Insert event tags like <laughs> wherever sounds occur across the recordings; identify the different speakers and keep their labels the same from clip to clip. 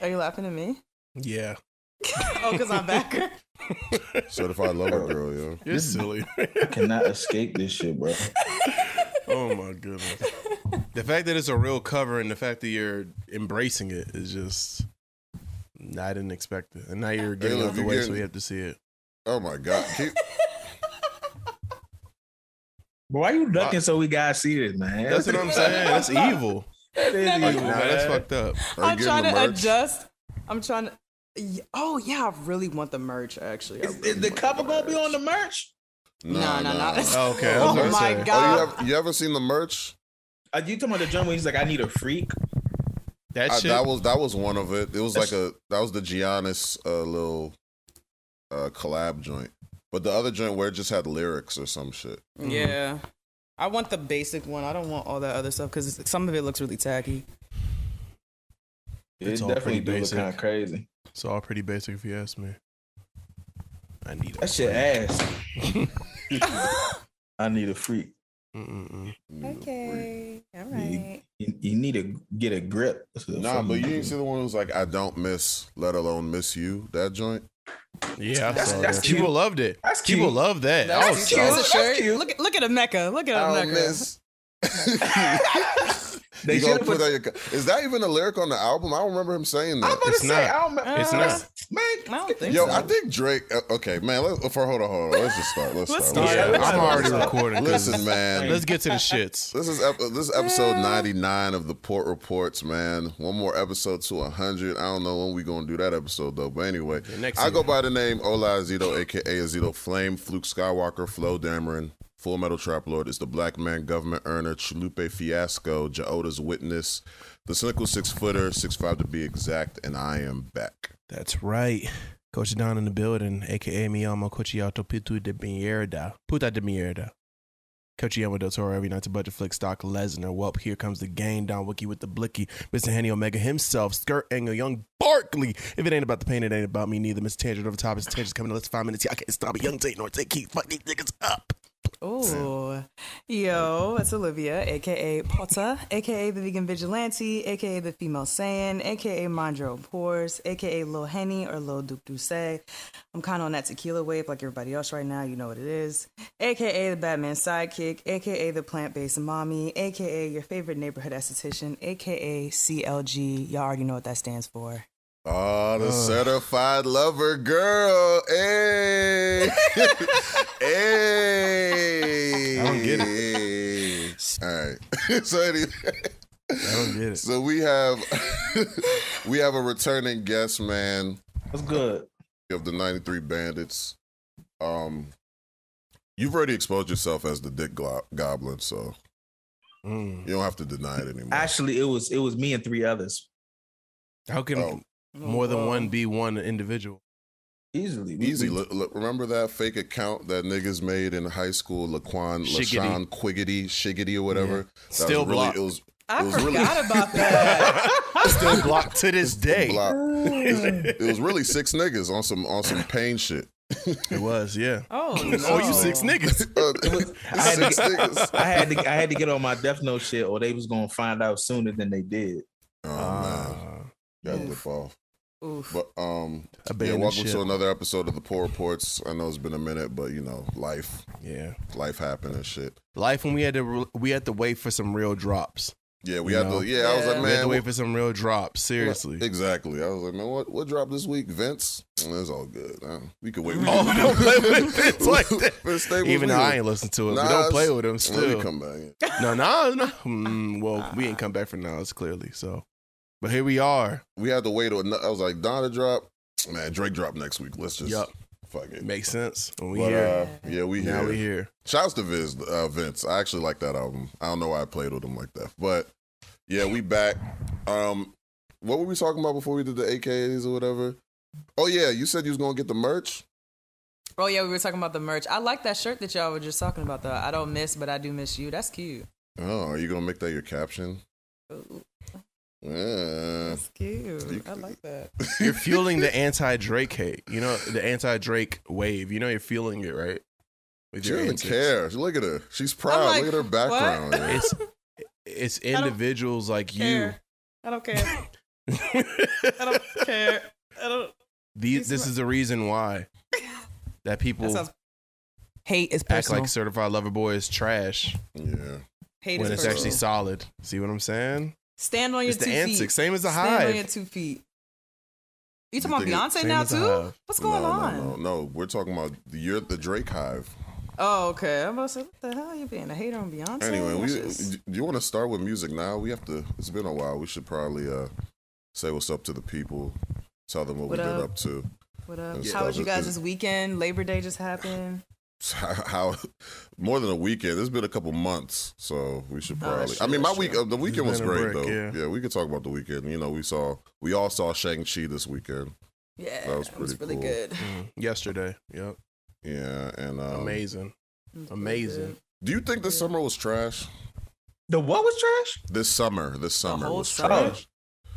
Speaker 1: Are you laughing at me?
Speaker 2: Yeah.
Speaker 1: Oh, because I'm <laughs> back.
Speaker 3: Certified lover girl, yo.
Speaker 2: You're silly.
Speaker 4: Cannot escape this shit, bro.
Speaker 2: oh my goodness. The fact that it's a real cover and the fact that you're embracing it is just I didn't expect it. And now you're getting
Speaker 3: look,
Speaker 2: out the
Speaker 3: you
Speaker 2: way
Speaker 3: get-
Speaker 2: so we have to see it.
Speaker 3: Oh my god. Keep,
Speaker 4: But why you ducking so we guys see this, man?
Speaker 2: That's what I'm saying. That's evil.
Speaker 4: That is
Speaker 1: Never-
Speaker 2: Like,
Speaker 4: evil,
Speaker 2: nah, that's
Speaker 4: man.
Speaker 2: fucked up.
Speaker 3: are you
Speaker 1: I'm
Speaker 3: getting
Speaker 1: trying
Speaker 3: the
Speaker 1: to
Speaker 3: merch?
Speaker 1: adjust. I'm trying to. y- Oh yeah, I really want the merch. Actually, I
Speaker 4: Is,
Speaker 1: really
Speaker 4: is the
Speaker 1: want
Speaker 4: cover gonna be
Speaker 1: merch.
Speaker 4: on the merch?
Speaker 1: No, no, no. <laughs> it's-
Speaker 2: Oh, okay, I
Speaker 1: Oh
Speaker 2: was gonna
Speaker 1: my
Speaker 2: say.
Speaker 3: Oh, you,
Speaker 1: god.
Speaker 3: ever, you ever seen the merch?
Speaker 4: Are Uh, you talking about the joint where he's like, I need a freak?
Speaker 2: That
Speaker 3: I-
Speaker 2: shit.
Speaker 3: that was that was one of it. It was like a that was the Giannis uh, little uh, collab joint. But the other joint where it just had lyrics or some shit.
Speaker 1: Yeah. I want the basic one. I don't want all that other stuff because some of it looks really <laughs> tacky.
Speaker 4: It
Speaker 2: It's all
Speaker 4: definitely
Speaker 2: pretty
Speaker 4: do look
Speaker 2: basic.
Speaker 4: kind of crazy.
Speaker 2: it's all pretty basic if you ask me. I need
Speaker 4: That shit ass. I need a freak.
Speaker 2: it.
Speaker 3: Mm,
Speaker 1: Okay. All
Speaker 4: right. You, you need to get a grip.
Speaker 3: Nah, but you didn't see the one who was like, I don't miss, let alone miss you, that joint?
Speaker 2: Yeah, I
Speaker 4: That's-
Speaker 2: saw
Speaker 4: that's
Speaker 2: that.
Speaker 4: cute.
Speaker 2: People loved it.
Speaker 4: That's
Speaker 2: People
Speaker 4: cute.
Speaker 2: loved that.
Speaker 1: That's
Speaker 2: I was
Speaker 1: cute.
Speaker 2: I
Speaker 1: That's
Speaker 2: was-
Speaker 1: a
Speaker 4: That's
Speaker 1: shirt.
Speaker 4: cute.
Speaker 1: Look at look at a Mecca. Look at a
Speaker 3: I don't
Speaker 1: Mecca.
Speaker 3: miss. <laughs>
Speaker 4: They
Speaker 3: You gonna
Speaker 4: should've
Speaker 3: put
Speaker 4: put-
Speaker 3: that your co- is that even a lyric on the album? I don't remember him saying
Speaker 4: I'm
Speaker 3: that.
Speaker 4: about
Speaker 2: It's
Speaker 4: to say,
Speaker 2: not.
Speaker 4: I don't,
Speaker 1: It's
Speaker 4: uh,
Speaker 1: I
Speaker 4: man.
Speaker 1: don't think
Speaker 3: Yo,
Speaker 1: so.
Speaker 3: I think Drake. uh, Okay, man. Let, for hold on, hold on. Let's just start. Let's,
Speaker 1: Let's
Speaker 3: start.
Speaker 2: Yeah,
Speaker 4: start.
Speaker 3: Let's
Speaker 2: I'm already
Speaker 3: Let's
Speaker 2: <laughs> recording. 'cause
Speaker 3: Listen, man.
Speaker 2: Let's get to the shits.
Speaker 3: This is ep- this is episode ninety nine of the Port Reports, man. One more episode to hundred. I don't know when we gonna do that episode though, but anyway,
Speaker 2: Yeah, next
Speaker 3: I go
Speaker 2: season.
Speaker 3: by the name Ola Azito, aka Azito Flame, Fluke Skywalker, Flo Dameron, Full Metal Trap Lord is the Black Man Government Earner, Chalupe Fiasco, Jaota's Witness, the Cynical Six Footer, six five to be exact, and I am back.
Speaker 2: That's right. Coach Don in the building, aka mi amo cochiato pitu de mierda. Puta de mierda. Cochiamo del Toro every night to budget flick stock Lesnar. Welp, here comes the game. Don Wiki with the blicky. Mr. Henny Omega himself. Skirt Angle Young Barkley. If it ain't about the pain, it ain't about me neither. Miss Tangent over top. Miss Tangent's coming in the last five minutes. Y'all can't stop it. Young Tate North. They keep fucking these niggas up.
Speaker 1: Oh, yo, it's Olivia, aka Potter, aka the Vegan Vigilante, aka the Female Saiyan, aka Mondro Pores, aka Lil Henny or Lil Duke Duce. I'm kind of on that tequila wave like everybody else right now. You know what it is. Aka the Batman Sidekick, aka the Plant Based Mommy, aka your favorite neighborhood esthetician, aka CLG. Y'all already know what that stands for.
Speaker 3: Oh, the certified lover girl.
Speaker 2: <laughs>
Speaker 3: Hey. hey.
Speaker 2: I don't get
Speaker 3: it. All right. <laughs> so anyway,
Speaker 2: I don't get
Speaker 3: so we have <laughs> we have a returning guest man
Speaker 4: That's good.
Speaker 3: of the 93 bandits. Um you've already exposed yourself as the dick glo- goblin, so
Speaker 2: Mm.
Speaker 3: you don't have to deny it anymore.
Speaker 4: Actually, it was it was me and three others.
Speaker 2: How can
Speaker 3: Oh.
Speaker 2: more than
Speaker 1: Whoa.
Speaker 2: one be one individual?
Speaker 4: Easily. We-
Speaker 3: Easy.
Speaker 4: we-
Speaker 3: Look, look, remember that fake account that niggas made in high school, Laquan,
Speaker 2: Shiggity.
Speaker 3: LaShawn Quiggity, Shiggity, or whatever.
Speaker 2: Yeah.
Speaker 3: That
Speaker 2: Still
Speaker 3: was
Speaker 2: blocked.
Speaker 3: Really, it was
Speaker 1: I
Speaker 3: It was
Speaker 1: forgot
Speaker 3: really-
Speaker 1: about that.
Speaker 2: <laughs> Still blocked to
Speaker 3: <laughs>
Speaker 2: this day. <laughs>
Speaker 3: blocked. it was really six niggas on some on some
Speaker 2: <laughs>
Speaker 3: pain shit.
Speaker 2: It was, yeah.
Speaker 1: Oh,
Speaker 2: Oh, you six
Speaker 1: no.
Speaker 2: niggas.
Speaker 3: Uh, <laughs>
Speaker 4: I had,
Speaker 3: six
Speaker 4: to
Speaker 2: uh,
Speaker 3: niggas.
Speaker 4: get, I had to I had to get on my death note shit, or they was gonna find out sooner than they did.
Speaker 3: Oh man,
Speaker 2: Uh,
Speaker 3: gotta
Speaker 1: Oof.
Speaker 3: dip off.
Speaker 1: Oof.
Speaker 3: But um, yeah,
Speaker 2: abandoned
Speaker 3: welcome
Speaker 2: ship.
Speaker 3: to another episode of the Poor Reports. I know it's been a minute, but you know, life,
Speaker 2: yeah.
Speaker 3: life happened and shit.
Speaker 2: Life when we had to re- we had to wait for some real drops.
Speaker 3: Yeah, we
Speaker 2: You
Speaker 3: had
Speaker 2: know.
Speaker 3: to. Yeah, I was like,
Speaker 1: Yeah.
Speaker 3: man,
Speaker 2: we had to
Speaker 3: what-
Speaker 2: wait for some real drops. Seriously.
Speaker 3: Exactly. I was like, man, what what dropped this week? Vince? Mm, It's all good. Uh, we could wait. We
Speaker 2: <laughs> Oh,
Speaker 3: could-
Speaker 2: don't play with Vince
Speaker 3: <laughs>
Speaker 2: like
Speaker 3: Vince
Speaker 2: that.
Speaker 3: Staples,
Speaker 2: Even
Speaker 3: we
Speaker 2: though I
Speaker 3: could-
Speaker 2: ain't listen to it, we
Speaker 3: Nas,
Speaker 2: don't play with him
Speaker 3: Let
Speaker 2: still.
Speaker 3: me come back.
Speaker 2: No, no, no. Mm, well, we ain't come back for now. It's clearly so. But here we are.
Speaker 3: We had to wait. On, I was like, Donna drop. Man, Drake drop next week. Let's just
Speaker 2: Yup.
Speaker 3: fuck it.
Speaker 2: It makes sense when we
Speaker 3: But,
Speaker 2: here.
Speaker 3: uh, yeah, we
Speaker 2: now
Speaker 3: here.
Speaker 2: we
Speaker 3: <laughs>
Speaker 2: here.
Speaker 3: Shouts to Viz, uh, Vince. I actually like that album. I don't know why I played with him like that, but yeah, we back. Um, what were we talking about before we did the AKAs or whatever? Oh yeah, you said you was gonna get the merch.
Speaker 1: Oh yeah, we were talking about the merch. I like that shirt that y'all were just talking about though. I don't miss, but I do miss you. That's cute.
Speaker 3: Oh, are you gonna make that your caption?
Speaker 1: Ooh,
Speaker 3: Yeah.
Speaker 1: That's cute. I like that.
Speaker 2: You're fueling the anti Drake hate. You know the anti Drake wave. You know you're fueling it, right? With
Speaker 3: She doesn't
Speaker 2: antics.
Speaker 3: care. Look at her. She's proud.
Speaker 1: like,
Speaker 3: Look at her
Speaker 1: what?
Speaker 2: <laughs>
Speaker 3: background. yo.
Speaker 2: It's it's
Speaker 1: don't
Speaker 2: individuals like you
Speaker 1: Care. I don't care.
Speaker 2: <laughs>
Speaker 5: I don't care. I don't.
Speaker 2: These, this is the reason why that
Speaker 5: That
Speaker 2: people
Speaker 5: sounds. Hate is
Speaker 2: act
Speaker 5: personal.
Speaker 2: like certified lover boy is trash
Speaker 3: Yeah.
Speaker 5: hate
Speaker 2: when
Speaker 5: is
Speaker 2: it's
Speaker 5: personal.
Speaker 2: actually solid. See what I'm saying?
Speaker 5: Stand on your
Speaker 2: It's
Speaker 5: two
Speaker 2: the
Speaker 5: feet.
Speaker 2: antics, same as the
Speaker 5: Stand on your
Speaker 2: hive.
Speaker 5: two feet. You
Speaker 3: You
Speaker 5: talking
Speaker 3: think it-
Speaker 5: about Beyonce
Speaker 2: same
Speaker 5: now
Speaker 2: as the
Speaker 5: too?
Speaker 2: hive.
Speaker 5: What's going
Speaker 3: no,
Speaker 5: on?
Speaker 3: No, no, no. We're talking about the, you're the Drake hive.
Speaker 5: Oh, okay. I'm about to say, what the hell? You being a hater on Beyonce?
Speaker 3: Anyway, we,
Speaker 5: That's just-
Speaker 3: do you want to start with music now? We have to. It's been a while. We should probably uh, say what's up to the people. Tell them what,
Speaker 5: What
Speaker 3: we did
Speaker 5: up?
Speaker 3: up to. <laughs>
Speaker 5: what up?
Speaker 3: Yeah.
Speaker 5: How was you guys
Speaker 3: Yeah.
Speaker 5: this weekend? Labor Day just happened.
Speaker 3: How more than a weekend? It's been a couple months, so we should
Speaker 5: Oh,
Speaker 3: probably.
Speaker 5: that's
Speaker 3: I mean,
Speaker 5: true,
Speaker 3: my
Speaker 5: that's
Speaker 3: week.
Speaker 5: true.
Speaker 3: Uh, the weekend was
Speaker 2: been a
Speaker 3: great
Speaker 2: break,
Speaker 3: though.
Speaker 2: yeah.
Speaker 3: yeah, we could talk about the weekend. You know, we saw. We all saw Shang Chi this weekend.
Speaker 5: Yeah,
Speaker 3: That was
Speaker 5: it was
Speaker 3: pretty
Speaker 5: really
Speaker 3: cool.
Speaker 5: good.
Speaker 2: Mm, Yesterday. Yep.
Speaker 3: Yeah, and um,
Speaker 2: Amazing.
Speaker 5: It was pretty
Speaker 2: Amazing.
Speaker 5: good.
Speaker 3: Do you think this
Speaker 5: Yeah.
Speaker 3: summer was trash?
Speaker 4: The what was trash?
Speaker 3: This summer, this summer
Speaker 5: whole
Speaker 3: was
Speaker 5: summer?
Speaker 3: trash.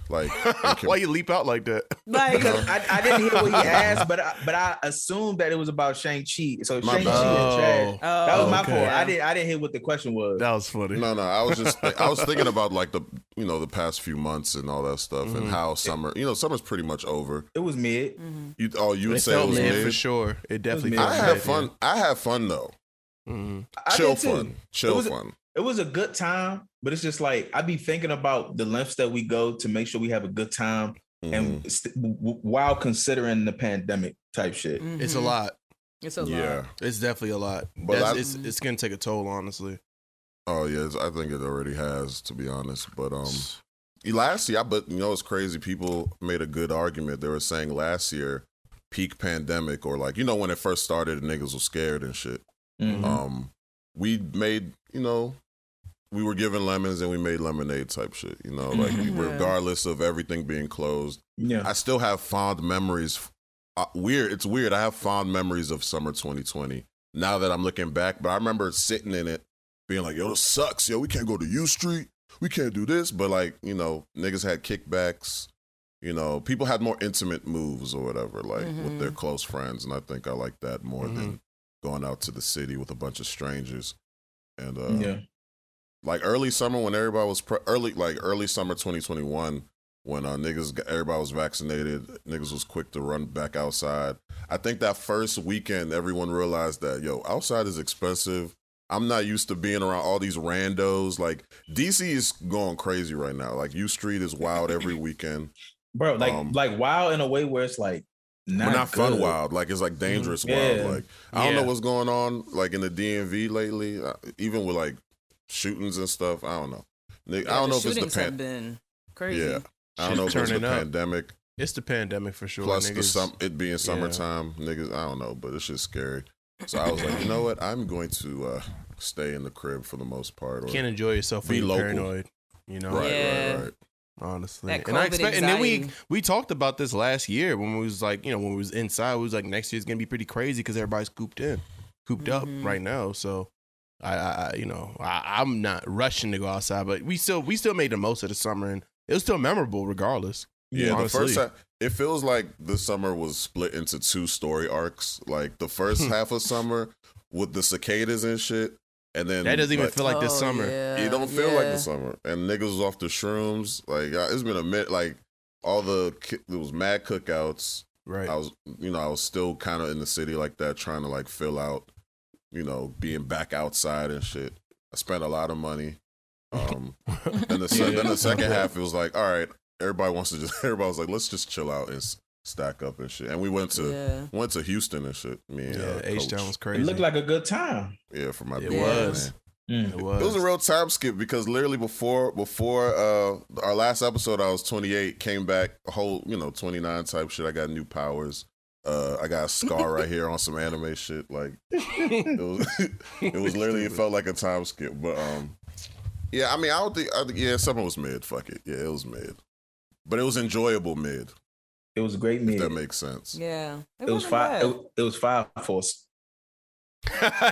Speaker 3: Like,
Speaker 2: <laughs>
Speaker 3: can-
Speaker 2: Why you leap out like that?
Speaker 5: <laughs> Like,
Speaker 4: Because I, I didn't hear what he asked, but I, but I assumed that it was about Shang Chi. So
Speaker 3: My
Speaker 4: Shang Chi
Speaker 2: bad.
Speaker 4: and trash.
Speaker 5: oh,
Speaker 4: That was my
Speaker 2: okay.
Speaker 4: fault. I didn't I didn't hear what the question was.
Speaker 2: That was funny.
Speaker 3: No, no. I was just thi- I was thinking about like the you know the past few months and all that stuff and
Speaker 4: Mm-hmm.
Speaker 2: Mhm.
Speaker 3: how summer you know summer's pretty much over.
Speaker 4: It was mid.
Speaker 5: Mhm.
Speaker 3: You oh you would
Speaker 2: it
Speaker 3: say it
Speaker 2: felt
Speaker 3: was
Speaker 2: mid for
Speaker 3: mid?
Speaker 2: sure. It definitely.
Speaker 4: mid.
Speaker 2: felt
Speaker 3: I
Speaker 2: mid,
Speaker 3: had
Speaker 2: yeah.
Speaker 3: fun. I had fun though.
Speaker 2: Mhm.
Speaker 4: I
Speaker 3: Chill
Speaker 4: did too.
Speaker 3: fun. Chill
Speaker 4: It was-
Speaker 3: fun.
Speaker 4: It was a good time, but it's just like I be thinking about the lengths that we go to make sure we have a good time
Speaker 3: Mhm.
Speaker 4: and st- w- w- while considering the pandemic type shit.
Speaker 2: It's a
Speaker 5: Mhm.
Speaker 2: lot.
Speaker 5: It's a
Speaker 3: yeah.
Speaker 5: lot.
Speaker 2: It's definitely a lot.
Speaker 3: But
Speaker 2: That's-
Speaker 3: I-
Speaker 2: it's it's gonna take a toll, honestly.
Speaker 3: Oh yes, I think it already has to be honest. But um, last year, I but you know it's crazy. People made a good argument. They were saying last year, peak pandemic or like you know when it first started, niggas was scared and shit.
Speaker 4: Mhm.
Speaker 3: Um, we made, you know, we were given lemons and we made lemonade type shit. You know, like
Speaker 5: Mhm. Yeah.
Speaker 3: regardless of everything being closed,
Speaker 4: yeah.
Speaker 3: I still have fond memories. Uh, weird, it's weird. I have fond memories of summer 2020. Now that I'm looking back, but I remember sitting in it, being like, "Yo, this sucks. Yo, we can't go to U Street. We can't do this." But like, you know, niggas had kickbacks. You know, people had more intimate moves or whatever, like with
Speaker 4: Mm-hmm.
Speaker 5: Mhm.
Speaker 3: their close friends, and I think I like that more than going out to the city with a bunch of strangers. And uh,
Speaker 4: yeah.
Speaker 3: like early summer when everybody was pre- early like early summer 2021 when uh, niggas got- everybody was vaccinated niggas was quick to run back outside i think that first weekend everyone realized that yo outside is expensive i'm not used to being around all these randos like dc is going crazy right now like u street is wild every weekend
Speaker 4: Bro, like
Speaker 3: um,
Speaker 4: like wild in a way where it's like not,
Speaker 3: but not fun
Speaker 4: good.
Speaker 3: wild like it's like dangerous
Speaker 4: Yeah.
Speaker 3: wild like i don't
Speaker 4: Yeah.
Speaker 3: know what's going on like in the dmv lately uh, even with like shootings and stuff i don't know Nigga,
Speaker 5: Yeah,
Speaker 3: i don't know if it's the
Speaker 5: shootings
Speaker 3: pan-
Speaker 5: have been crazy.
Speaker 3: Yeah. I don't
Speaker 2: Shit
Speaker 3: know if it's the
Speaker 2: turning up.
Speaker 3: pandemic
Speaker 2: It's the pandemic for sure.
Speaker 3: plus
Speaker 2: niggas.
Speaker 3: the sum, it being summertime, niggas. I don't know, but it's just scary. So I was like, you know what? I'm going to uh, stay in the crib for the most part. Or,
Speaker 2: can't enjoy yourself when
Speaker 3: Be
Speaker 2: you're
Speaker 3: local.
Speaker 2: paranoid. You know,
Speaker 3: right,
Speaker 5: Yeah.
Speaker 3: right, right.
Speaker 2: honestly.
Speaker 5: That
Speaker 2: and I
Speaker 5: COVID
Speaker 2: expect, and then we
Speaker 5: anxiety.
Speaker 2: we talked about this last year when we was like, you know, when we was inside, we was like, next year's gonna be pretty crazy because everybody's cooped in, cooped
Speaker 5: Mhm.
Speaker 2: up right now. So, I, I I- you know, I, I'm not rushing to go outside, but we still we still made the most of the summer, and it was still memorable regardless.
Speaker 3: Yeah, the
Speaker 2: honestly.
Speaker 3: first time it feels like the summer was split into two story arcs. Like
Speaker 2: <laughs>
Speaker 3: the first half of summer with the cicadas and shit, and then
Speaker 2: that doesn't even
Speaker 3: like,
Speaker 2: feel like this
Speaker 5: Oh,
Speaker 2: summer.
Speaker 5: yeah,
Speaker 3: It don't feel like
Speaker 5: yeah.
Speaker 3: the summer, and niggas was off the shrooms. Like I- it's been a minute. Like all the ki- there was mad cookouts.
Speaker 2: Right.
Speaker 3: I was, you know, I was still kind of in the city like that, trying to like fill out, you know, being back outside and shit. I spent a lot of money.
Speaker 2: <laughs>
Speaker 3: Um, and the se-
Speaker 4: Yeah.
Speaker 3: then the second half, it was like, all right, everybody wants to just. <laughs> Everybody was like, let's just chill out and s- stack up and shit. And we went to
Speaker 5: Yeah.
Speaker 3: went to Houston and shit. Me and
Speaker 2: yeah,
Speaker 3: uh,
Speaker 2: H Town
Speaker 3: Coach.
Speaker 2: was
Speaker 4: It
Speaker 2: crazy.
Speaker 4: looked like a good time.
Speaker 3: yeah, for my
Speaker 2: it
Speaker 3: big
Speaker 2: was.
Speaker 3: man.
Speaker 4: Mm.
Speaker 2: It was.
Speaker 3: It was a real time skip because literally before before uh our last episode I was 28, came back a whole, you know, 29 type shit. I got new powers. Uh I got a scar right here on some anime shit. Like
Speaker 2: <laughs>
Speaker 3: it was <laughs> it was literally it felt like a time skip. But um yeah, I mean I don't think I, think- yeah, summer was mid. Fuck it. Yeah, it was mid. But it was enjoyable mid,
Speaker 4: It was a great
Speaker 3: if that
Speaker 4: meal.
Speaker 3: makes sense.
Speaker 5: Yeah.
Speaker 4: It was
Speaker 5: wasn't
Speaker 4: five.
Speaker 5: bad.
Speaker 4: It, it was five for us.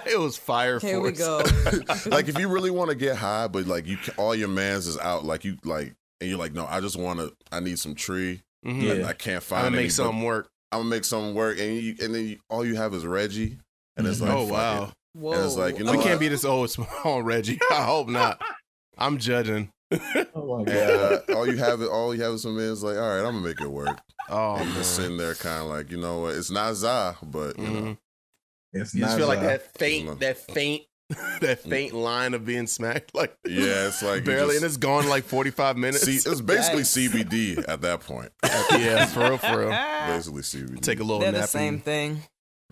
Speaker 2: it was fire.
Speaker 5: Here we
Speaker 2: force.
Speaker 3: <laughs>
Speaker 2: <laughs>
Speaker 5: go.
Speaker 3: like if you really want to get high, but like you ca- all your mans is out, like you like and you're like, no, I just wanna I need some tree.
Speaker 2: Mhm.
Speaker 4: Yeah.
Speaker 3: and I can't
Speaker 2: I'm
Speaker 3: find
Speaker 2: gonna
Speaker 3: any,
Speaker 2: make
Speaker 3: but-
Speaker 2: something work.
Speaker 3: I'm gonna make something work, and you and then you, all you have is Reggie, and it's like,
Speaker 2: oh
Speaker 3: fuck
Speaker 2: wow,
Speaker 3: it. it's like, you know
Speaker 2: we <laughs>
Speaker 3: what?
Speaker 2: can't be this old small, Reggie. I hope not. I'm judging.
Speaker 4: <laughs> Oh my god.
Speaker 3: Yeah, uh, all you have, all you have is some man's like, all right, I'm gonna make it work.
Speaker 2: <laughs> Oh,
Speaker 3: I'm just
Speaker 2: man.
Speaker 3: sitting there, kind of like, you know what? It's not Za, but you know,
Speaker 2: Mhm.
Speaker 4: It's
Speaker 2: You just
Speaker 4: not
Speaker 2: feel like
Speaker 4: Zion.
Speaker 2: that
Speaker 3: Mm.
Speaker 2: faint, that faint, <laughs> that faint line of being smacked, like <laughs>
Speaker 3: yeah, it's like you
Speaker 2: barely,
Speaker 3: just-
Speaker 2: and it's gone like forty five minutes.
Speaker 3: <laughs> See, it's basically CBD at that point.
Speaker 2: <laughs> yeah, for real, for real.
Speaker 3: Basically CBD.
Speaker 2: Take a little
Speaker 5: They're
Speaker 2: nap.
Speaker 5: the same
Speaker 2: and
Speaker 5: thing.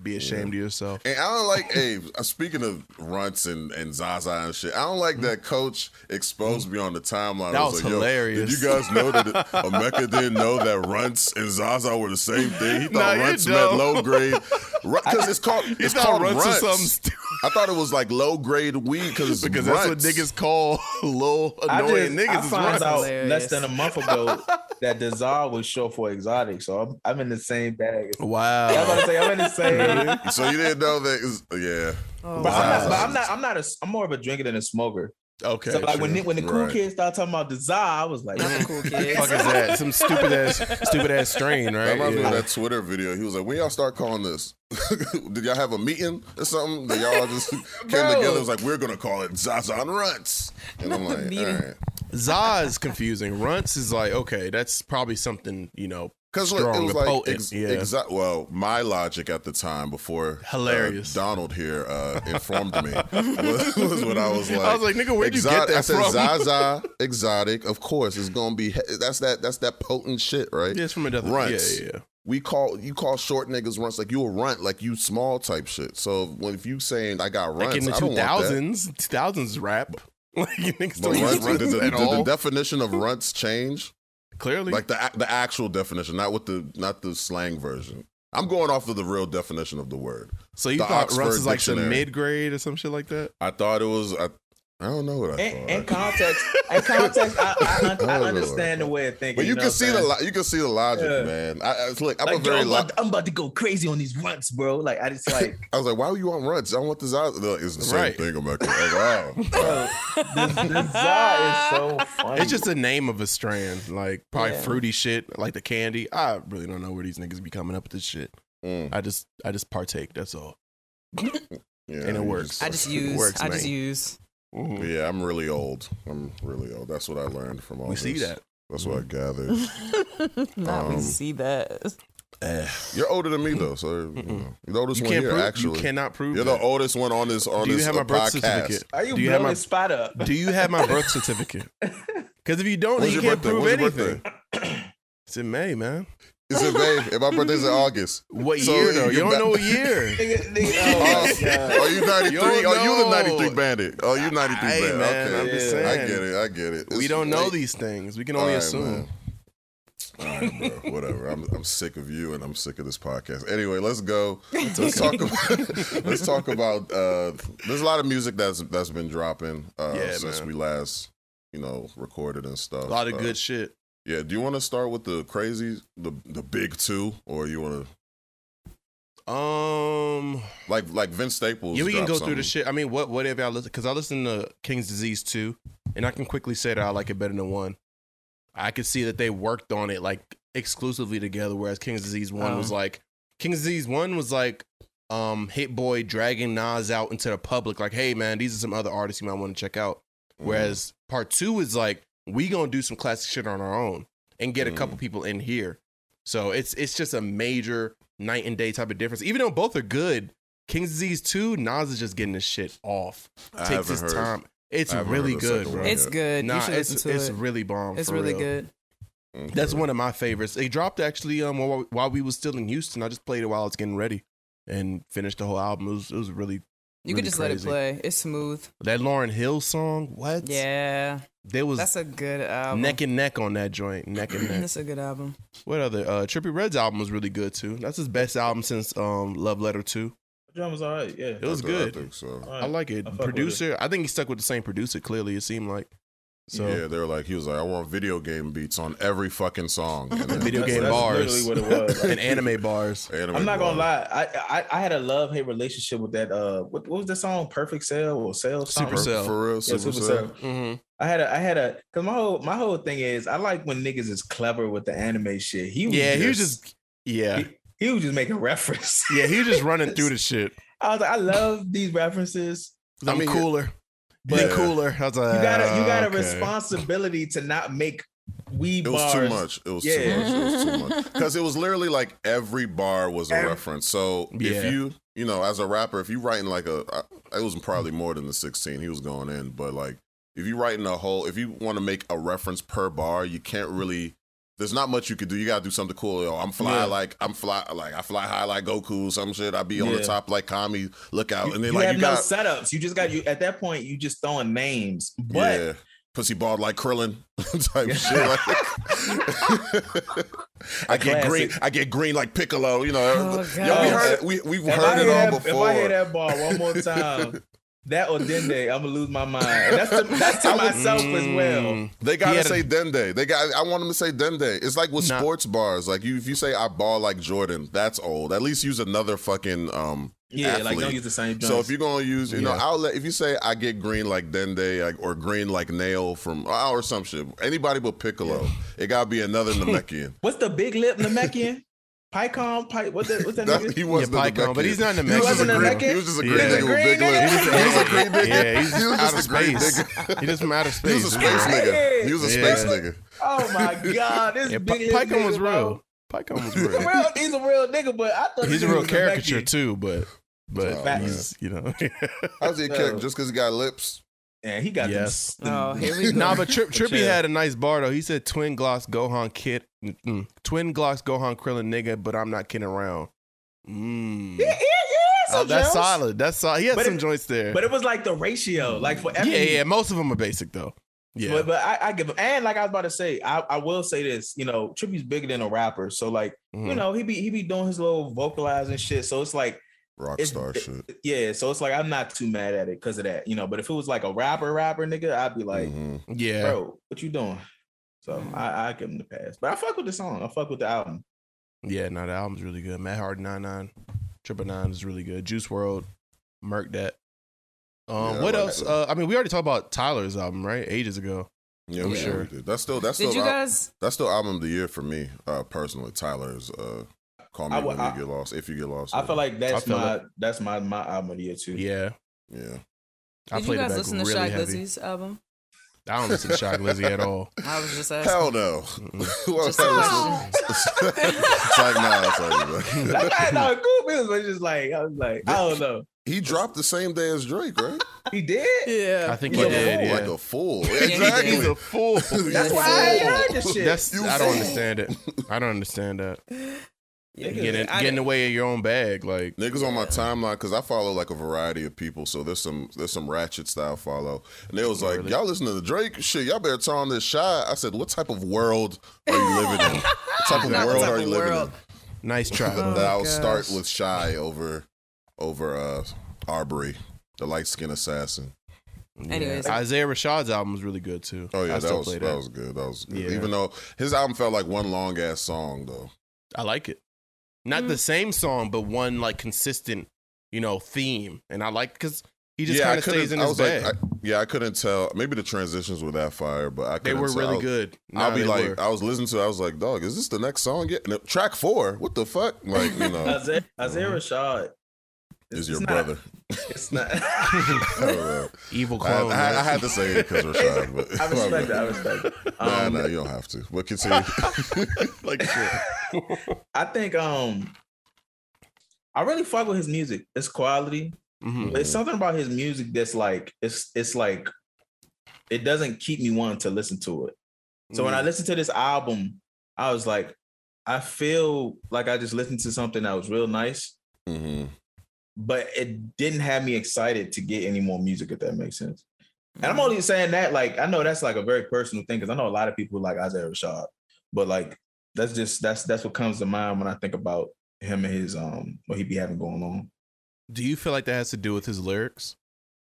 Speaker 2: Be ashamed of yourself.
Speaker 3: and I don't like. hey, <laughs> uh, speaking of runts and, and Zaza and shit, I don't like that coach exposed me on the timeline.
Speaker 2: That
Speaker 3: I
Speaker 2: was
Speaker 3: like, yo,
Speaker 2: hilarious.
Speaker 3: Did you guys
Speaker 2: <laughs>
Speaker 3: know that Emeka didn't know that runts and Zaza were the same thing? He
Speaker 2: <laughs>
Speaker 3: thought
Speaker 2: Nah, you
Speaker 3: runts meant
Speaker 2: dumb. <laughs>
Speaker 3: low grade. Because it's called it's called runts.
Speaker 2: or something stupid
Speaker 3: I thought it was like low grade weed
Speaker 2: <laughs>
Speaker 3: cause it's
Speaker 2: because that's what
Speaker 3: runts.
Speaker 2: niggas call <laughs> little
Speaker 4: I
Speaker 2: annoying
Speaker 4: just-
Speaker 2: niggas.
Speaker 4: I
Speaker 2: is
Speaker 4: found
Speaker 2: runts.
Speaker 4: out
Speaker 5: Hilarious.
Speaker 4: less than a month ago that Desire was short for exotic, so I'm, I'm in the same bag.
Speaker 2: Oh.
Speaker 4: as- I was
Speaker 2: Wow.
Speaker 4: about to say I'm in the same.
Speaker 3: So you didn't know that? Is, yeah.
Speaker 5: Oh,
Speaker 4: But I'm, not,
Speaker 5: wow.
Speaker 4: but I'm not. I'm not. A, I'm more of a drinker than a smoker.
Speaker 2: Okay.
Speaker 4: so like
Speaker 2: true.
Speaker 4: when the, when the cool
Speaker 3: Right.
Speaker 4: kids start talking about desire, I was like,
Speaker 1: Mm.
Speaker 5: Not the
Speaker 3: <laughs>
Speaker 5: cool
Speaker 2: the
Speaker 5: kids.
Speaker 2: fuck is that? Some stupid ass, stupid ass strain,
Speaker 3: That
Speaker 2: right?
Speaker 3: reminds me
Speaker 2: Yeah.
Speaker 3: of that Twitter video. He was like, "When y'all start calling this? <laughs> Did y'all have a meeting or something? That y'all just <laughs> came
Speaker 5: Bro.
Speaker 3: together? It was like we're gonna call it Zazan Runts." And I'm like,
Speaker 5: meeting.
Speaker 3: "All right."
Speaker 2: Za is confusing. Runts is like, okay, that's probably something, you know, <laughs>
Speaker 3: Because
Speaker 2: Strong
Speaker 3: it was
Speaker 2: and
Speaker 3: like
Speaker 2: potent,
Speaker 3: ex-
Speaker 2: yeah.
Speaker 3: exa- well, my logic at the time before uh,
Speaker 2: Hilarious.
Speaker 3: Donald here
Speaker 2: <laughs>
Speaker 3: uh, informed me was, <laughs> was when I was like,
Speaker 2: I was like, nigga, where'd you
Speaker 3: exo-
Speaker 2: get that
Speaker 3: I said
Speaker 2: from? <laughs>
Speaker 3: <laughs> Zaza exotic, of course, it's gonna be he- that's that that's that potent shit, right?
Speaker 2: yeah, it's from another.
Speaker 3: Runts.
Speaker 2: Yeah, yeah, yeah.
Speaker 3: we call you call short niggas runts like you a runt like you small type shit. So when if you saying I got
Speaker 2: Like
Speaker 3: runts,
Speaker 2: in the
Speaker 3: I don't
Speaker 2: two
Speaker 3: want that.
Speaker 2: thousands, two thousands rap. <laughs> Like you niggas
Speaker 3: But
Speaker 2: don't
Speaker 3: runt,
Speaker 2: use
Speaker 3: did,
Speaker 2: runts
Speaker 3: the,
Speaker 2: at
Speaker 3: did the
Speaker 2: all.
Speaker 3: definition of runts change?
Speaker 2: Clearly,
Speaker 3: Like the ac- the actual definition, not with the not the slang version. I'm going off of the real definition of the word.
Speaker 2: so you
Speaker 3: the
Speaker 2: thought
Speaker 3: Oxford
Speaker 2: runts is like some
Speaker 3: Dictionary.
Speaker 2: mid grade or some shit like that.
Speaker 3: I thought it was I, I don't know what I
Speaker 4: in,
Speaker 3: thought.
Speaker 4: in context, in context, I, I, un- I
Speaker 2: <laughs>
Speaker 3: Oh,
Speaker 4: understand the way of thinking.
Speaker 3: but you,
Speaker 4: know
Speaker 3: can
Speaker 4: what
Speaker 3: see
Speaker 4: I'm
Speaker 3: the
Speaker 4: saying?
Speaker 3: lo- you can see the logic,
Speaker 4: Yeah.
Speaker 3: man. I, I look, I'm
Speaker 4: Like,
Speaker 3: a
Speaker 4: yo,
Speaker 3: very
Speaker 4: I'm,
Speaker 3: lo-
Speaker 4: about, I'm about to go crazy on these runts, bro. Like I just
Speaker 2: <laughs>
Speaker 4: like,
Speaker 3: I was like, why would you want runts? I want this out. Look, It's the same
Speaker 2: Right.
Speaker 3: thing. I'm like, oh, wow.
Speaker 4: <laughs> bro, this, desire is so funny.
Speaker 2: It's just the name of a strand, like probably
Speaker 5: Yeah.
Speaker 2: fruity shit, like the candy. I really don't know where these niggas be coming up with this shit.
Speaker 3: Mm,
Speaker 2: I just, I just partake. That's all.
Speaker 3: yeah,
Speaker 2: And it
Speaker 3: you
Speaker 5: <laughs>
Speaker 2: works.
Speaker 5: I just
Speaker 2: It
Speaker 5: use.
Speaker 2: works,
Speaker 5: I just
Speaker 2: man.
Speaker 5: use. <laughs>
Speaker 2: Mhm.
Speaker 3: Yeah, I'm really old. I'm really old. That's what I learned from all
Speaker 2: We
Speaker 3: this.
Speaker 2: see that.
Speaker 3: That's what I gathered.
Speaker 5: Now we
Speaker 3: Um,
Speaker 5: see that.
Speaker 3: You're older than me though, so you know. You're the oldest
Speaker 2: Mm-hmm. You can't
Speaker 3: one here.
Speaker 2: prove.
Speaker 3: actually,
Speaker 2: You cannot prove.
Speaker 3: you're
Speaker 2: that.
Speaker 3: the oldest one on this on
Speaker 2: Do you
Speaker 3: this
Speaker 2: have
Speaker 3: uh,
Speaker 2: my birth
Speaker 3: podcast.
Speaker 2: certificate?
Speaker 4: Are you
Speaker 2: Do you have
Speaker 4: blowing
Speaker 2: my- <laughs>
Speaker 4: spot up? <laughs>
Speaker 2: Do you have my birth certificate? Because if you don't,
Speaker 3: When's
Speaker 2: you
Speaker 3: your
Speaker 2: can't
Speaker 3: birthday?
Speaker 2: prove
Speaker 3: When's your
Speaker 2: anything. It's in May, man.
Speaker 3: Is it May? And my
Speaker 2: <laughs>
Speaker 3: birthday's in August.
Speaker 2: What
Speaker 3: So
Speaker 2: year though?
Speaker 3: you
Speaker 2: You don't
Speaker 3: got- <laughs>
Speaker 2: know what year.
Speaker 4: Nigga, nigga,
Speaker 3: Oh,
Speaker 4: oh, my God.
Speaker 3: are you 93?
Speaker 2: You
Speaker 3: Are
Speaker 2: don't
Speaker 3: you the
Speaker 2: know.
Speaker 3: 93 bandit? Oh, you 93
Speaker 2: Hey,
Speaker 3: bandit.
Speaker 2: man,
Speaker 3: okay,
Speaker 2: I'm
Speaker 4: just
Speaker 3: I
Speaker 2: saying.
Speaker 3: get it. I get it.
Speaker 2: we
Speaker 3: It's
Speaker 2: don't know
Speaker 3: late.
Speaker 2: these things. We can only
Speaker 3: All right,
Speaker 2: assume.
Speaker 3: man. All right, bro. Whatever. I'm, I'm sick of you, and I'm sick of this podcast. Anyway, let's go.
Speaker 5: <laughs>
Speaker 2: <laughs>
Speaker 3: Let's talk about. <laughs> let's talk about. Uh, there's a lot of music that's that's been dropping uh,
Speaker 2: Yeah,
Speaker 3: since
Speaker 2: man.
Speaker 3: we last, you know, recorded and stuff.
Speaker 2: A lot of
Speaker 3: Uh,
Speaker 2: good shit.
Speaker 3: Yeah. Do you want to start with the crazy, the the big two, or you want to
Speaker 2: Um,
Speaker 3: like like Vince Staples?
Speaker 2: yeah, we can
Speaker 3: dropped
Speaker 2: go through the
Speaker 3: something.
Speaker 2: shit. I mean, what whatever I listen because I listen to King's Disease too, and I can quickly say that I like it better than one. I could see that they worked on it like exclusively together, whereas King's Disease one was
Speaker 5: Oh.
Speaker 2: like King's Disease one was like um Hit Boy dragging Nas out into the public, like, hey man, these are some other artists you might want to check out. Mm-hmm. Whereas part two is like we gonna do some classic shit on our own and get a
Speaker 3: Mm.
Speaker 2: couple people in here. So it's it's just a major night and day type of difference. Even though both are good, King's Disease two, Nas is just getting this shit off.
Speaker 3: Mm-hmm. I
Speaker 2: Takes
Speaker 3: haven't
Speaker 2: his
Speaker 3: heard.
Speaker 2: time. It's
Speaker 3: I haven't heard
Speaker 2: really
Speaker 3: the
Speaker 2: good,
Speaker 3: second
Speaker 2: bro.
Speaker 3: one.
Speaker 5: It's good.
Speaker 2: nah,
Speaker 5: you should
Speaker 2: it's
Speaker 5: listen to
Speaker 2: it's
Speaker 5: it.
Speaker 2: really bomb.
Speaker 5: it's
Speaker 2: for
Speaker 5: really
Speaker 2: real.
Speaker 5: good.
Speaker 3: Okay.
Speaker 2: That's one of my favorites. It dropped actually um while, while we was still in Houston. I just played it while it's getting ready and finished the whole album. It was, it was really
Speaker 5: You
Speaker 2: really
Speaker 5: could just let it
Speaker 2: crazy.
Speaker 5: play. It's smooth.
Speaker 2: That Lauren Hill song, what?
Speaker 5: Yeah,
Speaker 2: There was
Speaker 5: that's a good album. <clears throat>
Speaker 2: neck and neck on that joint. Neck and
Speaker 1: <clears throat>
Speaker 2: neck.
Speaker 5: that's a good album.
Speaker 2: What other? Uh, Trippy Red's album was really good too. That's his best album since um, Love Letter Two.
Speaker 4: Drum was all right. Yeah,
Speaker 2: It was
Speaker 3: I th- I
Speaker 2: good.
Speaker 3: think so.
Speaker 4: All right.
Speaker 2: I like it.
Speaker 4: I fuck with
Speaker 2: producer, I think he stuck with the same producer. Clearly, it seemed like. So
Speaker 3: yeah, they were like, he was like, I want video game beats on every
Speaker 2: <laughs>
Speaker 3: fucking song. And then-
Speaker 2: video
Speaker 4: That's-
Speaker 2: game
Speaker 4: that's
Speaker 2: bars
Speaker 4: literally what it
Speaker 2: <laughs>
Speaker 4: was.
Speaker 2: and anime bars.
Speaker 3: Anime
Speaker 4: I'm not
Speaker 3: bars.
Speaker 4: gonna lie. I, I I had a love hate relationship with that. Uh, what, what was the song? Perfect Sale or Sale?
Speaker 2: Super
Speaker 4: Something?
Speaker 2: Sale. Supercell.
Speaker 3: For real,
Speaker 4: Yeah, Super
Speaker 3: Supercell.
Speaker 4: Sale.
Speaker 2: hmm
Speaker 4: I had a I had a because my whole my whole thing is I like when niggas is clever with the anime shit. He was
Speaker 2: Yeah,
Speaker 4: just,
Speaker 2: he was just yeah,
Speaker 4: he was just making <laughs> reference.
Speaker 2: yeah. He was just running through the shit.
Speaker 4: <laughs> I was like, I love these references.
Speaker 2: I'm
Speaker 3: mean,
Speaker 2: cooler. But
Speaker 3: Yeah.
Speaker 2: cooler. I was like,
Speaker 4: You got a you got a
Speaker 2: okay.
Speaker 4: responsibility to not make weed
Speaker 3: Uh, It was
Speaker 4: bars.
Speaker 3: too much. It was
Speaker 4: Yeah.
Speaker 3: too much. It was
Speaker 5: <laughs>
Speaker 3: too much. uh, Because it was literally like every bar was a reference. So if
Speaker 2: Yeah.
Speaker 3: you, you know, as a rapper, if you writing like a, I- it was probably more than the 16. He was going in, but like if you writing a whole, if you want to make a reference per bar, you can't really. There's not much you could do. You gotta do something cool. Yo, I'm fly
Speaker 4: Yeah.
Speaker 3: like I'm fly like I fly high like Goku. Some shit. I be on the
Speaker 4: Yeah.
Speaker 3: top like Kami. Look out!
Speaker 4: You,
Speaker 3: And they
Speaker 4: you
Speaker 3: like
Speaker 4: have
Speaker 3: you
Speaker 4: no
Speaker 3: got
Speaker 4: setups. You just got you at that point. You just throwing names, but
Speaker 3: yeah. pussy bald like Krillin <laughs> type
Speaker 4: Yeah.
Speaker 3: shit.
Speaker 4: <laughs>
Speaker 3: Like, <laughs> I get
Speaker 4: Classic.
Speaker 3: green. I get green like Piccolo. You know,
Speaker 5: Oh,
Speaker 3: yo, we
Speaker 5: God.
Speaker 3: heard we we've
Speaker 4: if
Speaker 3: heard
Speaker 4: I
Speaker 3: it
Speaker 4: hear
Speaker 3: all
Speaker 4: that,
Speaker 3: before.
Speaker 4: If I hear that bar
Speaker 3: <laughs>
Speaker 4: one more time, that or Dende, I'm gonna lose my mind. And that's
Speaker 3: <laughs>
Speaker 4: to, that's
Speaker 3: I
Speaker 4: to
Speaker 3: would-
Speaker 4: myself as well.
Speaker 2: Mm.
Speaker 3: They
Speaker 2: He
Speaker 3: gotta
Speaker 2: had a-
Speaker 3: say Dende. They got. I want them to say Dende. It's like with
Speaker 2: Nah.
Speaker 3: sports bars. Like you, if you say I ball like Jordan, that's old. At least use another fucking um.
Speaker 4: Yeah, like don't
Speaker 3: athlete.
Speaker 4: use the same.
Speaker 3: So
Speaker 4: joints.
Speaker 3: if you're gonna use, you know,
Speaker 2: Yeah.
Speaker 3: I'll let. If you say I get green like Dende like, or green like Nail from or some shit, anybody but Piccolo, it gotta
Speaker 2: <laughs>
Speaker 3: be another Namekian. <laughs>
Speaker 4: what's the big lip Namekian? Pycon, Py, what's that? What's
Speaker 3: <laughs>
Speaker 4: that?
Speaker 3: That-
Speaker 4: nigga?
Speaker 3: he was
Speaker 2: Yeah,
Speaker 3: the
Speaker 2: Pycon, but
Speaker 3: Namekian.
Speaker 2: he's not in the
Speaker 3: He was, just
Speaker 4: wasn't
Speaker 3: a
Speaker 4: a
Speaker 2: Mexican.
Speaker 3: great,
Speaker 4: Namekian?
Speaker 3: he was just a
Speaker 2: Yeah.
Speaker 3: great nigga with big lips.
Speaker 4: <laughs> He was a
Speaker 3: He was
Speaker 2: great
Speaker 3: a great nigga.
Speaker 2: Yeah, he's
Speaker 3: he
Speaker 2: out
Speaker 3: was just
Speaker 2: of
Speaker 3: a great
Speaker 2: space.
Speaker 3: nigga.
Speaker 2: He just from
Speaker 4: <laughs>
Speaker 2: outer space.
Speaker 3: He was a space nigga. He was a
Speaker 2: Yeah.
Speaker 3: space nigga.
Speaker 4: Oh
Speaker 3: <laughs>
Speaker 4: my god, this
Speaker 2: Yeah, Pi-
Speaker 4: big lip
Speaker 2: Pycon
Speaker 4: nigga,
Speaker 2: was real.
Speaker 4: bro.
Speaker 2: Pycon
Speaker 4: <laughs>
Speaker 2: was
Speaker 4: He's a
Speaker 2: real.
Speaker 4: real. He's a real nigga, but I thought
Speaker 2: He's
Speaker 4: this
Speaker 2: a
Speaker 4: nigga
Speaker 2: real
Speaker 4: was
Speaker 2: caricature
Speaker 4: Namekian.
Speaker 2: too, but but
Speaker 3: Oh, man.
Speaker 2: he's you
Speaker 4: <laughs>
Speaker 2: know. <laughs>
Speaker 3: How's he a character? Just because he got lips?
Speaker 4: Yeah, he got
Speaker 2: Yes.
Speaker 4: yes.
Speaker 5: Oh, here
Speaker 2: <laughs>
Speaker 5: we go.
Speaker 2: nah, but Trip Trippy
Speaker 4: chill.
Speaker 2: had a nice bar though. He said twin gloss Gohan kid, mm-mm. twin gloss Gohan Krillin nigga, but I'm not kidding around. Mm.
Speaker 4: Yeah, yeah, yeah.
Speaker 2: Oh,
Speaker 4: So
Speaker 2: that's
Speaker 4: Jones.
Speaker 2: solid. That's solid. He had
Speaker 4: But
Speaker 2: some
Speaker 4: it-
Speaker 2: joints there.
Speaker 4: But it was like the ratio, like for every
Speaker 2: yeah, yeah. Most of them are basic though. Yeah.
Speaker 4: But, but I, I give him, and like I was about to say, I, I will say this, you know, Trippy's bigger than a rapper, so like
Speaker 2: Mhm.
Speaker 4: you know he be he be doing his little vocalizing shit, so it's like
Speaker 3: Rock
Speaker 4: it's
Speaker 3: star
Speaker 4: it-
Speaker 3: shit.
Speaker 4: yeah, so it's like I'm not too mad at it because of that, you know. But if it was like a rapper rapper nigga, I'd be like,
Speaker 5: Mm-hmm.
Speaker 3: Mhm.
Speaker 2: Mm-hmm. yeah.
Speaker 4: bro, what you doing? So I, I give him the pass, but I fuck with the song, I fuck with the album.
Speaker 2: Yeah, no, the album's really good. Matt Harden 99, Triple Nine is really good. Juice World, Merc that. Um,
Speaker 3: Yeah, I
Speaker 2: what
Speaker 3: like
Speaker 2: else?
Speaker 3: that.
Speaker 2: Uh, I mean, we already talked about Tyler's album, right? Ages ago.
Speaker 3: Yeah,
Speaker 2: I'm
Speaker 3: we
Speaker 2: sure.
Speaker 3: sure did. That's still that's still
Speaker 5: Did you
Speaker 3: al-
Speaker 5: guys?
Speaker 3: that's still album of the year for me uh, personally. Tyler's uh, call me
Speaker 4: I
Speaker 3: when
Speaker 4: would-
Speaker 3: you
Speaker 4: I-
Speaker 3: get lost. If you get lost, uh,
Speaker 4: I feel like that's
Speaker 2: feel
Speaker 4: my that's my my album of the year too.
Speaker 2: Yeah,
Speaker 3: yeah.
Speaker 2: I
Speaker 5: Did you
Speaker 2: played it
Speaker 5: guys
Speaker 2: back
Speaker 5: listen to
Speaker 2: really
Speaker 5: Shy
Speaker 2: heavy.
Speaker 5: Glizzy's album?
Speaker 2: I don't listen to Shock Glizzy at all.
Speaker 5: I was
Speaker 3: <laughs>
Speaker 5: just asking.
Speaker 3: Hell no. Who else
Speaker 5: Just a
Speaker 3: I listen to? <laughs> it's like nah, it's like, <laughs> nah.
Speaker 4: That's not no cool feels, but it's just like I was like, I don't know.
Speaker 3: He dropped the same day as Drake, right?
Speaker 4: He did.
Speaker 5: Yeah.
Speaker 2: I think he
Speaker 3: Like a
Speaker 2: did.
Speaker 3: fool,
Speaker 2: Yeah.
Speaker 5: he
Speaker 3: like a fool.
Speaker 5: did.
Speaker 3: Exactly.
Speaker 2: He's a fool.
Speaker 4: That's
Speaker 5: Yeah.
Speaker 4: why I ain't heard this shit.
Speaker 2: That's
Speaker 3: You
Speaker 2: I don't
Speaker 3: fool.
Speaker 2: understand
Speaker 3: <laughs>
Speaker 2: it. I don't understand that.
Speaker 5: Yeah,
Speaker 2: Get in,
Speaker 5: I-
Speaker 2: get in the way of your own bag, like
Speaker 3: Niggas on my timeline because I follow like a variety of people, so there's some there's some ratchet style follow, and they was like,
Speaker 2: Really?
Speaker 3: "Y'all listening to Drake? Shit, y'all better turn on this shot." I said, "What type of world are you
Speaker 2: <laughs>
Speaker 3: living
Speaker 5: <laughs>
Speaker 3: in? What type of
Speaker 5: Not the
Speaker 3: world
Speaker 5: type
Speaker 3: are you
Speaker 5: of
Speaker 3: living
Speaker 5: world.
Speaker 2: nice try.
Speaker 3: in?"
Speaker 5: Oh,
Speaker 3: That I'll
Speaker 5: gosh.
Speaker 3: start with shy over over uh Arbery, the light skinned assassin.
Speaker 2: Yeah.
Speaker 5: Anyways.
Speaker 2: Isaiah Rashad's album was really good too.
Speaker 3: Oh yeah,
Speaker 2: I
Speaker 3: that
Speaker 2: still
Speaker 3: was
Speaker 2: play
Speaker 3: that.
Speaker 2: that.
Speaker 3: was good. That was good.
Speaker 2: Yeah.
Speaker 3: Even though his album felt like one long ass song though.
Speaker 2: I like it. Not the same song, but one like consistent, you know, theme. And I like because he just kind
Speaker 3: I
Speaker 2: of stays
Speaker 3: couldn't-
Speaker 2: in
Speaker 3: I
Speaker 2: his
Speaker 3: was like,
Speaker 2: bag.
Speaker 3: I- yeah, I couldn't tell. Maybe the transitions were that fire, but I
Speaker 2: they
Speaker 3: couldn't
Speaker 2: were
Speaker 3: tell.
Speaker 2: really
Speaker 3: I was-
Speaker 2: good.
Speaker 3: I'll
Speaker 2: Nah,
Speaker 3: be
Speaker 2: they
Speaker 3: like,
Speaker 2: were.
Speaker 3: I was listening to it. I was like, dog, is this the next song yet? And it- track four? What the fuck? Like, you know,
Speaker 4: Isaiah, Isaiah Rashad
Speaker 3: Uh-huh. is
Speaker 4: it's-
Speaker 3: your
Speaker 4: it's not- <laughs>
Speaker 3: brother. <laughs>
Speaker 4: It's not.
Speaker 3: I, don't know.
Speaker 2: evil
Speaker 3: I,
Speaker 2: clone.
Speaker 3: I- I
Speaker 2: right?
Speaker 3: had to say it because Rashad, but <laughs>
Speaker 4: I respect it.
Speaker 2: <laughs>
Speaker 4: I respect it.
Speaker 3: Nah,
Speaker 4: Um,
Speaker 3: nah, you don't have to. But continue.
Speaker 4: <laughs>
Speaker 2: like shit.
Speaker 4: I think um, I really fuck with his music. It's quality.
Speaker 2: Mhm.
Speaker 3: Mm-hmm.
Speaker 4: But it's something about his music that's like it's it's like it doesn't keep me wanting to listen to it. So
Speaker 3: Mm-hmm.
Speaker 4: when I listened to this album, I was like, I feel like I just listened to something that was real nice,
Speaker 3: hmm
Speaker 4: but it didn't have me excited to get any more music. If that makes sense. And
Speaker 5: Mm-hmm.
Speaker 4: I'm only saying that, like, I know that's like a very personal thing because I know a lot of people like Isaiah Rashad, but like, that's just that's that's what comes to mind when I think about him and his um what he be having going on.
Speaker 3: Mm-hmm.
Speaker 2: Do you feel like that has to do with his lyrics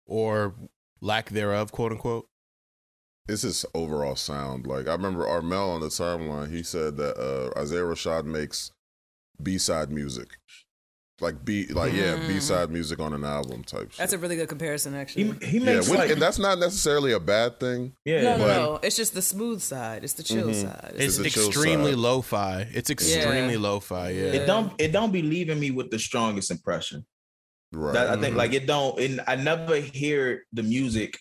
Speaker 2: or lack thereof, quote unquote?
Speaker 3: It's his overall sound. Like, I remember Armel on the timeline, he said that uh, Isaiah Rashad makes B side music. Like, B, like yeah,
Speaker 5: Mm.
Speaker 3: B side music on an album type shit.
Speaker 5: Mm-hmm. That's a really good comparison, actually.
Speaker 4: He he
Speaker 3: yeah,
Speaker 4: makes
Speaker 3: which-
Speaker 4: like
Speaker 3: and that's not necessarily a bad thing.
Speaker 4: yeah
Speaker 5: no, no,
Speaker 3: but-
Speaker 5: no. It's just the smooth side. It's the chill
Speaker 3: Mhm.
Speaker 5: side.
Speaker 2: It's
Speaker 3: the chill
Speaker 2: extremely
Speaker 3: side.
Speaker 2: lo-fi. It's extremely lo-fi. Yeah.
Speaker 5: Yeah.
Speaker 4: it don't it don't be leaving me with the strongest impression.
Speaker 5: Mm-hmm.
Speaker 3: Right.
Speaker 4: That, I think like it don't and I never hear the music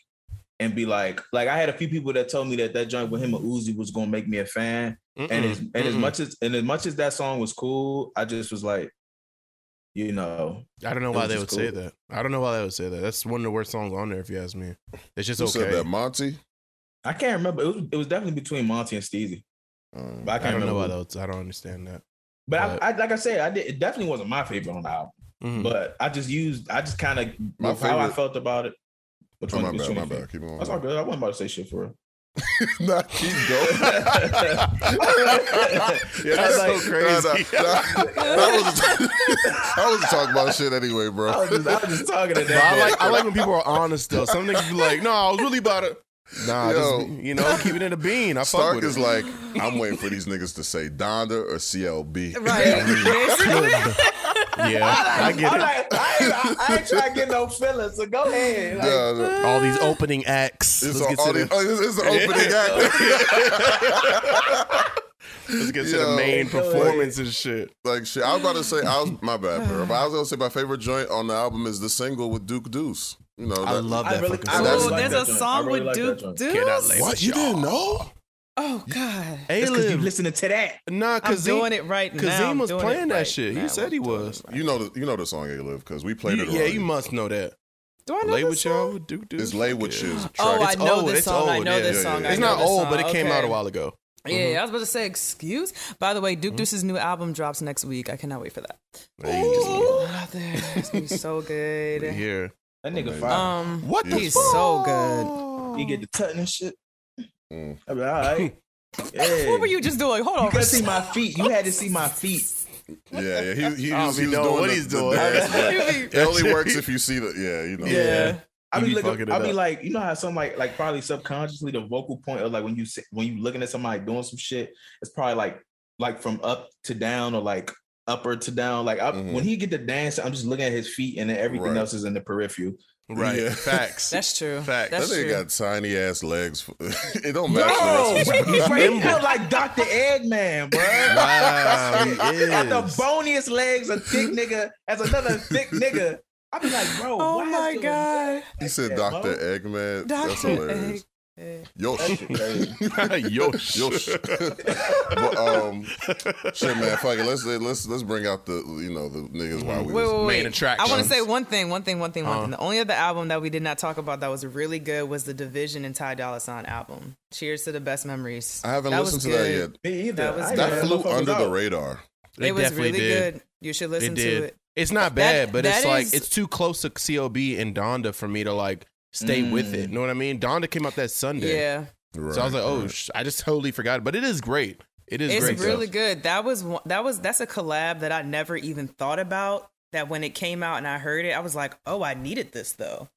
Speaker 4: and be like, like I had a few people that told me that that joint with him and Uzi was gonna make me a fan. And as and as much as and as much as that song was cool, I just was like, you know,
Speaker 2: I don't know
Speaker 4: it
Speaker 2: why
Speaker 4: was
Speaker 2: they would
Speaker 4: just
Speaker 2: say
Speaker 4: cool.
Speaker 2: that. I don't know why they would say that. That's one of the worst songs on there, if you ask me. It's just
Speaker 3: Who said that,
Speaker 2: okay.
Speaker 3: Monty?
Speaker 4: I can't remember. It was it was definitely between Monty and Steezy.
Speaker 3: Um,
Speaker 4: But I can't
Speaker 2: I don't know
Speaker 4: remember.
Speaker 2: why
Speaker 4: who.
Speaker 2: they would. I don't understand that.
Speaker 4: But I,
Speaker 2: But-
Speaker 4: I like I said, I did. It definitely wasn't my favorite on the album.
Speaker 1: Mm.
Speaker 2: Mhm.
Speaker 4: But I just used. I just kind of
Speaker 3: My
Speaker 4: how I
Speaker 3: favorite-
Speaker 4: felt about it. Which
Speaker 3: oh,
Speaker 4: one?
Speaker 3: my
Speaker 4: which
Speaker 3: bad,
Speaker 4: one
Speaker 3: my
Speaker 4: you think?
Speaker 3: bad. Keep on.
Speaker 4: That's all good. I wasn't about to say shit
Speaker 3: <laughs>
Speaker 4: for real.
Speaker 3: nah, keep
Speaker 2: <laughs>
Speaker 3: going.
Speaker 4: Yeah,
Speaker 2: that's so crazy.
Speaker 3: <laughs> I was talking about shit anyway, bro.
Speaker 4: I was just, I was just talking
Speaker 3: <laughs>
Speaker 4: to
Speaker 2: But I
Speaker 4: that.
Speaker 2: like I like when people are honest though. Some niggas be like, "No, I was really about it." Nah,
Speaker 3: Yo.
Speaker 2: just, you know, keeping it a bean. I fuck
Speaker 3: Stark
Speaker 2: with
Speaker 3: is
Speaker 2: it.
Speaker 3: like, I'm waiting for these niggas to say Donda or CLB. <laughs>
Speaker 1: Right. Basically.
Speaker 2: <laughs> yeah, I get
Speaker 4: <laughs> I'm
Speaker 2: it.
Speaker 4: like, I, ain't- I ain't trying to get no feelings, so go ahead. Like,
Speaker 3: Yeah, no.
Speaker 2: All these opening acts.
Speaker 3: It's,
Speaker 2: Let's
Speaker 3: all,
Speaker 2: get
Speaker 3: all
Speaker 2: to
Speaker 3: the,
Speaker 2: the,
Speaker 3: oh, it's, it's the opening
Speaker 2: <laughs>
Speaker 3: act.
Speaker 2: let's get to
Speaker 3: Yo.
Speaker 2: the main performance and shit.
Speaker 3: <laughs> like shit, I was about to say, I was my bad, bro. But I was gonna say my favorite joint on the album is the single with Duke Deuce. You know,
Speaker 2: I
Speaker 3: that-
Speaker 2: love
Speaker 4: I
Speaker 2: that
Speaker 4: really-
Speaker 2: fucking
Speaker 4: I
Speaker 2: song.
Speaker 4: really
Speaker 1: Ooh,
Speaker 4: like
Speaker 1: there's
Speaker 4: that
Speaker 1: a
Speaker 4: joint. I
Speaker 1: song
Speaker 4: really
Speaker 1: with
Speaker 4: like that
Speaker 1: Duke
Speaker 4: joint.
Speaker 2: Cannot
Speaker 1: Deuce.
Speaker 2: lay-
Speaker 3: What you didn't know?
Speaker 1: Oh God.
Speaker 2: A Lib,
Speaker 4: listening to that.
Speaker 2: nah,
Speaker 1: I'm
Speaker 2: cause
Speaker 1: doing it right now.
Speaker 2: Kazeem
Speaker 1: I'm
Speaker 2: was
Speaker 1: doing it
Speaker 2: playing that
Speaker 1: right
Speaker 2: shit. He
Speaker 1: now.
Speaker 2: said he
Speaker 1: I'm doing
Speaker 2: was.
Speaker 1: it right.
Speaker 3: You know the you know the song A Live because we played
Speaker 2: You,
Speaker 3: it.
Speaker 2: yeah,
Speaker 3: already.
Speaker 2: you must know that.
Speaker 1: Do I know
Speaker 2: Lay
Speaker 1: this
Speaker 2: with
Speaker 1: song?
Speaker 2: y'all, Duke Duke.
Speaker 3: It's Lay With You.
Speaker 1: Oh, I
Speaker 2: It's
Speaker 1: know
Speaker 2: old,
Speaker 1: this
Speaker 2: it's
Speaker 1: song. I
Speaker 2: old,
Speaker 1: know
Speaker 2: yeah,
Speaker 1: this
Speaker 3: yeah,
Speaker 1: song.
Speaker 3: yeah.
Speaker 1: I
Speaker 2: It's
Speaker 1: know
Speaker 2: not
Speaker 1: this
Speaker 2: old,
Speaker 1: song.
Speaker 2: but it came
Speaker 1: Okay.
Speaker 2: out a while ago.
Speaker 1: Yeah, I was about to say excuse. By the way, Duke Deuce's new album drops next week. I cannot wait for that.
Speaker 2: Hey, you just-
Speaker 1: Love it. It's gonna be so
Speaker 2: we
Speaker 1: good.
Speaker 2: Here,
Speaker 4: That nigga
Speaker 3: Amazing.
Speaker 4: fire.
Speaker 1: Um,
Speaker 2: what the
Speaker 1: he's
Speaker 2: fuck?
Speaker 1: so good.
Speaker 4: you get the tutting and shit.
Speaker 3: Mm.
Speaker 4: I mean, all right. Yeah.
Speaker 1: <laughs> What were you just doing? Hold on.
Speaker 4: You
Speaker 1: <laughs>
Speaker 4: gotta see my feet. You had to see my feet.
Speaker 3: Yeah, yeah. He, he, he,
Speaker 2: I don't
Speaker 3: was,
Speaker 2: be
Speaker 3: he was
Speaker 2: knowing
Speaker 3: doing
Speaker 2: what
Speaker 3: the-
Speaker 2: he's
Speaker 3: the
Speaker 2: doing.
Speaker 3: dance,
Speaker 1: <laughs>
Speaker 3: but
Speaker 1: Really?
Speaker 3: it only works if you see the. Oh, Yeah, you know.
Speaker 1: Yeah.
Speaker 4: I
Speaker 2: You
Speaker 4: be
Speaker 2: be
Speaker 4: looking.
Speaker 2: fucking it
Speaker 4: I be
Speaker 2: up.
Speaker 4: like, you know how some like, like probably subconsciously the vocal point of like when you sit- when you looking at somebody doing some shit, it's probably like like from up to down or like upper to down. Like I,
Speaker 3: Mhm.
Speaker 4: when he get to dance, I'm just looking at his feet and then everything
Speaker 3: Right.
Speaker 4: else is in the periphery.
Speaker 2: Right.
Speaker 3: Yeah.
Speaker 2: Facts.
Speaker 1: That's true.
Speaker 2: Fact.
Speaker 3: That
Speaker 1: That's
Speaker 3: nigga
Speaker 1: true.
Speaker 3: got tiny ass legs. <laughs> It don't
Speaker 4: No,
Speaker 3: match the rest of his
Speaker 4: bro, he feel like Dr. Eggman, bro.
Speaker 2: wow. <laughs>
Speaker 3: <laughs>
Speaker 2: he
Speaker 4: <laughs> He got the
Speaker 2: is.
Speaker 4: boniest legs, a thick nigga, as another thick nigga. I be like, bro,
Speaker 1: Oh
Speaker 4: why is
Speaker 1: my
Speaker 4: you-
Speaker 1: god.
Speaker 3: He said
Speaker 4: Yeah,
Speaker 3: Dr.
Speaker 4: bro.
Speaker 3: Eggman. That's
Speaker 1: Dr.
Speaker 3: hilarious.
Speaker 1: Egg. Egg.
Speaker 3: Yo,
Speaker 4: That shit crazy.
Speaker 2: <laughs> Yo,
Speaker 3: <laughs> yo, <laughs> but um, shit, man, fuck it. Let's let's let's bring out the you know the niggas while we
Speaker 1: Mm-hmm. Wait,
Speaker 3: was,
Speaker 1: wait,
Speaker 2: main
Speaker 1: wait.
Speaker 2: attraction.
Speaker 1: I want to say one thing, one thing, one thing, one
Speaker 2: Uh-huh.
Speaker 1: thing. The only other album that we did not talk about that was really good was the Division and Ty Dolla Sign album. Cheers to the best memories.
Speaker 3: I haven't
Speaker 1: That was
Speaker 3: listened to that
Speaker 1: good.
Speaker 3: yet.
Speaker 4: Me either.
Speaker 1: That was
Speaker 4: I ain't
Speaker 1: good.
Speaker 4: know
Speaker 3: That flew
Speaker 4: motherfucker
Speaker 3: under
Speaker 4: was
Speaker 3: the
Speaker 4: out.
Speaker 3: radar.
Speaker 2: They
Speaker 1: it was
Speaker 2: definitely
Speaker 1: really
Speaker 2: did.
Speaker 1: good. You should
Speaker 2: It
Speaker 1: listen
Speaker 2: did.
Speaker 1: to it.
Speaker 2: It's
Speaker 1: That-
Speaker 2: not bad, but
Speaker 1: that
Speaker 2: it's like
Speaker 1: is-
Speaker 2: it's too close to CLB and Donda for me to like stay with it. You know what I mean? Donda came out that Sunday,
Speaker 1: Yeah.
Speaker 3: Right,
Speaker 2: so I was like, oh,
Speaker 3: Mm. right.
Speaker 2: sh- I just totally forgot. But it is great. It is
Speaker 1: It's
Speaker 2: great.
Speaker 1: really
Speaker 2: stuff.
Speaker 1: good. That was one- that was that's a collab that I never even thought about. That when it came out and I heard it, I was like, "Oh, I needed this though."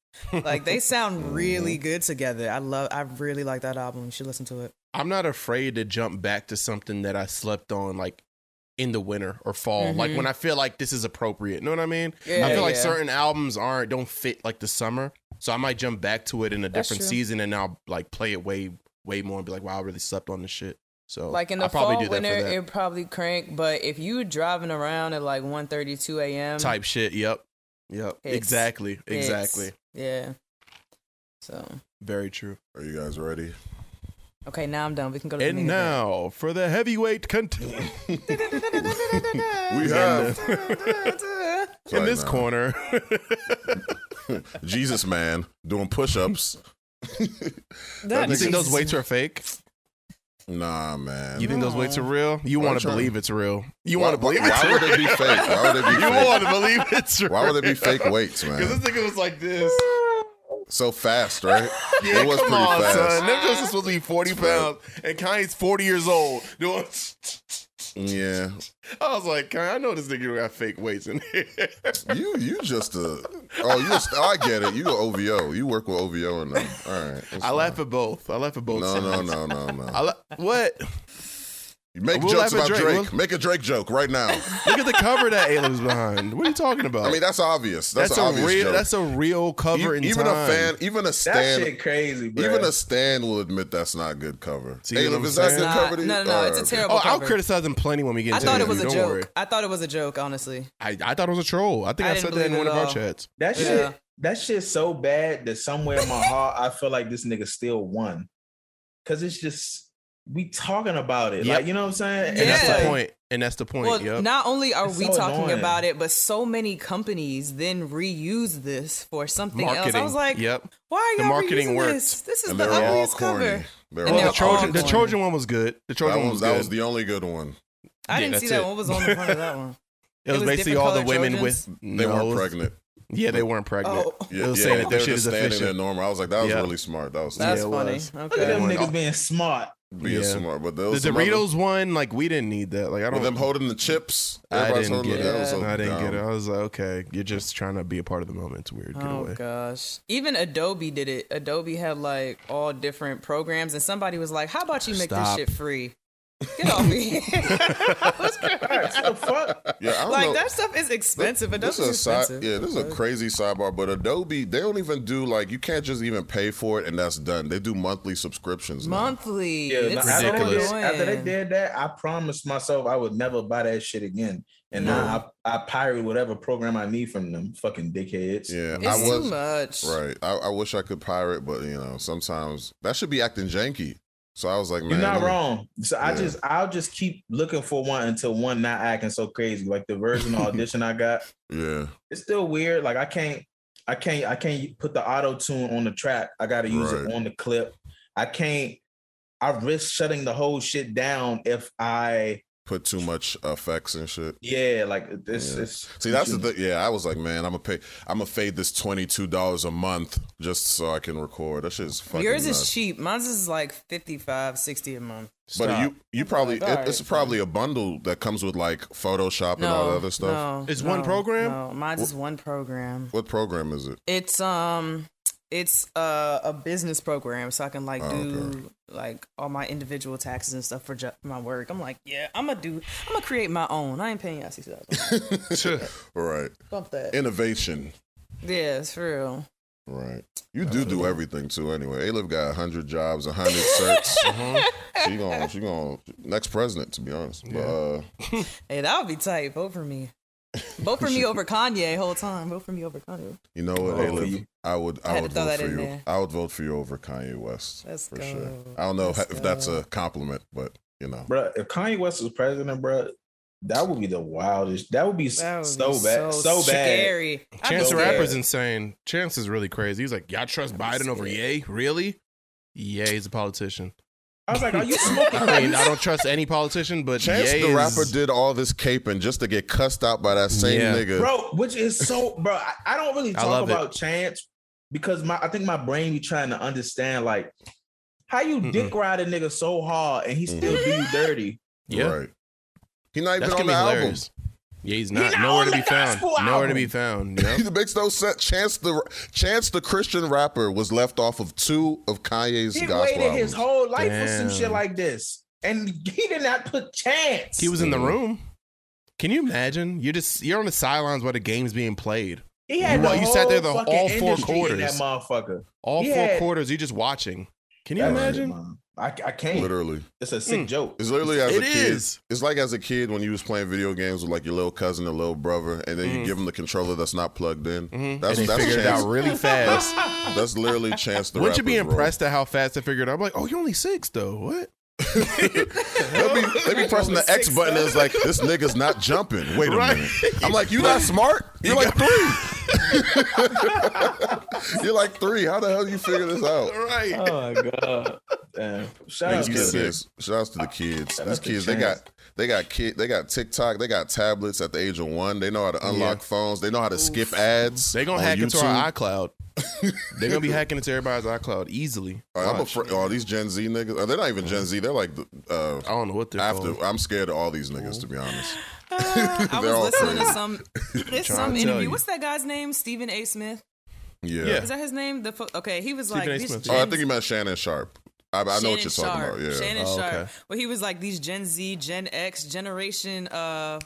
Speaker 1: like
Speaker 2: <laughs>
Speaker 1: they sound really
Speaker 2: Mm-hmm.
Speaker 1: good together. I love. I really like that album. You should listen to it.
Speaker 2: I'm not afraid to jump back to something that I slept on, like in the winter or fall, like
Speaker 1: Mm-hmm.
Speaker 2: when I feel like this is appropriate. You know what I mean? I
Speaker 1: Yeah,
Speaker 2: feel like
Speaker 1: yeah.
Speaker 2: certain albums aren't don't fit like the summer, so I might jump back to it in a
Speaker 1: That's
Speaker 2: different
Speaker 1: true.
Speaker 2: season, and I'll like play it way way more and be like, wow, I really slept on this shit. So
Speaker 1: Like in the
Speaker 2: I probably
Speaker 1: fall,
Speaker 2: do that
Speaker 1: winter,
Speaker 2: for that
Speaker 1: it probably crank. But if you driving around at like 1.32 a.m.
Speaker 2: type shit. Yep, yep,
Speaker 1: Hits.
Speaker 2: exactly,
Speaker 1: it's-
Speaker 2: exactly.
Speaker 1: Yeah. So
Speaker 2: Very true.
Speaker 3: Are you guys ready?
Speaker 1: okay, now I'm done. We can go to
Speaker 2: And
Speaker 1: the main
Speaker 2: now for the heavyweight
Speaker 3: <laughs>
Speaker 2: contender <laughs>
Speaker 3: We have
Speaker 1: <laughs> event.
Speaker 2: in this
Speaker 3: Sorry, man.
Speaker 2: corner.
Speaker 3: Jesus man doing push-ups.
Speaker 1: That
Speaker 2: <laughs> you think those
Speaker 1: is-
Speaker 2: weights are fake?
Speaker 3: Nah, man.
Speaker 2: You think those weights are real? You
Speaker 3: Why
Speaker 2: want to
Speaker 3: try?
Speaker 2: believe it's real. You
Speaker 3: Why-
Speaker 2: want to believe
Speaker 3: why,
Speaker 2: it's
Speaker 3: why
Speaker 2: real.
Speaker 3: would they be fake? Why would they be
Speaker 2: <laughs> You
Speaker 3: fake?
Speaker 2: want to believe it's real.
Speaker 3: Why would they be
Speaker 2: <laughs>
Speaker 3: fake weights,
Speaker 2: Because
Speaker 3: man?
Speaker 2: this nigga was like this.
Speaker 3: So fast, right?
Speaker 2: <laughs> Yeah,
Speaker 3: it was
Speaker 2: come
Speaker 3: pretty
Speaker 2: on,
Speaker 3: fast.
Speaker 2: son. Them jokes is supposed to be 40 pounds, and Kanye's 40 years old. <laughs> Doing
Speaker 3: Yeah,
Speaker 2: I was like, Kanye, I know this nigga got fake weights in here.
Speaker 3: you you just a oh you just, oh, I get it. You a OVO. You work with OVO and them. All right.
Speaker 2: <laughs>
Speaker 3: that's
Speaker 2: I
Speaker 3: fine.
Speaker 2: laugh at both. I laugh at both.
Speaker 3: No, no, no, no,
Speaker 2: I
Speaker 3: no.
Speaker 2: la- what?
Speaker 3: You Make
Speaker 2: We'll
Speaker 3: jokes
Speaker 2: laugh
Speaker 3: about
Speaker 2: at
Speaker 3: Drake.
Speaker 2: Drake. We'll-
Speaker 3: Make a Drake joke right now.
Speaker 2: Look at the cover that Ayla's behind. What are you talking about?
Speaker 3: I mean, that's obvious. That's,
Speaker 2: That's
Speaker 3: an
Speaker 2: a
Speaker 3: obvious
Speaker 2: real.
Speaker 3: joke.
Speaker 2: That's a real cover.
Speaker 3: E-
Speaker 2: in
Speaker 3: even
Speaker 2: time.
Speaker 3: a fan, even a
Speaker 4: That
Speaker 3: stan,
Speaker 4: shit crazy, bro.
Speaker 3: even a stan will admit that's not good cover.
Speaker 2: See what
Speaker 3: Caleb,
Speaker 2: I'm
Speaker 3: is that
Speaker 2: saying?
Speaker 3: good
Speaker 1: Nah,
Speaker 3: cover? to you?
Speaker 1: no, no, no, it's a
Speaker 3: Alright,
Speaker 1: terrible-
Speaker 2: Oh, I'll
Speaker 1: cover.
Speaker 2: criticize him plenty when we get
Speaker 1: I
Speaker 2: into
Speaker 1: thought
Speaker 2: the
Speaker 1: it was a
Speaker 2: interview.
Speaker 1: joke.
Speaker 2: Don't worry.
Speaker 1: I thought it was a joke, honestly.
Speaker 2: I, I thought it was a troll. I think
Speaker 1: I
Speaker 2: I,
Speaker 1: didn't
Speaker 2: said that in
Speaker 1: believe
Speaker 2: one
Speaker 1: it
Speaker 2: of
Speaker 1: at
Speaker 2: our
Speaker 1: all.
Speaker 2: chats.
Speaker 4: that shit.
Speaker 1: Yeah.
Speaker 4: that shit's so bad that somewhere
Speaker 3: <laughs>
Speaker 4: in my heart I feel like this nigga still won. Cause it's just we talking about it.
Speaker 2: Yep.
Speaker 4: Like, you know what I'm saying?
Speaker 2: And that's
Speaker 1: Yeah.
Speaker 2: the point. And that's the point.
Speaker 1: Well,
Speaker 2: yep.
Speaker 1: not only are
Speaker 4: It's
Speaker 1: we
Speaker 4: so
Speaker 1: talking
Speaker 4: annoying.
Speaker 1: about it, but so many companies then reuse this for something else. I was like,
Speaker 2: yep.
Speaker 1: why are
Speaker 2: The
Speaker 1: y'all
Speaker 2: marketing
Speaker 1: reusing
Speaker 2: worked.
Speaker 1: this? This is
Speaker 3: and
Speaker 1: the
Speaker 3: they're all
Speaker 1: ugliest
Speaker 3: corny.
Speaker 1: cover.
Speaker 3: They're
Speaker 1: And
Speaker 2: Well,
Speaker 1: they're
Speaker 2: the
Speaker 3: all
Speaker 2: Trojan,
Speaker 1: all
Speaker 2: the
Speaker 1: corny.
Speaker 2: Trojan one was good. The Trojan
Speaker 3: That
Speaker 2: one
Speaker 3: was,
Speaker 2: was
Speaker 3: that
Speaker 2: good.
Speaker 3: was the only good one.
Speaker 1: I
Speaker 2: Yeah,
Speaker 1: didn't see
Speaker 2: that's
Speaker 1: that
Speaker 2: it.
Speaker 1: one. What was on the front of that
Speaker 2: <laughs>
Speaker 1: one?
Speaker 2: it was,
Speaker 1: it was
Speaker 2: basically
Speaker 1: different
Speaker 2: all the
Speaker 1: colored
Speaker 2: women
Speaker 1: Trojans?
Speaker 2: with
Speaker 3: They
Speaker 2: no, it
Speaker 3: weren't
Speaker 2: was-
Speaker 3: pregnant.
Speaker 2: Yeah, they weren't pregnant.
Speaker 1: Oh,
Speaker 2: It was saying that
Speaker 3: they're
Speaker 2: this shit
Speaker 3: just
Speaker 2: is
Speaker 3: standing
Speaker 2: official.
Speaker 3: there normal. I was like, that was
Speaker 2: Yeah.
Speaker 3: really smart. That was
Speaker 1: that's
Speaker 2: it
Speaker 1: funny.
Speaker 2: was.
Speaker 4: Look at
Speaker 1: Okay.
Speaker 4: them
Speaker 2: one-
Speaker 4: niggas being smart.
Speaker 3: being
Speaker 2: Yeah.
Speaker 3: smart. But there
Speaker 2: The
Speaker 3: was some
Speaker 2: Doritos one, like we didn't need that. Like I
Speaker 3: other,
Speaker 2: don't.
Speaker 3: with them holding the chips.
Speaker 2: I
Speaker 3: everybody's
Speaker 2: didn't
Speaker 3: holding
Speaker 2: get
Speaker 3: the- that was
Speaker 2: it.
Speaker 3: so
Speaker 2: I didn't
Speaker 3: dumb.
Speaker 2: get it. I was like, okay, you're just trying to be a part of the moment. It's weird. Get
Speaker 1: Oh
Speaker 2: away.
Speaker 1: gosh. Even Adobe did it. Adobe had like all different programs and somebody was like, How about you make
Speaker 2: Stop.
Speaker 1: this shit free? Get off
Speaker 2: <laughs>
Speaker 1: me. <laughs> I was crying.
Speaker 4: What
Speaker 3: <laughs>
Speaker 4: the fuck?
Speaker 3: Yeah, I don't
Speaker 1: like
Speaker 3: know.
Speaker 1: that stuff is expensive. Adobe's
Speaker 3: This is a side,
Speaker 1: expensive.
Speaker 3: yeah, this is a crazy sidebar, but Adobe, they don't even do like you can't just even pay for it and that's done. They do monthly subscriptions. now.
Speaker 1: Monthly.
Speaker 4: Yeah,
Speaker 1: it's
Speaker 4: after, they did,
Speaker 1: So annoying.
Speaker 4: after they did that, I promised myself I would never buy that shit again. And now I, I pirate whatever program I need from them fucking dickheads.
Speaker 3: Yeah,
Speaker 1: It's
Speaker 3: I was
Speaker 1: too much.
Speaker 3: right. I, I wish I could pirate, but you know, sometimes that should be acting janky. So I was like, man,
Speaker 4: You're not
Speaker 3: let me-
Speaker 4: wrong. So I
Speaker 3: Yeah.
Speaker 4: just I'll just keep looking for one until one not acting so crazy. Like
Speaker 3: <laughs>
Speaker 4: the version audition I got,
Speaker 3: Yeah,
Speaker 4: it's still weird. Like I can't I can't I can't put the auto tune on the track. I gotta use
Speaker 3: Right.
Speaker 4: it on the clip. I can't I risk shutting the whole shit down if I
Speaker 3: put too much effects and shit.
Speaker 4: yeah, like this
Speaker 3: Yeah.
Speaker 4: is
Speaker 3: See, that's the thing. Yeah, I was like, man, I'm gonna pay. I'm gonna fade this twenty two dollars a month just so I can record. That shit is fucking.
Speaker 1: Yours
Speaker 3: nuts.
Speaker 1: is cheap. Mine's is like 55, 60 a month.
Speaker 3: But you you probably
Speaker 1: All
Speaker 3: it, it's
Speaker 1: right.
Speaker 3: probably a bundle that comes with like Photoshop and all that other stuff.
Speaker 1: No,
Speaker 2: It's one
Speaker 1: no,
Speaker 2: program?
Speaker 1: No, mine's is one program.
Speaker 3: What program is it?
Speaker 1: It's um, it's uh, a business program, so I can like
Speaker 3: Oh,
Speaker 1: do like all my individual taxes and stuff for ju- my work. I'm like, yeah, I'm gonna do, I'm gonna create my own. I ain't paying y'all sixty dollars.
Speaker 3: <laughs>
Speaker 1: <laughs>
Speaker 3: right,
Speaker 1: Bump that.
Speaker 3: innovation.
Speaker 1: Yeah, it's for real.
Speaker 3: Right, you do do everything too. Anyway, Alif got hundred
Speaker 1: <laughs>
Speaker 3: jobs, hundred
Speaker 1: Uh-huh.
Speaker 3: certs. <laughs> She gonna she gonna next president to be honest. But uh,
Speaker 1: Hey, that would be tight. Vote for me. Vote for
Speaker 3: <laughs>
Speaker 1: me over Kanye whole time. Vote for me over Kanye.
Speaker 3: Oh, you know what,
Speaker 4: Vote for
Speaker 3: Alif,
Speaker 4: you.
Speaker 3: I would
Speaker 1: I
Speaker 3: I,
Speaker 1: had to
Speaker 3: would
Speaker 1: throw
Speaker 3: vote
Speaker 1: that
Speaker 3: for
Speaker 1: in
Speaker 3: you.
Speaker 1: there.
Speaker 3: I would vote for you over Kanye West
Speaker 1: Let's
Speaker 3: for
Speaker 1: go.
Speaker 3: sure. I don't know
Speaker 1: Let's
Speaker 3: if that's
Speaker 1: go.
Speaker 3: a compliment, but you know.
Speaker 4: bro. If Kanye West was president, bro, that would be the wildest. That would be
Speaker 1: That would
Speaker 4: so
Speaker 1: be
Speaker 4: bad, so, bad.
Speaker 1: Scary. I'd be
Speaker 2: Chance the
Speaker 4: Yeah.
Speaker 1: scared. <laughs>
Speaker 2: Rapper's insane. Chance is really crazy. He's like, y'all trust Biden over Ye? Really? Yeah, he's a politician.
Speaker 4: I was like, are
Speaker 3: <laughs>
Speaker 4: you smoking?
Speaker 2: I mean, I don't trust any politician, but
Speaker 3: Chance
Speaker 2: Ye
Speaker 3: the
Speaker 2: is-
Speaker 3: rapper did all this caping just to get cussed out by that same
Speaker 2: Yeah.
Speaker 3: nigga.
Speaker 4: bro, which
Speaker 2: <laughs>
Speaker 4: is so, bro. I, I don't really
Speaker 2: I
Speaker 4: talk
Speaker 2: love it.
Speaker 4: about chance because my I think my brain be trying to understand like how you
Speaker 2: Mm-mm.
Speaker 4: dick ride a nigga so hard and he still do you
Speaker 2: <laughs>
Speaker 4: dirty.
Speaker 2: Yeah,
Speaker 3: Right. He not even
Speaker 2: that's
Speaker 3: on
Speaker 2: gonna be
Speaker 3: the album. <laughs>
Speaker 2: hilarious. Yeah, he's
Speaker 4: He's
Speaker 2: not,
Speaker 4: not
Speaker 2: nowhere
Speaker 4: on
Speaker 2: to
Speaker 4: the
Speaker 2: be found.
Speaker 4: gospel
Speaker 2: Nowhere to
Speaker 4: album.
Speaker 2: be found. Yep.
Speaker 3: <laughs> It makes no sense. Chance the Chance the Christian rapper was left off of two of Kanye's
Speaker 4: He
Speaker 3: gospel
Speaker 4: waited
Speaker 3: albums.
Speaker 4: his whole life for some
Speaker 2: Damn.
Speaker 4: shit like this, and <laughs> he did not put chance.
Speaker 2: He was in the room. Can you imagine? You're just you're on the sidelines while the game's being played.
Speaker 4: He had
Speaker 2: Well,
Speaker 4: the
Speaker 2: you sat there
Speaker 4: whole
Speaker 2: the-
Speaker 4: fucking
Speaker 2: all four
Speaker 4: industry in that
Speaker 2: quarters.
Speaker 4: motherfucker.
Speaker 2: All
Speaker 4: Yeah.
Speaker 2: four quarters, you're just watching. Can you
Speaker 4: That's
Speaker 2: imagine? Mm.
Speaker 4: it, man. I, I can't.
Speaker 3: Literally,
Speaker 4: It's a sick joke. <laughs>
Speaker 3: it's literally as
Speaker 2: It
Speaker 3: a kid.
Speaker 2: is.
Speaker 3: It's like as a kid when you was playing video games with like your little cousin or little brother, and then
Speaker 2: Mm.
Speaker 3: you give him the controller that's not plugged in.
Speaker 2: Mhm.
Speaker 3: That's
Speaker 2: and they
Speaker 3: that's
Speaker 2: figured it
Speaker 3: Chance.
Speaker 2: out
Speaker 3: <laughs>
Speaker 2: really fast. <laughs>
Speaker 3: that's literally Chance the
Speaker 2: Wouldn't you be
Speaker 3: Rapper's role.
Speaker 2: impressed at how fast they figured it out? I'm like, oh, you're only six though. What?
Speaker 3: They'll be, they be pressing the X button. And it's like this nigga's not jumping. Wait a
Speaker 2: Right.
Speaker 3: minute. <laughs> I'm like, you not smart.
Speaker 2: <laughs>
Speaker 3: You're like three. You're like three. How the hell you figure this out?
Speaker 2: Right.
Speaker 4: Oh my god! Damn. Shout out
Speaker 3: Thanks
Speaker 4: to
Speaker 3: to
Speaker 4: this.
Speaker 3: this. Shouts to the kids.
Speaker 4: Shout
Speaker 3: These
Speaker 4: out to
Speaker 3: kids, they
Speaker 4: Chance.
Speaker 3: got they got kid, they got TikTok, they got tablets at the age of one. They know how to unlock phones. They know how to skip ads.
Speaker 2: They gonna
Speaker 3: on
Speaker 2: hack into
Speaker 3: YouTube.
Speaker 2: our
Speaker 3: <laughs>
Speaker 2: iCloud. They're gonna be hacking into everybody's iCloud easily.
Speaker 3: All right, I'm
Speaker 2: Watch.
Speaker 3: afraid. All these Gen Z niggas. oh, They're not even Gen Z. They're like the, uh,
Speaker 2: I don't know what they're
Speaker 3: after.
Speaker 2: called.
Speaker 3: I'm scared of all these niggas to be honest.
Speaker 1: Uh, I
Speaker 3: They're all
Speaker 1: was listening
Speaker 3: crazy.
Speaker 1: to some
Speaker 3: <laughs>
Speaker 1: it's
Speaker 2: Trying
Speaker 1: some
Speaker 2: to tell
Speaker 1: interview.
Speaker 2: you.
Speaker 1: What's that guy's name? Stephen A. Smith.
Speaker 3: Yeah.
Speaker 2: Yeah.
Speaker 1: Is that his name? The fo- okay, he was like
Speaker 2: A.
Speaker 1: these
Speaker 2: Smith.
Speaker 3: Oh, I
Speaker 1: Gen
Speaker 3: think you meant Shannon Sharp. I, I know what you're talking
Speaker 1: Sharp.
Speaker 3: about. Yeah.
Speaker 1: Shannon
Speaker 2: Oh, okay.
Speaker 1: Sharp. Well, he was like these Gen Z, Gen X, Generation. Uh,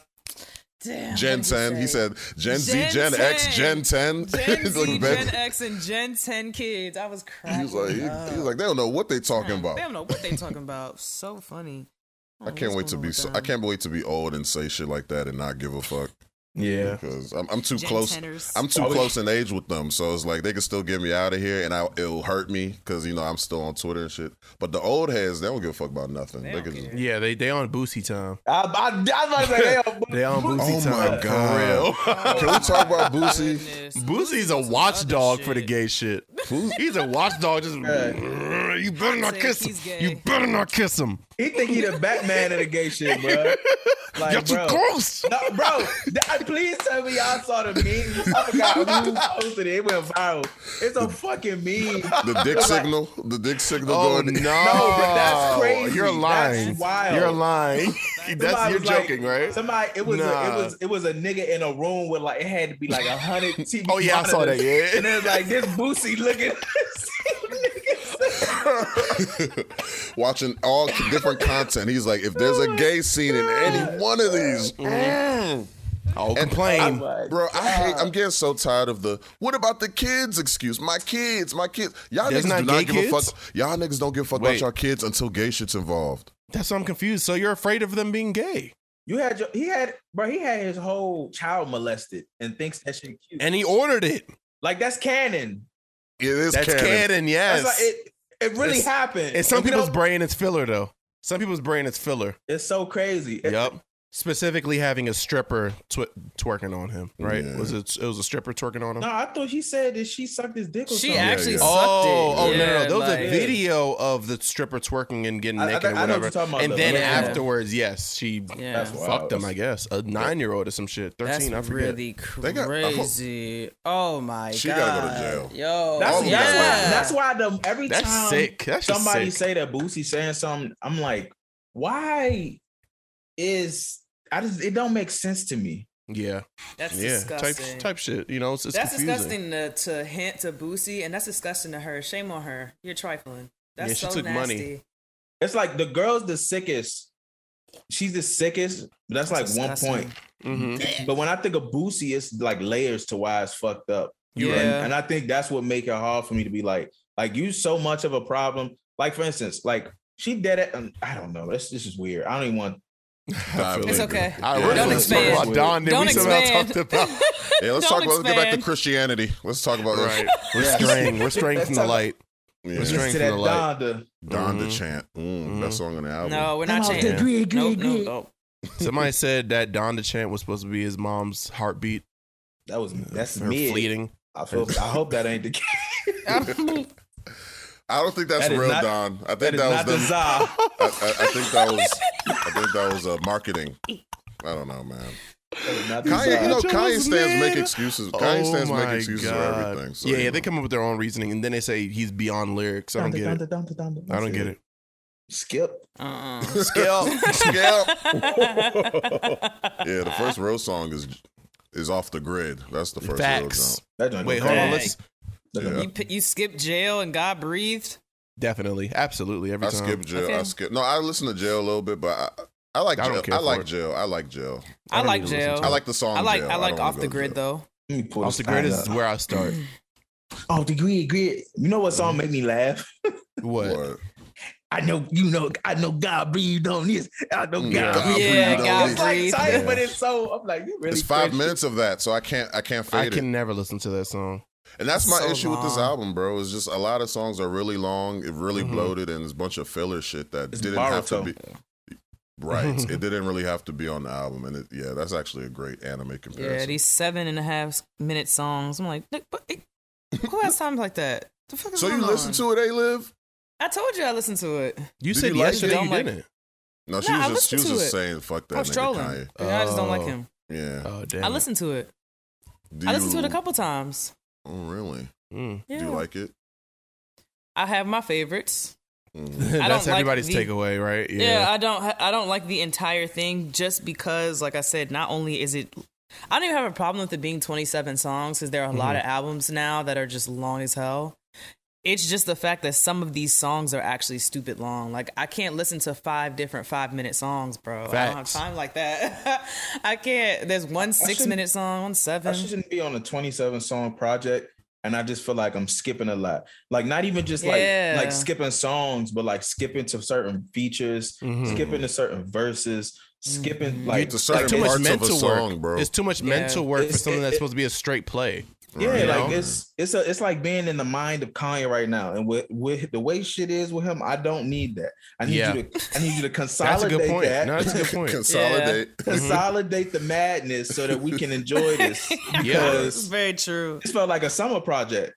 Speaker 1: damn.
Speaker 3: Gen
Speaker 1: what did
Speaker 3: 10.
Speaker 1: say?
Speaker 3: He said Gen Z,
Speaker 1: Gen
Speaker 3: Gen X,
Speaker 1: 10.
Speaker 3: Gen 10. <laughs>
Speaker 1: <laughs> Gen
Speaker 3: It's like
Speaker 1: Z,
Speaker 3: back-
Speaker 1: Gen X, and Gen 10 kids. I was
Speaker 3: he
Speaker 1: crying.
Speaker 3: was like, he,
Speaker 1: up.
Speaker 3: he was like, they don't know what they talking about.
Speaker 1: They don't know what they talking about. So funny.
Speaker 3: I can't wait to be so, I can't wait to be old and say shit like that and not give a fuck.
Speaker 4: Yeah.
Speaker 3: because I'm, I'm too
Speaker 5: Gen
Speaker 3: close.
Speaker 5: tenors.
Speaker 3: I'm too
Speaker 4: Are we-
Speaker 3: close in age with them, so it's like they can still get me out of here, and I, it'll hurt me because you know I'm still on Twitter and shit. But the old heads, they don't give a fuck about nothing.
Speaker 5: They
Speaker 3: They,
Speaker 5: don't
Speaker 3: can just,
Speaker 5: care.
Speaker 2: Yeah, they they on Boosie time.
Speaker 4: I, I, I was about
Speaker 2: <laughs>
Speaker 4: to say, they
Speaker 2: They on Boosie
Speaker 3: oh
Speaker 2: time.
Speaker 3: my
Speaker 2: for
Speaker 3: <laughs> god! Can we talk about Boosie?
Speaker 1: Goodness.
Speaker 2: real. Boosie's a
Speaker 1: Some other
Speaker 2: watchdog for the
Speaker 1: shit.
Speaker 2: gay shit.
Speaker 3: Boosie-
Speaker 2: He's a watchdog. Just you better not
Speaker 5: take
Speaker 2: kiss
Speaker 5: he's
Speaker 2: him.
Speaker 5: gay.
Speaker 2: You better not kiss him.
Speaker 4: he think he the Batman of the gay
Speaker 2: <laughs>
Speaker 4: shit, bro. Like,
Speaker 2: You're too
Speaker 4: bro.
Speaker 2: close.
Speaker 4: No, bro, th- uh, please tell me y'all saw the meme. I
Speaker 2: <laughs>
Speaker 4: forgot who posted it. It went viral. It's a fucking
Speaker 5: <laughs>
Speaker 4: meme.
Speaker 3: The dick signal, the dick signal
Speaker 2: Oh no!
Speaker 3: going.
Speaker 4: but that's crazy.
Speaker 2: You're
Speaker 4: That's
Speaker 2: lying.
Speaker 4: wild.
Speaker 2: You're
Speaker 4: <laughs>
Speaker 2: lying. that's
Speaker 4: Somebody
Speaker 2: you're
Speaker 4: was like-
Speaker 2: joking, right?
Speaker 4: Somebody, it was a,
Speaker 2: Nah.
Speaker 4: it was it was a nigga in a room with like it had to be like
Speaker 2: <laughs>
Speaker 4: a hundred TV.
Speaker 2: Oh, yeah, I saw that,
Speaker 4: monitors.
Speaker 2: yeah.
Speaker 4: and it was like this Boosie looking. <laughs>
Speaker 3: <laughs>
Speaker 4: Nigga.
Speaker 3: Watching all different content, he's like, if there's
Speaker 5: Oh
Speaker 3: a gay scene in any one of these,
Speaker 2: Oh,
Speaker 3: And
Speaker 2: Mm. complain.
Speaker 4: Mm. I-
Speaker 3: bro. I hate. I'm getting so tired of the. What about the kids? Excuse my kids. My kids. Y'all
Speaker 2: There's
Speaker 3: niggas
Speaker 2: not
Speaker 3: do not
Speaker 2: gay
Speaker 3: give a
Speaker 2: kids?
Speaker 3: fuck. Y'all niggas don't give a fuck
Speaker 2: Wait.
Speaker 3: about y'all kids until gay shit's involved.
Speaker 2: That's why I'm confused. So you're afraid of them being gay,
Speaker 4: You had your, he had bro. He had his whole child molested and thinks that shit cute.
Speaker 2: and he ordered it.
Speaker 4: like that's canon.
Speaker 3: It is
Speaker 2: That's
Speaker 3: canon.
Speaker 2: canon. Yes.
Speaker 4: That's like it. It really
Speaker 2: It's-
Speaker 4: happened.
Speaker 2: In some
Speaker 4: And we
Speaker 2: people's
Speaker 4: don't-
Speaker 2: brain, it's filler though. Some people's brain, it's filler.
Speaker 4: It's so crazy. It-
Speaker 2: Yep. Specifically, having a stripper tw- twerking on him. Right?
Speaker 3: Yeah.
Speaker 2: Was it? It was a stripper twerking on him.
Speaker 4: No, I thought she said that she sucked his dick or
Speaker 1: She
Speaker 4: something.
Speaker 1: actually
Speaker 3: yeah.
Speaker 1: sucked
Speaker 2: Oh,
Speaker 1: it.
Speaker 2: oh
Speaker 1: yeah,
Speaker 2: no, no, no! There was
Speaker 1: like,
Speaker 2: a video of the stripper twerking and getting
Speaker 4: I- I
Speaker 2: naked
Speaker 4: think-
Speaker 2: or
Speaker 4: I know
Speaker 2: whatever.
Speaker 4: what you're talking about,
Speaker 2: and
Speaker 4: though.
Speaker 2: then
Speaker 1: Yeah.
Speaker 2: afterwards, yes, she
Speaker 1: Yeah.
Speaker 4: That's wild.
Speaker 2: fucked him. I guess a nine-year-old or some shit,
Speaker 1: That's
Speaker 2: thirteen. I forget.
Speaker 1: really
Speaker 3: They got- I hope-
Speaker 1: crazy. oh my
Speaker 3: She
Speaker 1: god.
Speaker 3: gotta go to jail.
Speaker 1: Yo.
Speaker 4: That's,
Speaker 3: All of
Speaker 4: that's,
Speaker 3: them
Speaker 4: why,
Speaker 3: got
Speaker 4: that's why the every
Speaker 2: That's
Speaker 4: time
Speaker 2: sick. That's just
Speaker 4: somebody
Speaker 2: sick.
Speaker 4: say that Boosie saying something, I'm like, why is I just it don't make sense to me.
Speaker 2: yeah,
Speaker 1: That's
Speaker 2: yeah,
Speaker 1: disgusting.
Speaker 2: type type shit. You know, it's, it's
Speaker 1: that's
Speaker 2: confusing.
Speaker 1: disgusting to, to hint to Boosie, and that's disgusting to her. Shame on her. You're trifling. That's
Speaker 2: Yeah, she
Speaker 1: so
Speaker 2: took money.
Speaker 1: nasty.
Speaker 4: It's like the girl's the sickest. She's the sickest. But that's,
Speaker 5: That's
Speaker 4: like one
Speaker 5: disgusting.
Speaker 4: point.
Speaker 2: Mhm.
Speaker 4: But when I think of Boosie, it's like layers to why it's fucked up.
Speaker 2: You're
Speaker 4: And,
Speaker 1: Yeah.
Speaker 4: and I think that's what make it hard for me to be like, like you so much of a problem. Like for instance, like she did it. um, I don't know. This this is weird. I don't even want.
Speaker 3: Dive
Speaker 1: It's
Speaker 3: in.
Speaker 1: okay.
Speaker 2: <laughs> I
Speaker 3: Yeah.
Speaker 2: really
Speaker 1: Don't
Speaker 2: wanna
Speaker 1: expand.
Speaker 2: talk about Don. Then
Speaker 1: Don't
Speaker 2: we somehow
Speaker 1: expand.
Speaker 2: talked
Speaker 1: <laughs>
Speaker 2: about
Speaker 3: Yeah, let's
Speaker 1: Don't
Speaker 3: talk. About, let's get back to
Speaker 1: expand.
Speaker 3: Christianity. Let's talk about
Speaker 2: right.
Speaker 3: this.
Speaker 2: We're straying. We're straying from the light.
Speaker 3: Yeah.
Speaker 2: Let's drink.
Speaker 4: to
Speaker 2: from
Speaker 4: that
Speaker 2: the light.
Speaker 4: Donda.
Speaker 3: Donda
Speaker 2: Mhm.
Speaker 3: chant. Mm, Best song on the album.
Speaker 1: No, we're not
Speaker 2: out there
Speaker 1: changing.
Speaker 4: Agree, agree,
Speaker 1: Nope,
Speaker 4: agree.
Speaker 1: nope, nope.
Speaker 2: Somebody said that Donda chant was supposed to be his mom's heartbeat.
Speaker 4: That was that's
Speaker 2: Her
Speaker 4: me.
Speaker 2: fleeting.
Speaker 4: I feel. I hope that ain't
Speaker 2: <laughs>
Speaker 4: the case.
Speaker 3: <laughs> I don't think that's
Speaker 4: That is
Speaker 3: real,
Speaker 4: not-
Speaker 3: Don. I
Speaker 4: That
Speaker 3: think
Speaker 4: is
Speaker 3: that,
Speaker 4: not the
Speaker 3: was
Speaker 2: <laughs>
Speaker 3: them.
Speaker 4: Za.
Speaker 3: I, I, I think that was. I think that was uh, marketing. I don't know, man.
Speaker 4: That is not the
Speaker 3: Kanye,
Speaker 4: Za.
Speaker 3: you know,
Speaker 2: Mitchell
Speaker 3: Kanye
Speaker 2: was
Speaker 3: stands make
Speaker 2: mad.
Speaker 3: excuses. Kanye stands make excuses for everything. So,
Speaker 2: Oh yeah,
Speaker 3: you
Speaker 2: yeah,
Speaker 3: know.
Speaker 2: they come up with their own reasoning, and then they say he's beyond lyrics. I don't get it.
Speaker 4: Donda, Donda, Donda, Donda.
Speaker 2: I don't get it.
Speaker 4: Skip.
Speaker 1: Uh-uh.
Speaker 2: Scale.
Speaker 3: <laughs>
Speaker 1: <laughs>
Speaker 3: Scale. yeah, the first road song is is off the grid. That's the first road
Speaker 2: Facts.
Speaker 3: song.
Speaker 4: That joint
Speaker 2: Wait,
Speaker 4: go
Speaker 2: hold on.
Speaker 1: Dang.
Speaker 2: Let's
Speaker 4: crazy.
Speaker 1: You, p- you skipped jail and God breathed.
Speaker 2: definitely, absolutely, every
Speaker 3: I
Speaker 2: time.
Speaker 3: skip jail. I
Speaker 1: Okay.
Speaker 3: skip. No, I listen to jail a little bit, but I, I like
Speaker 2: I don't
Speaker 3: jail.
Speaker 2: care
Speaker 3: I
Speaker 2: for
Speaker 3: like
Speaker 2: it. Oh.
Speaker 3: jail. I like jail.
Speaker 1: I,
Speaker 2: don't
Speaker 1: like
Speaker 2: even listen
Speaker 1: jail.
Speaker 2: to
Speaker 3: I like the song.
Speaker 1: I like
Speaker 3: Jail.
Speaker 1: I like
Speaker 3: don't
Speaker 1: off the
Speaker 3: wanna go to
Speaker 1: grid
Speaker 3: jail.
Speaker 1: though.
Speaker 4: Let me pull
Speaker 2: Off
Speaker 4: this
Speaker 2: the grid
Speaker 4: down.
Speaker 2: is where I
Speaker 3: <laughs>
Speaker 2: start.
Speaker 4: Off the grid, grid. You know what song
Speaker 2: Mm-hmm.
Speaker 4: made me laugh?
Speaker 2: What?
Speaker 3: Or-
Speaker 4: I know you know. I know God breathed on this. I know God.
Speaker 3: Yeah.
Speaker 4: breathed
Speaker 1: Yeah,
Speaker 4: on
Speaker 1: God
Speaker 4: this. It's like
Speaker 1: breathed.
Speaker 4: excited, but it's so. I'm like, you really.
Speaker 3: It's five
Speaker 4: Christian?
Speaker 3: minutes of that, so I can't. I can't
Speaker 2: I
Speaker 3: fade it.
Speaker 2: can never listen to that song.
Speaker 3: And that's my
Speaker 5: So
Speaker 3: issue with this
Speaker 5: long.
Speaker 3: album, bro. Is just a lot of songs are really long, it really
Speaker 2: Mhm.
Speaker 3: bloated, and it's a bunch of filler shit that
Speaker 4: It's
Speaker 3: didn't have to
Speaker 4: Boruto.
Speaker 3: be. Right, it didn't really have to be on the album, and it, yeah, that's actually a great anime
Speaker 1: Yeah,
Speaker 3: comparison.
Speaker 1: these seven and a half minute songs. I'm like, "Nick, but it- who has time like that? The fuck is
Speaker 3: so you
Speaker 1: going
Speaker 3: listen
Speaker 1: on?
Speaker 3: to it, eh, A Live?
Speaker 1: I told you I listened to it.
Speaker 2: You
Speaker 3: Did
Speaker 2: said
Speaker 3: you like
Speaker 2: yesterday
Speaker 1: it?
Speaker 2: you
Speaker 1: Don't like
Speaker 2: didn't.
Speaker 3: No, she
Speaker 1: Nah, I
Speaker 3: was just she
Speaker 1: listened
Speaker 3: was
Speaker 1: to
Speaker 3: just
Speaker 1: it.
Speaker 3: saying fuck
Speaker 1: I
Speaker 3: that
Speaker 1: was
Speaker 3: nigga
Speaker 1: trolling.
Speaker 3: Kanye.
Speaker 1: Yeah, I just don't like
Speaker 2: Oh.
Speaker 1: him.
Speaker 3: Yeah,
Speaker 2: Oh damn!
Speaker 1: I listened to it.
Speaker 3: Do
Speaker 1: I listened to it a
Speaker 3: you-
Speaker 1: couple times.
Speaker 3: Oh really?
Speaker 2: Mm.
Speaker 1: Yeah.
Speaker 3: Do you like it?
Speaker 1: I have my favorites.
Speaker 3: Mm.
Speaker 1: don't
Speaker 2: <laughs> That's
Speaker 1: like
Speaker 2: everybody's
Speaker 1: the-
Speaker 2: takeaway, right?
Speaker 1: Yeah. I don't. ha- I don't like the entire thing just because, like I said, not only is it. I don't even have a problem with it being 27 songs because there are a lot of albums now that are just long as hell. It's just the fact that some of these songs are actually stupid long. Like I can't listen to five different five minute songs, bro. I don't have
Speaker 2: Facts.
Speaker 1: time like that. <laughs> I can't. There's one six
Speaker 4: shouldn't-
Speaker 1: minute song, one
Speaker 4: I
Speaker 1: seven.
Speaker 4: shouldn't be on a 27 song project. And I just feel like I'm skipping a lot. Like not even just
Speaker 1: Yeah.
Speaker 4: like like skipping songs, but like skipping to certain features,
Speaker 2: Mhm.
Speaker 4: skipping to certain verses. skipping
Speaker 3: You
Speaker 4: like
Speaker 3: need to
Speaker 2: It's
Speaker 3: certain
Speaker 2: too much
Speaker 3: parts of a
Speaker 2: mental
Speaker 3: song,
Speaker 2: work.
Speaker 3: bro.
Speaker 2: It's too much
Speaker 1: Yeah.
Speaker 2: mental work for
Speaker 4: It's-
Speaker 2: something
Speaker 4: it-
Speaker 2: that's
Speaker 4: it-
Speaker 2: supposed to be a straight play.
Speaker 4: Yeah,
Speaker 2: You
Speaker 4: like
Speaker 2: know?
Speaker 4: it's it's a it's like being in the mind of Kanye right now, and with with the way shit is with him, I don't need that. I need
Speaker 2: Yeah.
Speaker 4: you to I need you to
Speaker 2: That's a
Speaker 4: consolidate
Speaker 2: good point.
Speaker 4: that,
Speaker 2: No, that's a good
Speaker 3: <laughs>
Speaker 2: point.
Speaker 3: Consolidate.
Speaker 4: consolidate the madness, so that we can enjoy this.
Speaker 2: Yeah.
Speaker 4: Because-
Speaker 1: It's very true.
Speaker 4: This felt like a summer project,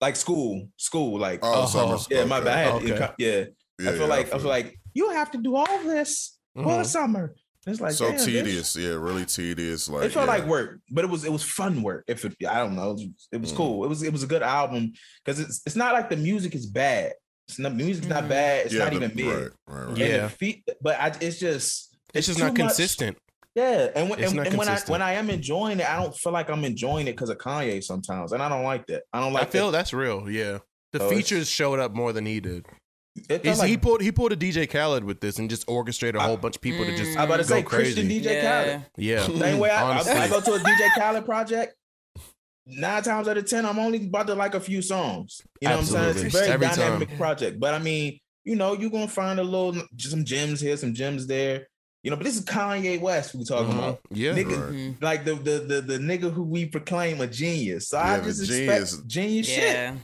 Speaker 4: like school, school, like
Speaker 3: Oh,
Speaker 2: Oh,
Speaker 3: summer.
Speaker 4: <laughs> yeah, my
Speaker 3: Okay.
Speaker 4: bad.
Speaker 2: Okay.
Speaker 4: Inco- Yeah,
Speaker 3: Yeah,
Speaker 4: I feel
Speaker 3: yeah,
Speaker 4: like I feel like you have to do all this for
Speaker 2: Mhm.
Speaker 4: summer. It's like
Speaker 3: so
Speaker 4: damn, bitch.
Speaker 3: tedious. Yeah, really tedious. Like
Speaker 4: it felt
Speaker 3: yeah.
Speaker 4: like work, but it was it was fun work. If it, I don't know, it was, it was
Speaker 3: Mm.
Speaker 4: cool. It was it was a good album because it's it's not like the music is bad. It's not, the music's not
Speaker 1: Mm.
Speaker 4: bad. It's
Speaker 3: yeah,
Speaker 4: not
Speaker 3: the-
Speaker 4: even big.
Speaker 3: Right, right, right.
Speaker 4: And the
Speaker 2: Yeah.
Speaker 4: feet, but I, it's just
Speaker 2: It's just
Speaker 4: too
Speaker 2: not
Speaker 4: much.
Speaker 2: consistent.
Speaker 4: yeah. And when
Speaker 2: It's
Speaker 4: and,
Speaker 2: not
Speaker 4: and when I
Speaker 2: consistent.
Speaker 4: when I am enjoying it, I don't feel like I'm enjoying it because of Kanye sometimes, and I don't like that. I don't like
Speaker 2: I feel that's real. Yeah. The
Speaker 4: Oh, it's-
Speaker 2: features showed up more than he did.
Speaker 4: It, it felt
Speaker 2: He's- he <laughs>
Speaker 4: like,
Speaker 2: pulled he pulled a DJ Khaled with this and just orchestrated a
Speaker 4: I-
Speaker 2: whole bunch of people to just
Speaker 4: I about to
Speaker 2: go
Speaker 4: say Christian
Speaker 2: crazy.
Speaker 4: DJ
Speaker 1: Yeah.
Speaker 4: Khaled.
Speaker 2: Yeah.
Speaker 4: Same way I, I,
Speaker 2: Honestly.
Speaker 4: I go to a DJ Khaled project. Nine times out of ten, I'm only about to like a few songs. You know what I'm saying?
Speaker 2: Absolutely.
Speaker 4: It's a very
Speaker 2: Every
Speaker 4: dynamic project. But I mean, you know, you're gonna find a little some gems here, some gems there. You know, but this is Kanye West we talking
Speaker 2: Mhm.
Speaker 4: about.
Speaker 2: Yeah.
Speaker 4: Nigga,
Speaker 3: Right.
Speaker 1: Mhm.
Speaker 4: like the, the the the nigga who we proclaim a genius. So
Speaker 3: Yeah,
Speaker 4: I
Speaker 3: the
Speaker 4: just
Speaker 3: genius.
Speaker 4: expect genius shit.
Speaker 1: Yeah.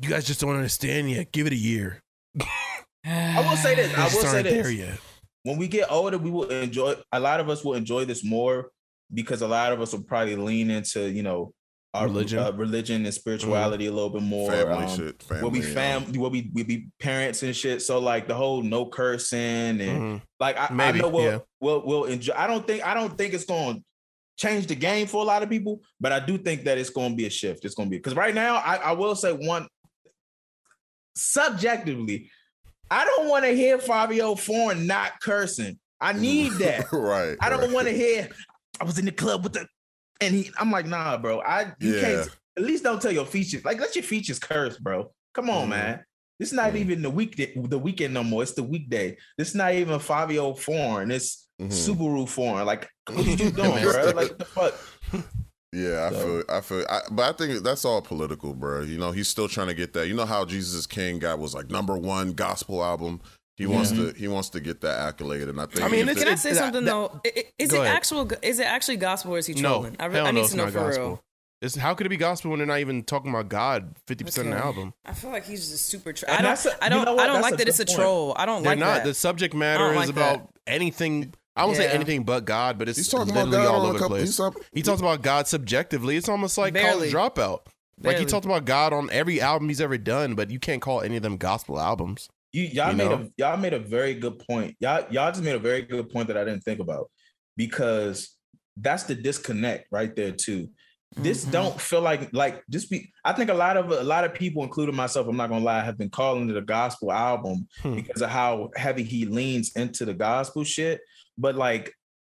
Speaker 2: You guys just don't understand yet. Give it a year.
Speaker 1: I
Speaker 4: will say
Speaker 1: <sighs>
Speaker 4: this,
Speaker 2: You
Speaker 4: I
Speaker 2: just
Speaker 4: will say
Speaker 2: aren't
Speaker 4: this.
Speaker 2: there yet.
Speaker 4: When we get older, we will enjoy a lot of us will enjoy this more because a lot of us will probably lean into, you know, our
Speaker 2: Religion.
Speaker 4: religion, uh, religion and spirituality a little bit more.
Speaker 3: family
Speaker 4: um,
Speaker 3: shit. Family. um,
Speaker 4: we'll be
Speaker 3: yeah.
Speaker 4: fam we'll be we'll be parents and shit so like the whole no cursing and
Speaker 2: Mhm.
Speaker 4: like I,
Speaker 2: Maybe,
Speaker 4: I know we'll,
Speaker 2: yeah.
Speaker 4: we'll we'll enjoy I don't think I don't think it's going to change the game for a lot of people but I do think that it's going to be a shift it's going to be because right now I, I will say one subjectively I don't want to hear Fabio Foreign not cursing I
Speaker 2: <laughs>
Speaker 3: <laughs>
Speaker 4: need that
Speaker 3: right.
Speaker 4: I don't
Speaker 3: right.
Speaker 4: want to hear I was in the club with the and he I'm like nah bro I you
Speaker 3: Yeah.
Speaker 4: can't at least don't tell your features like let your features curse bro come on
Speaker 3: Mhm.
Speaker 4: man this is not
Speaker 3: Mhm.
Speaker 4: even the weekday the weekend no more it's the weekday this is not even Fabio foreign it's
Speaker 3: Mhm.
Speaker 4: Subaru foreign like what are you doing
Speaker 3: Yeah,
Speaker 4: bro
Speaker 3: man.
Speaker 4: like the fuck
Speaker 3: Yeah, I
Speaker 4: So-
Speaker 3: feel, I feel, I, but I think that's all political, bro. You know, he's still trying to get that. You know how Jesus is King guy was like number one gospel album. He wants
Speaker 4: Mm-hmm.
Speaker 3: to, he wants to get that accolade, and I think.
Speaker 2: I mean,
Speaker 3: if
Speaker 2: it's-
Speaker 3: it-
Speaker 1: Can I say
Speaker 2: that-
Speaker 1: something
Speaker 2: that-
Speaker 1: though? I- I- Is
Speaker 2: Go
Speaker 1: it
Speaker 2: ahead.
Speaker 1: actual? Is it actually gospel or is he
Speaker 2: No,
Speaker 1: trolling? I, re-
Speaker 2: hell
Speaker 1: I
Speaker 2: no,
Speaker 1: need
Speaker 2: it's
Speaker 1: to know
Speaker 2: not
Speaker 1: for real.
Speaker 2: gospel. It's, how could it be gospel when they're not even talking about God fifty percent of the
Speaker 1: Okay.
Speaker 2: album?
Speaker 1: I feel like he's just super. Tro-
Speaker 4: And
Speaker 1: I don't.
Speaker 4: that's a-
Speaker 1: I don't.
Speaker 4: you know what?
Speaker 1: I don't
Speaker 4: That's
Speaker 1: like
Speaker 4: a
Speaker 1: that it's a
Speaker 4: good point.
Speaker 1: troll. I don't
Speaker 2: They're
Speaker 1: like
Speaker 2: not.
Speaker 1: that.
Speaker 2: The subject matter
Speaker 1: like
Speaker 2: is about anything. I won't say
Speaker 1: Yeah.
Speaker 2: anything but God, but it's
Speaker 3: he's talking about
Speaker 2: literally
Speaker 3: God
Speaker 2: all
Speaker 3: on
Speaker 2: over
Speaker 3: a
Speaker 2: the
Speaker 3: couple.
Speaker 2: place.
Speaker 3: He's talking,
Speaker 2: He talks about God subjectively. It's almost like
Speaker 1: Barely.
Speaker 2: college dropout. Like he
Speaker 1: Barely.
Speaker 2: talked about God on every album he's ever done, but you can't call any of them gospel albums.
Speaker 4: You y'all
Speaker 2: You
Speaker 4: made
Speaker 2: know?
Speaker 4: a y'all made a very good point. Y'all y'all just made a very good point that I didn't think about because that's the disconnect right there too. This
Speaker 1: Mhm.
Speaker 4: don't feel like like just be. I think a lot of a lot of people, including myself, I'm not gonna lie, have been calling it a gospel album
Speaker 2: Hmm.
Speaker 4: because of how heavy he leans into the gospel shit. But like,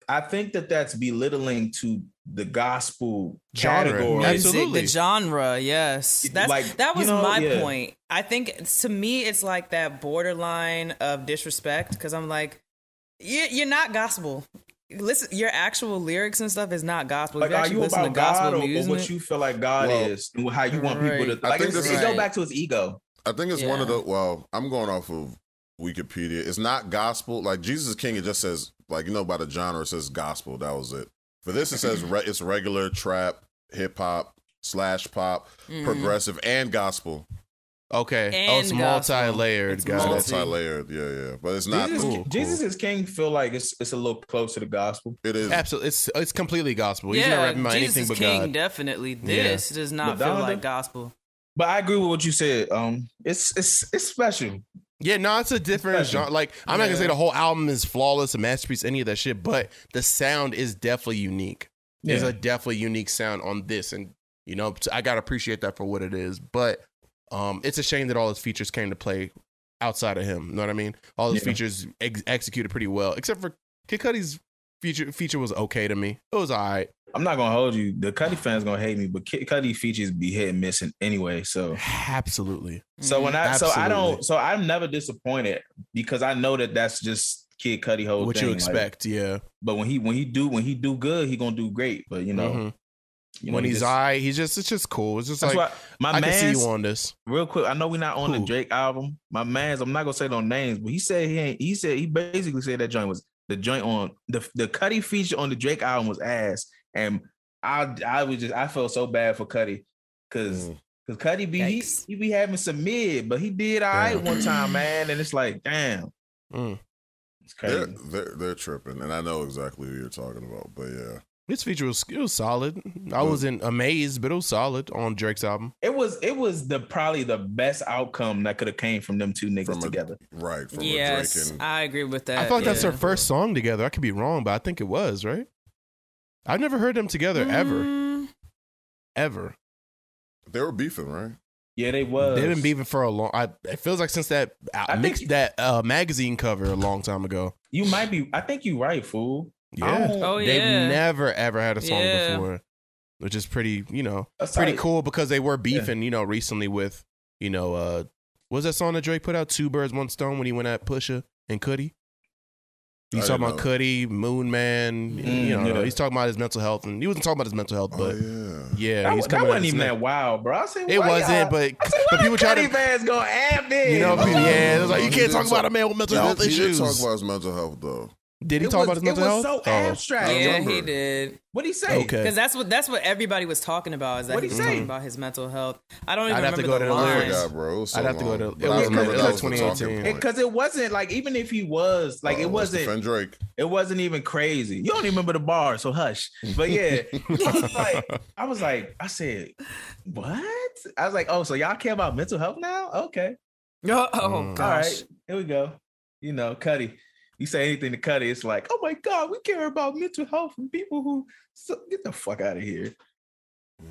Speaker 4: I think that that's belittling to the gospel
Speaker 2: Genre.
Speaker 4: category.
Speaker 2: Absolutely.
Speaker 1: music, the genre. Yes,
Speaker 4: It-
Speaker 1: that's
Speaker 4: like,
Speaker 1: that
Speaker 4: you
Speaker 1: was
Speaker 4: know,
Speaker 1: my
Speaker 4: yeah.
Speaker 1: point. I think to me, it's like that borderline of disrespect because I'm like, you, you're not gospel. Listen, your actual lyryrics and stuff is not gospel.
Speaker 4: Like,
Speaker 1: if you
Speaker 4: are
Speaker 1: actually
Speaker 4: you
Speaker 1: listen
Speaker 4: about
Speaker 1: to gospel
Speaker 4: God or, or
Speaker 1: music,
Speaker 4: what you feel like God
Speaker 3: Well,
Speaker 4: is and how you want people
Speaker 1: Right.
Speaker 4: to
Speaker 3: I
Speaker 4: like?
Speaker 3: think
Speaker 4: it's-
Speaker 3: this
Speaker 4: it
Speaker 3: is-
Speaker 4: go back to his ego.
Speaker 3: I think it's one of
Speaker 1: Yeah.
Speaker 3: the. Well, I'm going off of Wikipedia. It's not gospel. Like Jesus is King, it just says like you know by the genre it says gospel. That was it. For this, it says
Speaker 1: Mm-hmm.
Speaker 3: re- it's regular trap, hip hop slash pop,
Speaker 1: mm-hmm.
Speaker 3: progressive, and gospel.
Speaker 2: Okay. oh, it's
Speaker 1: And gospel.
Speaker 2: multi-layered.
Speaker 1: It's
Speaker 2: God.
Speaker 1: multi-
Speaker 3: Multi layered, yeah, yeah, but it's not.
Speaker 4: Jesus,
Speaker 2: cool,
Speaker 4: is-
Speaker 2: cool.
Speaker 4: Jesus is King feel like it's it's a little close to the gospel.
Speaker 3: It is
Speaker 2: Absolutely. It's it's completely gospel. He's
Speaker 1: yeah,
Speaker 2: not rapping about
Speaker 1: Jesus
Speaker 2: anything but
Speaker 1: is King,
Speaker 2: God.
Speaker 1: definitely.
Speaker 2: Yeah.
Speaker 1: This does not feel
Speaker 4: Madonna?
Speaker 1: like gospel.
Speaker 4: But I agree with what you said. Um, it's it's it's special.
Speaker 2: Yeah, no, it's a different
Speaker 4: Special.
Speaker 2: genre. Like, I'm not gonna
Speaker 1: Yeah.
Speaker 2: say the whole album is flawless, a masterpiece, any of that shit, but the sound is definitely unique. There's
Speaker 4: Yeah.
Speaker 2: a definitely unique sound on this, and you know, I gotta appreciate that for what it is. But um, it's a shame that all his features came to play outside of him. You know what I mean? All his
Speaker 4: Yeah.
Speaker 2: features ex- executed pretty well, except for Kid Cudi's feature. Feature was okay to me. It was alright.
Speaker 4: I'm not gonna hold you. The Cuddy fans gonna hate me, but Kid Cuddy features be hit and missing anyway. So
Speaker 2: Absolutely.
Speaker 4: so
Speaker 1: Mm.
Speaker 4: when I so I
Speaker 2: Absolutely.
Speaker 4: don't so I'm never disappointed because I know that that's just Kid Cuddy whole
Speaker 2: What
Speaker 4: thing,
Speaker 2: you
Speaker 4: like,
Speaker 2: expect? yeah.
Speaker 4: but when he when he do when he do good, he gonna do great. But you know,
Speaker 2: Mhm.
Speaker 4: you know,
Speaker 2: when
Speaker 4: he
Speaker 2: he's
Speaker 4: just-
Speaker 2: alright, he's just it's just cool. It's just
Speaker 4: that's
Speaker 2: like
Speaker 4: why my
Speaker 2: I can see
Speaker 4: man
Speaker 2: you on this.
Speaker 4: real quick, I know we're not on
Speaker 2: Who?
Speaker 4: the Drake album. My man's, I'm not gonna say no names, but he said he ain't. He said he basically said that joint was The joint on the the Cuddy feature on the Drake album was ass, and I I was just I felt so bad for Cuddy because
Speaker 3: Mm.
Speaker 4: because Cuddy be he,
Speaker 1: Yikes.
Speaker 4: he be having some mid, but he did all right
Speaker 2: Damn.
Speaker 4: one time, man, and it's like damn,
Speaker 2: Mm.
Speaker 4: it's
Speaker 3: They're,
Speaker 4: crazy.
Speaker 3: they're they're tripping, and I know exactly who you're talking about. But yeah,
Speaker 2: This feature was it was solid. I
Speaker 3: Mm.
Speaker 2: wasn't amazed, but it was solid on Drake's album.
Speaker 4: It was it was the probably the best outcome that could have came from them two niggas
Speaker 3: From a-
Speaker 4: together.
Speaker 3: right from a
Speaker 1: yes,
Speaker 3: Drake and
Speaker 1: I agree with that.
Speaker 2: I thought that's
Speaker 1: yeah.
Speaker 2: their first song together. I could be wrong, but I think it was right. I've never heard them together ever,
Speaker 1: Mm,
Speaker 2: ever.
Speaker 3: they were beefing, right?
Speaker 4: Yeah, they was.
Speaker 2: They've been beefing for a long. I it feels like since that uh,
Speaker 4: I
Speaker 2: mix
Speaker 4: think-
Speaker 2: that uh, magazine cover a long time ago.
Speaker 4: You might be. I think you right, fool. I
Speaker 2: Yeah,
Speaker 4: don't-
Speaker 1: Oh
Speaker 2: they've
Speaker 1: yeah.
Speaker 2: never ever had a song
Speaker 1: Yeah.
Speaker 2: before, which is pretty. You know,
Speaker 4: that's
Speaker 2: pretty
Speaker 4: tight.
Speaker 2: cool because they were beefing, you know, recently with, you know, uh what was that song that Drake put out? Two birds, one stone when he went at Pusha and Cudi. He's
Speaker 3: I
Speaker 2: talking
Speaker 3: didn't
Speaker 2: about
Speaker 3: know.
Speaker 2: Cudi, Moon Man,
Speaker 1: Mm,
Speaker 2: you know,
Speaker 4: yeah.
Speaker 2: he's talking about his mental health and he wasn't talking about his mental health, but
Speaker 3: oh yeah,
Speaker 2: yeah,
Speaker 4: That,
Speaker 2: he's
Speaker 4: was, that
Speaker 2: coming
Speaker 4: wasn't
Speaker 2: at
Speaker 4: even
Speaker 2: this
Speaker 4: that wild, bro. I said,
Speaker 2: nigga. It
Speaker 4: why
Speaker 2: wasn't,
Speaker 4: y'all-
Speaker 2: but
Speaker 4: I said, why
Speaker 2: <laughs> but people try to
Speaker 4: fans gonna have this.
Speaker 2: you know,
Speaker 3: Oh.
Speaker 2: yeah, it was like you
Speaker 3: He
Speaker 2: can't
Speaker 3: did
Speaker 2: talk
Speaker 3: talk-
Speaker 2: about a man with mental
Speaker 3: No,
Speaker 2: health
Speaker 3: he did
Speaker 2: issues.
Speaker 3: talk about his mental health though.
Speaker 2: did he
Speaker 4: It
Speaker 2: talk
Speaker 4: was-
Speaker 2: about his
Speaker 4: it
Speaker 2: mental
Speaker 4: was
Speaker 2: health?
Speaker 4: so
Speaker 2: Oh,
Speaker 4: abstract.
Speaker 1: yeah,
Speaker 3: remember.
Speaker 1: he did.
Speaker 4: What he say?
Speaker 2: Okay.
Speaker 1: Because that's what that's what everybody was talking about. Is that
Speaker 4: What'd
Speaker 1: he
Speaker 4: he
Speaker 1: was
Speaker 4: say?
Speaker 1: talking about his mental health? I don't even
Speaker 2: Mm-hmm. I'd have to
Speaker 1: remember
Speaker 2: go
Speaker 1: the
Speaker 2: to the
Speaker 3: I
Speaker 2: lyrics.
Speaker 1: lines.
Speaker 3: forgot, bro. It was so
Speaker 2: I'd have to go
Speaker 3: long,
Speaker 2: to- it
Speaker 3: but I
Speaker 2: was-
Speaker 3: remember
Speaker 4: it
Speaker 3: that
Speaker 4: was
Speaker 3: the talking
Speaker 2: 2018.
Speaker 3: point.
Speaker 4: Because it wasn't like even if he was like
Speaker 2: Oh,
Speaker 3: Uh-oh,
Speaker 4: it
Speaker 3: let's
Speaker 4: wasn't
Speaker 3: defend
Speaker 4: <laughs>
Speaker 3: Drake.
Speaker 4: it wasn't even crazy. You don't even remember the bar, so hush.
Speaker 2: <laughs>
Speaker 4: But yeah, <laughs> I
Speaker 2: Oh.
Speaker 4: was like, I was like, I said, what? I was like, oh, so y'all care about mental health now? Okay,
Speaker 1: <laughs> Oh,
Speaker 2: Mm.
Speaker 4: all
Speaker 1: gosh.
Speaker 4: right, here we go. You know, Cuddy. You say anything to Cuddy, it's like, oh my god, we care about mental health and people who so, get the fuck out of here.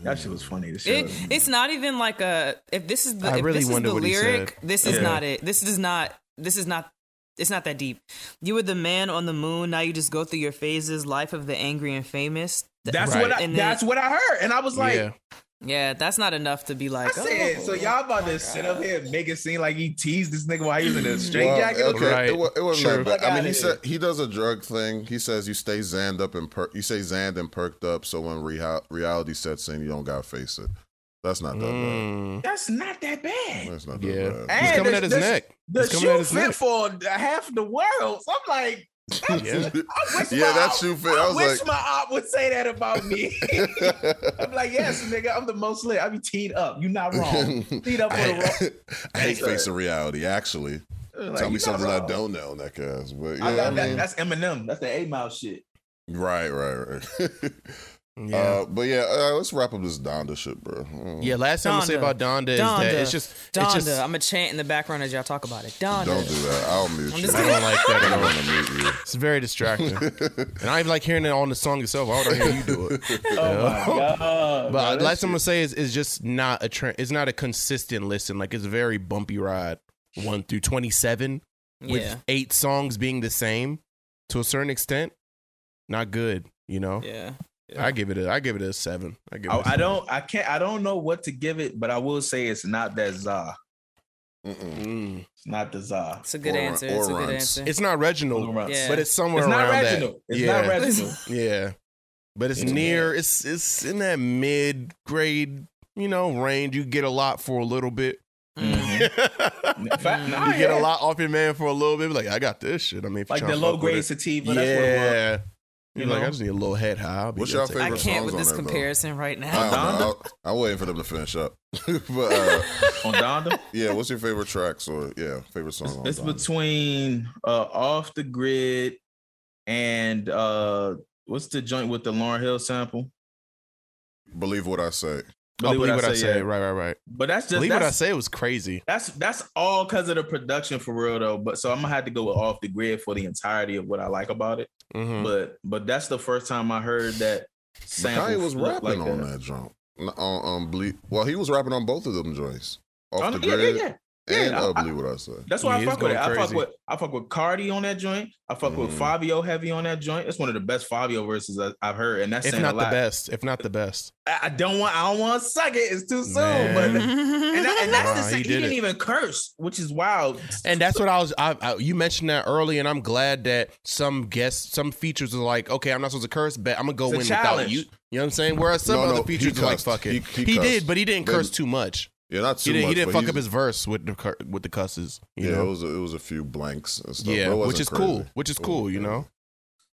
Speaker 4: That shit was funny. To show.
Speaker 1: It, it's not even like a if this is the
Speaker 2: I
Speaker 1: if
Speaker 2: really
Speaker 1: this is
Speaker 2: wonder
Speaker 1: the
Speaker 2: what he
Speaker 1: lyric, this is
Speaker 4: Yeah.
Speaker 1: not it. This is not this is not it's not that deep. You were the man on the moon, now you just go through your phases, life of the angry and famous. Th-
Speaker 4: That's
Speaker 2: Right.
Speaker 4: what I,
Speaker 1: And then-
Speaker 4: that's what I heard, and I was like,
Speaker 2: yeah.
Speaker 1: Yeah, that's not enough to be
Speaker 4: I
Speaker 1: like
Speaker 4: said,
Speaker 1: oh,
Speaker 4: so y'all about to sit up here and make it seem like he teased this nigga while he was in a
Speaker 3: Well,
Speaker 4: straitjacket?
Speaker 3: Mm. okay,
Speaker 2: Right.
Speaker 3: it, wa- it wasn't
Speaker 2: True.
Speaker 3: that bad.
Speaker 4: Fuck
Speaker 3: I mean,
Speaker 4: outta
Speaker 3: he
Speaker 4: here.
Speaker 3: said he does a drug thing. He says you stay zanned up and per- you say zanned and perked up. So when reha reality sets in, you don't gotta face it. That's not that
Speaker 2: Mm,
Speaker 4: That's not that
Speaker 3: bad.
Speaker 4: bad.
Speaker 3: That's not
Speaker 2: yeah.
Speaker 3: that <laughs>
Speaker 4: And
Speaker 2: He's
Speaker 3: bad.
Speaker 2: coming
Speaker 4: the-
Speaker 2: at his
Speaker 4: the-
Speaker 2: neck.
Speaker 4: The
Speaker 2: He's coming at
Speaker 4: shoe
Speaker 2: his
Speaker 4: fit
Speaker 2: neck.
Speaker 4: for half the world. So I'm like, that's,
Speaker 2: Yeah.
Speaker 4: I wish
Speaker 3: Yeah,
Speaker 4: my
Speaker 3: that
Speaker 4: op-
Speaker 3: shoe fit.
Speaker 4: I,
Speaker 3: I was
Speaker 4: wish
Speaker 3: like-
Speaker 4: my op would say that about me. <laughs> I'm like, yes, nigga, I'm the most lit. I be teed up. you not
Speaker 3: <laughs>
Speaker 4: wrong. Teed up for the wrong.
Speaker 3: I, <laughs> I hate facing reality. Actually,
Speaker 4: Like,
Speaker 3: tell
Speaker 4: you
Speaker 3: me
Speaker 4: not
Speaker 3: something I
Speaker 4: wrong.
Speaker 3: don't know, neck ass. But yeah,
Speaker 4: I
Speaker 3: I
Speaker 4: got that.
Speaker 3: mean,
Speaker 4: That's Eminem. That's the A mile shit.
Speaker 3: right, right, right. <laughs>
Speaker 2: Yeah.
Speaker 3: Uh, but yeah, uh, let's wrap up this Donda shit, bro. Mm.
Speaker 2: Yeah, last thing I'm gonna say
Speaker 1: Donda.
Speaker 2: about Donda is that
Speaker 1: Donda.
Speaker 2: it's just
Speaker 1: Donda,
Speaker 2: it's just
Speaker 1: I'm a chant in the background as y'all talk about it. Donda.
Speaker 3: Don't do that. I'll mute
Speaker 1: I'm
Speaker 3: you.
Speaker 1: just
Speaker 2: I don't like that at
Speaker 3: <laughs> I
Speaker 2: all.
Speaker 3: want to mute
Speaker 2: <laughs> It's very
Speaker 4: <laughs>
Speaker 2: distracting, and I even like hearing it on the song itself. Why would I hear you do it?
Speaker 4: <laughs> Oh
Speaker 2: Yeah.
Speaker 4: my god.
Speaker 2: But
Speaker 4: bro,
Speaker 2: last
Speaker 4: that
Speaker 2: I'm gonna say is it's just not a tra- it's not a consistent listen. Like it's a very bumpy ride, one through twenty seven,
Speaker 1: Yeah.
Speaker 2: with eight songs being the same to a certain extent. Not good, you know.
Speaker 1: Yeah.
Speaker 2: I give it a I give it a seven. I give it. a
Speaker 4: Oh, I, I
Speaker 2: seven.
Speaker 4: don't I can't I don't know what to give it, but I will say it's not that za.
Speaker 3: you. Mm-mm.
Speaker 2: Mm.
Speaker 4: It's not the za.
Speaker 1: It's a good
Speaker 3: Or-
Speaker 1: answer. It's a
Speaker 3: or
Speaker 1: good
Speaker 3: runs.
Speaker 1: answer.
Speaker 2: It's not Reginald,
Speaker 1: Yeah.
Speaker 2: but it's somewhere
Speaker 4: It's not
Speaker 2: around
Speaker 4: Reginald.
Speaker 2: that.
Speaker 4: It's
Speaker 2: yeah.
Speaker 4: not <laughs> Reginald.
Speaker 2: Yeah. But it's
Speaker 4: Yeah.
Speaker 2: near it's it's in that mid grade, you know, range. You get a lot for a little
Speaker 4: <laughs>
Speaker 2: bit.
Speaker 1: Mm.
Speaker 2: you
Speaker 4: Fact- nah,
Speaker 2: get a
Speaker 4: yeah.
Speaker 2: lot off your man for a little bit. Like, I got this shit. I mean, if you
Speaker 4: like
Speaker 2: tryna
Speaker 4: the
Speaker 2: fuck
Speaker 4: low
Speaker 2: with
Speaker 4: grade
Speaker 2: it.
Speaker 4: sativa. That's what it was.
Speaker 2: Yeah. You're
Speaker 4: You
Speaker 2: like,
Speaker 4: know?
Speaker 2: I just need a little head high. I'll be
Speaker 3: What's
Speaker 2: good
Speaker 3: your
Speaker 2: to take
Speaker 1: I
Speaker 3: favorite
Speaker 2: it.
Speaker 1: can't with
Speaker 3: songs
Speaker 1: this
Speaker 3: on there, bro.
Speaker 1: comparison right
Speaker 3: I
Speaker 1: now. <laughs>
Speaker 3: don't know.
Speaker 4: Donda?
Speaker 3: I, I'm waiting for them to finish up. <laughs> but uh,
Speaker 4: on Donda.
Speaker 3: yeah, what's your favorite tracks or yeah, favorite song? on
Speaker 4: It's
Speaker 3: Donda?
Speaker 4: between uh off the grid and uh what's the joint with the Lauren Hill sample?
Speaker 3: Believe what I say.
Speaker 2: I'll believe what I say. Right, right, right.
Speaker 4: But that's just
Speaker 2: Believe
Speaker 4: that's,
Speaker 2: what I say was crazy.
Speaker 4: That's that's all because of the production for real though. But so I'm gonna have to go with off the grid for the entirety of what I like about it.
Speaker 2: Mhm.
Speaker 4: But but that's the first time I heard that sample.
Speaker 3: Kanye was
Speaker 4: flip
Speaker 3: rapping
Speaker 4: like
Speaker 3: on that, jump. On um, believe. Well, he was rapping on both of them joints. Off
Speaker 4: On-
Speaker 3: the
Speaker 4: Oh, yeah,
Speaker 3: grid
Speaker 4: yeah, yeah.
Speaker 3: and
Speaker 4: yeah,
Speaker 3: uh,
Speaker 4: I-
Speaker 3: believe what I say.
Speaker 4: That's why
Speaker 2: Yeah,
Speaker 4: I
Speaker 2: he was
Speaker 4: fuck with it.
Speaker 2: going
Speaker 4: I fuck
Speaker 2: crazy. Mm-hmm.
Speaker 4: with I fuck with Cardi on that joint. I fuck with
Speaker 3: Mhm.
Speaker 4: Fabio Heavy on that joint. It's one of the best Fabio verses I, I've heard, and that's
Speaker 2: If
Speaker 4: saying
Speaker 2: not
Speaker 4: a
Speaker 2: the
Speaker 4: lot.
Speaker 2: best. If not the best.
Speaker 4: I, I don't want I don't want to suck it. It's too soon.
Speaker 2: Man.
Speaker 4: But
Speaker 1: <laughs>
Speaker 4: and, I, and that's
Speaker 2: Nah,
Speaker 4: the
Speaker 2: he
Speaker 4: same. He,
Speaker 2: did
Speaker 4: did not
Speaker 2: it.
Speaker 4: even curse, which is wild.
Speaker 2: And that's what I was. I, I you mentioned that early, and I'm glad that some guests, some features are like, okay, I'm not supposed to curse, but I'm gonna go
Speaker 4: It's a
Speaker 2: in without
Speaker 4: challenge.
Speaker 2: you. You know what I'm saying? Whereas some
Speaker 3: No,
Speaker 2: other
Speaker 3: no, he
Speaker 2: features are like,
Speaker 3: cussed.
Speaker 2: fuck it.
Speaker 3: He-
Speaker 2: He,
Speaker 3: he cussed.
Speaker 2: did, but he didn't
Speaker 3: They-
Speaker 2: curse too much.
Speaker 3: Yeah, not too
Speaker 2: he didn't.
Speaker 3: much.
Speaker 2: he didn't
Speaker 3: but
Speaker 2: fuck
Speaker 3: he's-
Speaker 2: up his verse with the cur- with the cusses. You
Speaker 3: yeah, it
Speaker 2: know?
Speaker 3: was a, it was a few blanks and stuff.
Speaker 2: yeah,
Speaker 3: but it
Speaker 2: which
Speaker 3: wasn't
Speaker 2: is cool.
Speaker 3: crazy.
Speaker 2: Which is
Speaker 3: It wasn't
Speaker 2: cool. You
Speaker 3: crazy.
Speaker 2: know?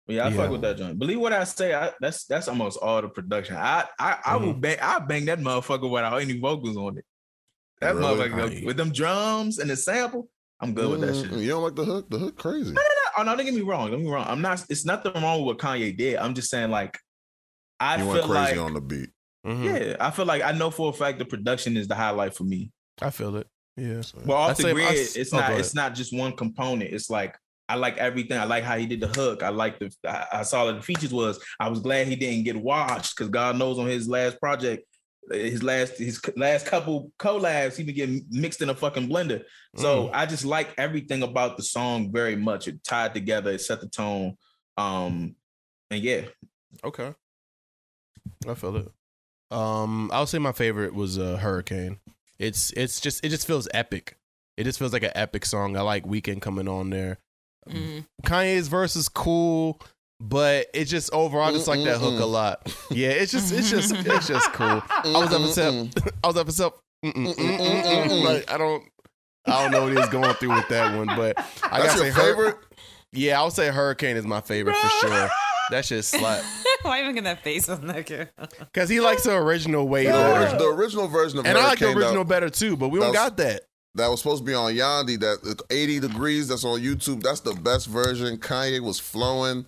Speaker 4: But yeah, I
Speaker 2: Yeah.
Speaker 4: fuck with that joint. Believe what I say. I, that's that's almost all the production. I I, I will bang. I bang that motherfucker without any vocals on it. That
Speaker 3: Really?
Speaker 4: motherfucker
Speaker 2: Aye.
Speaker 4: with them drums and the sample. I'm good with that shit.
Speaker 3: Mm, You don't like the hook? The hook crazy.
Speaker 4: Oh no, don't get me wrong. Don't get me wrong. I'm not. It's nothing wrong with what Kanye did. I'm just saying, like, I
Speaker 3: You went
Speaker 4: feel
Speaker 3: crazy
Speaker 4: like,
Speaker 3: on the beat.
Speaker 2: Mhm.
Speaker 4: yeah, I feel like I know for a fact the production is the highlight for me.
Speaker 2: I feel it. Yeah.
Speaker 3: So,
Speaker 4: Well,
Speaker 2: I
Speaker 4: off the
Speaker 2: say- I
Speaker 4: grid,
Speaker 2: s-
Speaker 4: it's
Speaker 2: oh,
Speaker 4: not.
Speaker 2: go
Speaker 4: It's not just one component. It's like I like everything. I like how he did the hook. I like the. I, I saw that the features was. I was glad he didn't get watched because God knows on his last project, his last his c- last couple collabs, he been getting mixed in a fucking blender.
Speaker 2: Mm.
Speaker 4: So I just like everything about the song very much. It tied together. It set the tone. Um, and yeah,
Speaker 2: Mm, Okay. I feel it. Um, I would say my favorite was uh, Hurricane. It's it's just it just feels epic. It just feels like an epic song. I like Weekend coming on there.
Speaker 1: Mm. <laughs>
Speaker 2: Kanye's verse is cool, but it's just overall I just like that hook a lot. Yeah, it's just it's just it's just cool. I was up myself. I was up myself. Like I don't I don't know what he was going through with that one, but I
Speaker 3: That's
Speaker 2: gotta say
Speaker 3: your
Speaker 2: Hur-
Speaker 3: favorite?
Speaker 2: yeah, I would say Hurricane is my favorite for sure. That shit slap.
Speaker 1: Why you making that face on that girl?
Speaker 2: Cause he likes the original way
Speaker 3: The,
Speaker 2: better.
Speaker 3: orig- the original version of
Speaker 2: And I like the
Speaker 3: Hurricane that-
Speaker 2: original better too, but we don't
Speaker 3: That's-
Speaker 2: got that.
Speaker 3: that was supposed to be on Yandi, that 80 degrees that's on YouTube. That's the best version. Kanye was flowing.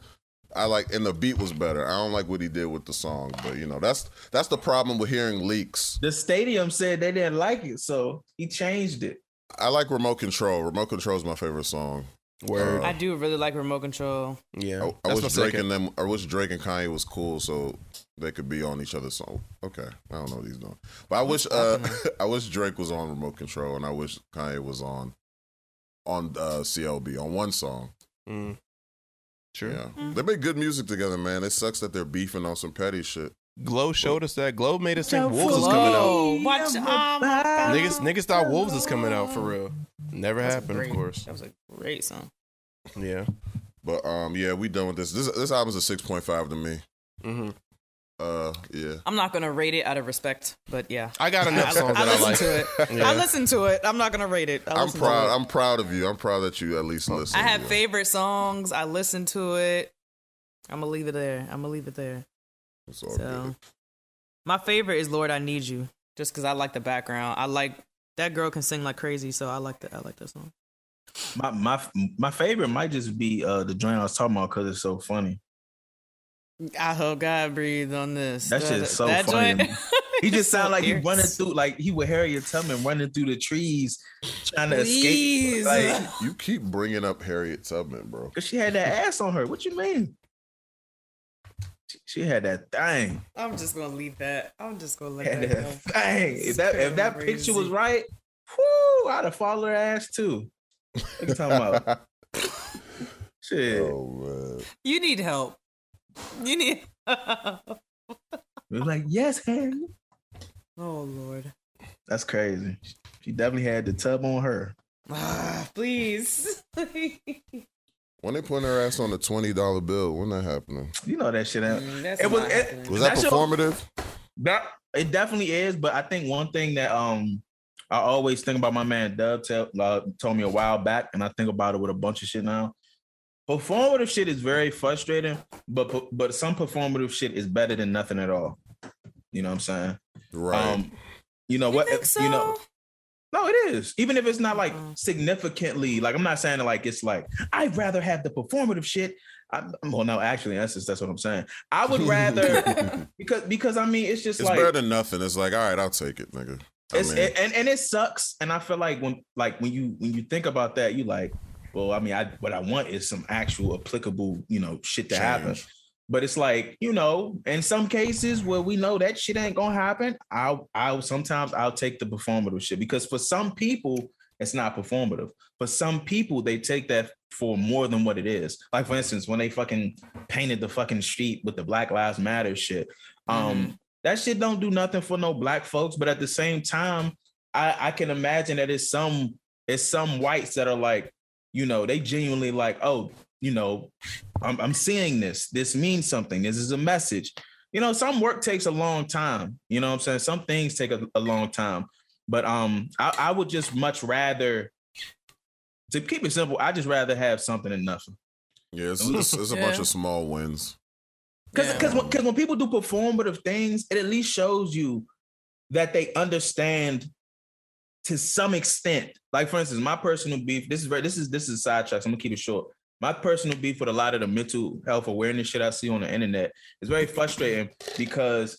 Speaker 3: I like and the beat was better. I don't like what he did with the song, but you know, that's that's the problem with hearing leaks.
Speaker 4: the stadium said they didn't like it, so he changed it.
Speaker 3: I like Remote Control. Remote Control is my favorite song.
Speaker 2: Word.
Speaker 1: I do really like remote control.
Speaker 2: yeah.
Speaker 3: I, I
Speaker 2: That's my
Speaker 3: wish Drake
Speaker 2: second.
Speaker 3: and them I wish Drake and Kanye was cool so they could be on each other's song. Okay. I don't know what he's doing. But I wish uh <laughs> I wish Drake was on Remote Control and I wish Kanye was on on uh CLB on one song.
Speaker 2: Mm. True.
Speaker 3: Yeah.
Speaker 1: Mm-hmm.
Speaker 3: They make good music together, man. It sucks that they're beefing on some petty shit.
Speaker 2: Glow showed us that. Glow made us think
Speaker 4: Don't
Speaker 2: Wolves is
Speaker 4: fool
Speaker 2: coming out.
Speaker 1: Glow. Watch.
Speaker 4: Yeah,
Speaker 1: Oh my God.
Speaker 2: Niggas, niggas thought Wolves is coming out for real. Never
Speaker 1: That's a
Speaker 2: happened,
Speaker 1: great-
Speaker 2: of course.
Speaker 1: That was a great song.
Speaker 2: Yeah.
Speaker 3: But um yeah, we done with this. This this album's a six point five to me.
Speaker 1: Mm-hmm.
Speaker 2: hmm
Speaker 3: Uh yeah.
Speaker 1: I'm not gonna rate it out of respect, but yeah,
Speaker 2: I got enough songs
Speaker 1: I
Speaker 2: that
Speaker 1: listened
Speaker 2: I like.
Speaker 1: to it.
Speaker 2: <laughs> Yeah.
Speaker 1: I listened to it. I'm not gonna rate it. I
Speaker 3: I'm
Speaker 1: listened to
Speaker 3: proud
Speaker 1: it.
Speaker 3: I'm proud of you. I'm proud that you at least listen.
Speaker 1: I have
Speaker 3: Yeah.
Speaker 1: favorite songs. I listen to it. I'm gonna leave it there. I'm gonna leave it there.
Speaker 3: It's all good.
Speaker 1: So, my favorite is "Lord, I Need You," just because I like the background. I like that girl can sing like crazy, so I like that. I like that song.
Speaker 4: My my my favorite might just be uh the joint I was talking about because it's so funny.
Speaker 1: I hope God breathes on this.
Speaker 4: That shit is so funny
Speaker 1: <laughs>
Speaker 4: <laughs> to me. He just sound like he running through like he with Harriet Tubman running through the trees trying to
Speaker 1: Please.
Speaker 4: escape. Like,
Speaker 3: You keep bringing up Harriet Tubman, bro.
Speaker 4: Cause she had that ass on her. What you mean? She, she had that thing.
Speaker 1: <laughs> I'm just gonna leave that. I'm just gonna let
Speaker 4: Had
Speaker 1: that go.
Speaker 4: that <laughs> thing. If that if that picture was
Speaker 1: Crazy.
Speaker 4: right, whoo, I'd have followed her ass too. What you talking
Speaker 1: <laughs>
Speaker 4: about?
Speaker 3: <laughs>
Speaker 4: Shit.
Speaker 3: oh man.
Speaker 1: You need help. You need. <laughs> oh
Speaker 4: It was like, yes, Harry.
Speaker 1: Lord.
Speaker 4: That's crazy. She definitely had the tub on her.
Speaker 1: Ah, please. <laughs>
Speaker 3: When they putting her ass on the twenty dollar bill, when that happening?
Speaker 4: You know that shit. ain't-
Speaker 1: That's
Speaker 4: It was-
Speaker 1: not
Speaker 4: it-
Speaker 1: happening.
Speaker 3: Was that
Speaker 4: That's your-
Speaker 3: performative?
Speaker 4: That it definitely is, but I think one thing that um I always think about my man Dub tell, uh, told me a while back, and I think about it with a bunch of shit now. Performative shit is very frustrating, but but some performative shit is better than nothing at all. You know what I'm saying?
Speaker 3: Right.
Speaker 4: Um, you know what?
Speaker 1: think so?
Speaker 4: uh, You know, no, it is. Even if it's not like
Speaker 1: Mhm.
Speaker 4: significantly, like I'm not saying like it's like I'd rather have the performative shit. I, well, no, actually, that's just, that's what I'm saying.
Speaker 3: <laughs>
Speaker 4: I would rather because because I mean it's just
Speaker 3: it's
Speaker 4: like
Speaker 3: better than nothing. It's like, all right, I'll take it, nigga. I
Speaker 4: it's
Speaker 3: mean,
Speaker 4: it- and and it sucks. And I feel like when like when you when you think about that, you like, well, I mean, I what I want is some actual applicable, you know, shit to happen.
Speaker 3: Change.
Speaker 4: But it's like you know, in some cases where we know that shit ain't gonna happen, I'll I'll sometimes I'll take the performative shit because for some people it's not performative. For some people they take that for more than what it is. Like for instance, when they fucking painted the fucking street with the Black Lives Matter shit, um, that shit don't do nothing for no black folks. But at the same time, I I can imagine that it's some it's some whites that are like, you know, they genuinely like, oh, you know, I'm, I'm seeing this. This means something. This is a message. You know, some work takes a long time. You know what I'm saying? Some things take a, a long time. But um, I, I would just much rather to keep it simple, I just rather have something than nothing.
Speaker 3: Yeah,
Speaker 4: <laughs>
Speaker 3: it's, it's, it's a bunch of small wins.
Speaker 4: Because
Speaker 1: Yeah.
Speaker 4: because when, 'cause when people do performative things, it at least shows you that they understand to some extent. Like for instance, my personal beef. This is very this is this is sidetracks. I'm gonna keep it short. My personal beef with a lot of the mental health awareness shit I see on the internet is very frustrating because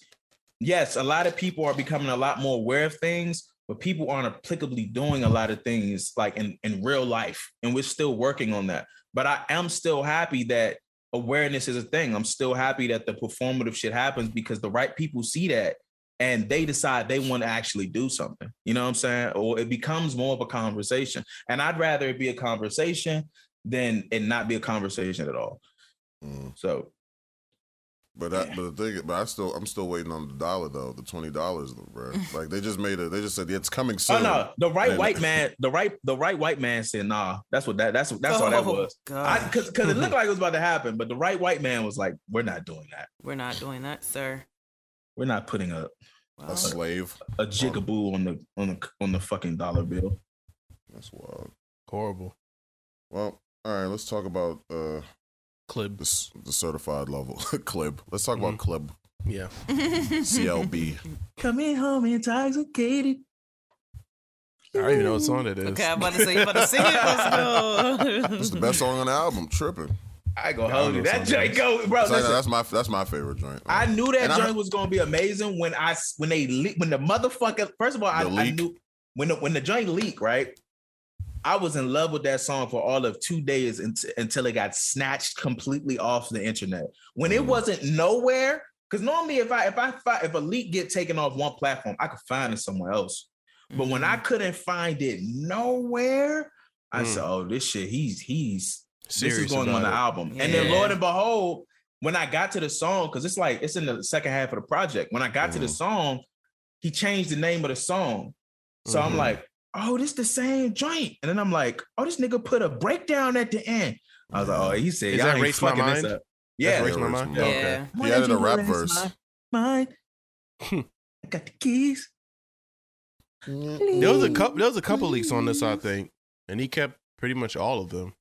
Speaker 4: yes, a lot of people are becoming a lot more aware of things, but people aren't applicably doing a lot of things like in, in real life. And we're still working on that. But I am still happy that awareness is a thing. I'm still happy that the performative shit happens because the right people see that and they decide they want to actually do something. You know what I'm saying? Or it becomes more of a conversation. And I'd rather it be a conversation than it not be a conversation at all.
Speaker 3: Mm.
Speaker 4: So oh,
Speaker 3: But I, but the thing, but I still I'm still waiting on the dollar though, the twenty dollars, bro.
Speaker 4: <laughs>
Speaker 3: Like they just made it. They just said it's coming soon.
Speaker 4: Oh no, the right
Speaker 3: And-
Speaker 4: white man, the right the right white man said, "Nah, that's what that that's <laughs> that's all that
Speaker 5: Oh,
Speaker 1: <laughs>
Speaker 4: was." I
Speaker 5: God.
Speaker 4: because it looked like it was about to happen, but the right white man was like, "We're not doing that.
Speaker 1: We're not doing that, sir.
Speaker 4: We're not putting a Oh,
Speaker 3: A
Speaker 1: Well,
Speaker 3: slave.
Speaker 4: a jigaboo on the on the on the fucking dollar bill."
Speaker 3: That's wild.
Speaker 2: Horrible.
Speaker 3: Well, all right. Let's talk about uh
Speaker 2: Clip.
Speaker 3: this the certified level <laughs> club. Let's talk
Speaker 4: Mm.
Speaker 3: about club
Speaker 2: Yeah.
Speaker 1: <laughs>
Speaker 3: CLB.
Speaker 4: Coming home intoxicated.
Speaker 2: I don't even know what song that is.
Speaker 1: okay, I'm about to say you about to sing it. Let's
Speaker 3: It's the
Speaker 1: go.
Speaker 3: best song on the album.
Speaker 4: <laughs>
Speaker 3: Tripping.
Speaker 4: I ain't gonna
Speaker 2: Yeah, I
Speaker 4: hold you.
Speaker 2: know
Speaker 4: That
Speaker 2: something
Speaker 4: joint go, bro.
Speaker 3: It's like,
Speaker 4: Oh, listen,
Speaker 3: that's my that's my favorite joint.
Speaker 4: I knew that
Speaker 3: And I-
Speaker 4: joint was gonna be amazing when I s- when they leak when the motherfucker. First of all, I,
Speaker 3: The
Speaker 4: I
Speaker 3: leak.
Speaker 4: knew when the, when the joint leak right. I was in love with that song for all of two days unt- until it got snatched completely off the internet. When it
Speaker 3: Mm.
Speaker 4: wasn't nowhere, because normally if I if I fi- if a leak get taken off one platform, I could find it somewhere else. But when
Speaker 2: Mm-hmm.
Speaker 4: I couldn't find it nowhere, I
Speaker 2: Mm.
Speaker 4: said, "Oh, this shit, he's he's
Speaker 2: Serious
Speaker 4: this is going
Speaker 2: about
Speaker 4: on the
Speaker 2: it.
Speaker 4: album. And then
Speaker 1: Yeah.
Speaker 4: Lord and Behold, when I got to the song, because it's like it's in the second half of the project. When I got to the
Speaker 2: Mm-hmm.
Speaker 3: Mhm.
Speaker 4: song, he changed the name of the song. So I'm
Speaker 2: Mhm.
Speaker 4: like, oh, this the same joint. And then I'm like, oh, this nigga put a breakdown at the end. I was like, oh, he said,
Speaker 2: Is
Speaker 4: y'all
Speaker 2: that
Speaker 4: ain't
Speaker 2: Race My
Speaker 4: fucking this
Speaker 2: Mind?
Speaker 4: up. Yeah.
Speaker 2: Race My Mind?
Speaker 1: yeah.
Speaker 3: Okay.
Speaker 4: Why
Speaker 3: He
Speaker 4: don't
Speaker 3: added a
Speaker 4: you
Speaker 3: rap
Speaker 4: raise
Speaker 3: verse.
Speaker 4: My
Speaker 2: <laughs>
Speaker 4: mind.
Speaker 2: Hmm.
Speaker 4: I got the keys.
Speaker 2: There was a couple. There was a couple leaks on this, I think, and he kept pretty much all of them.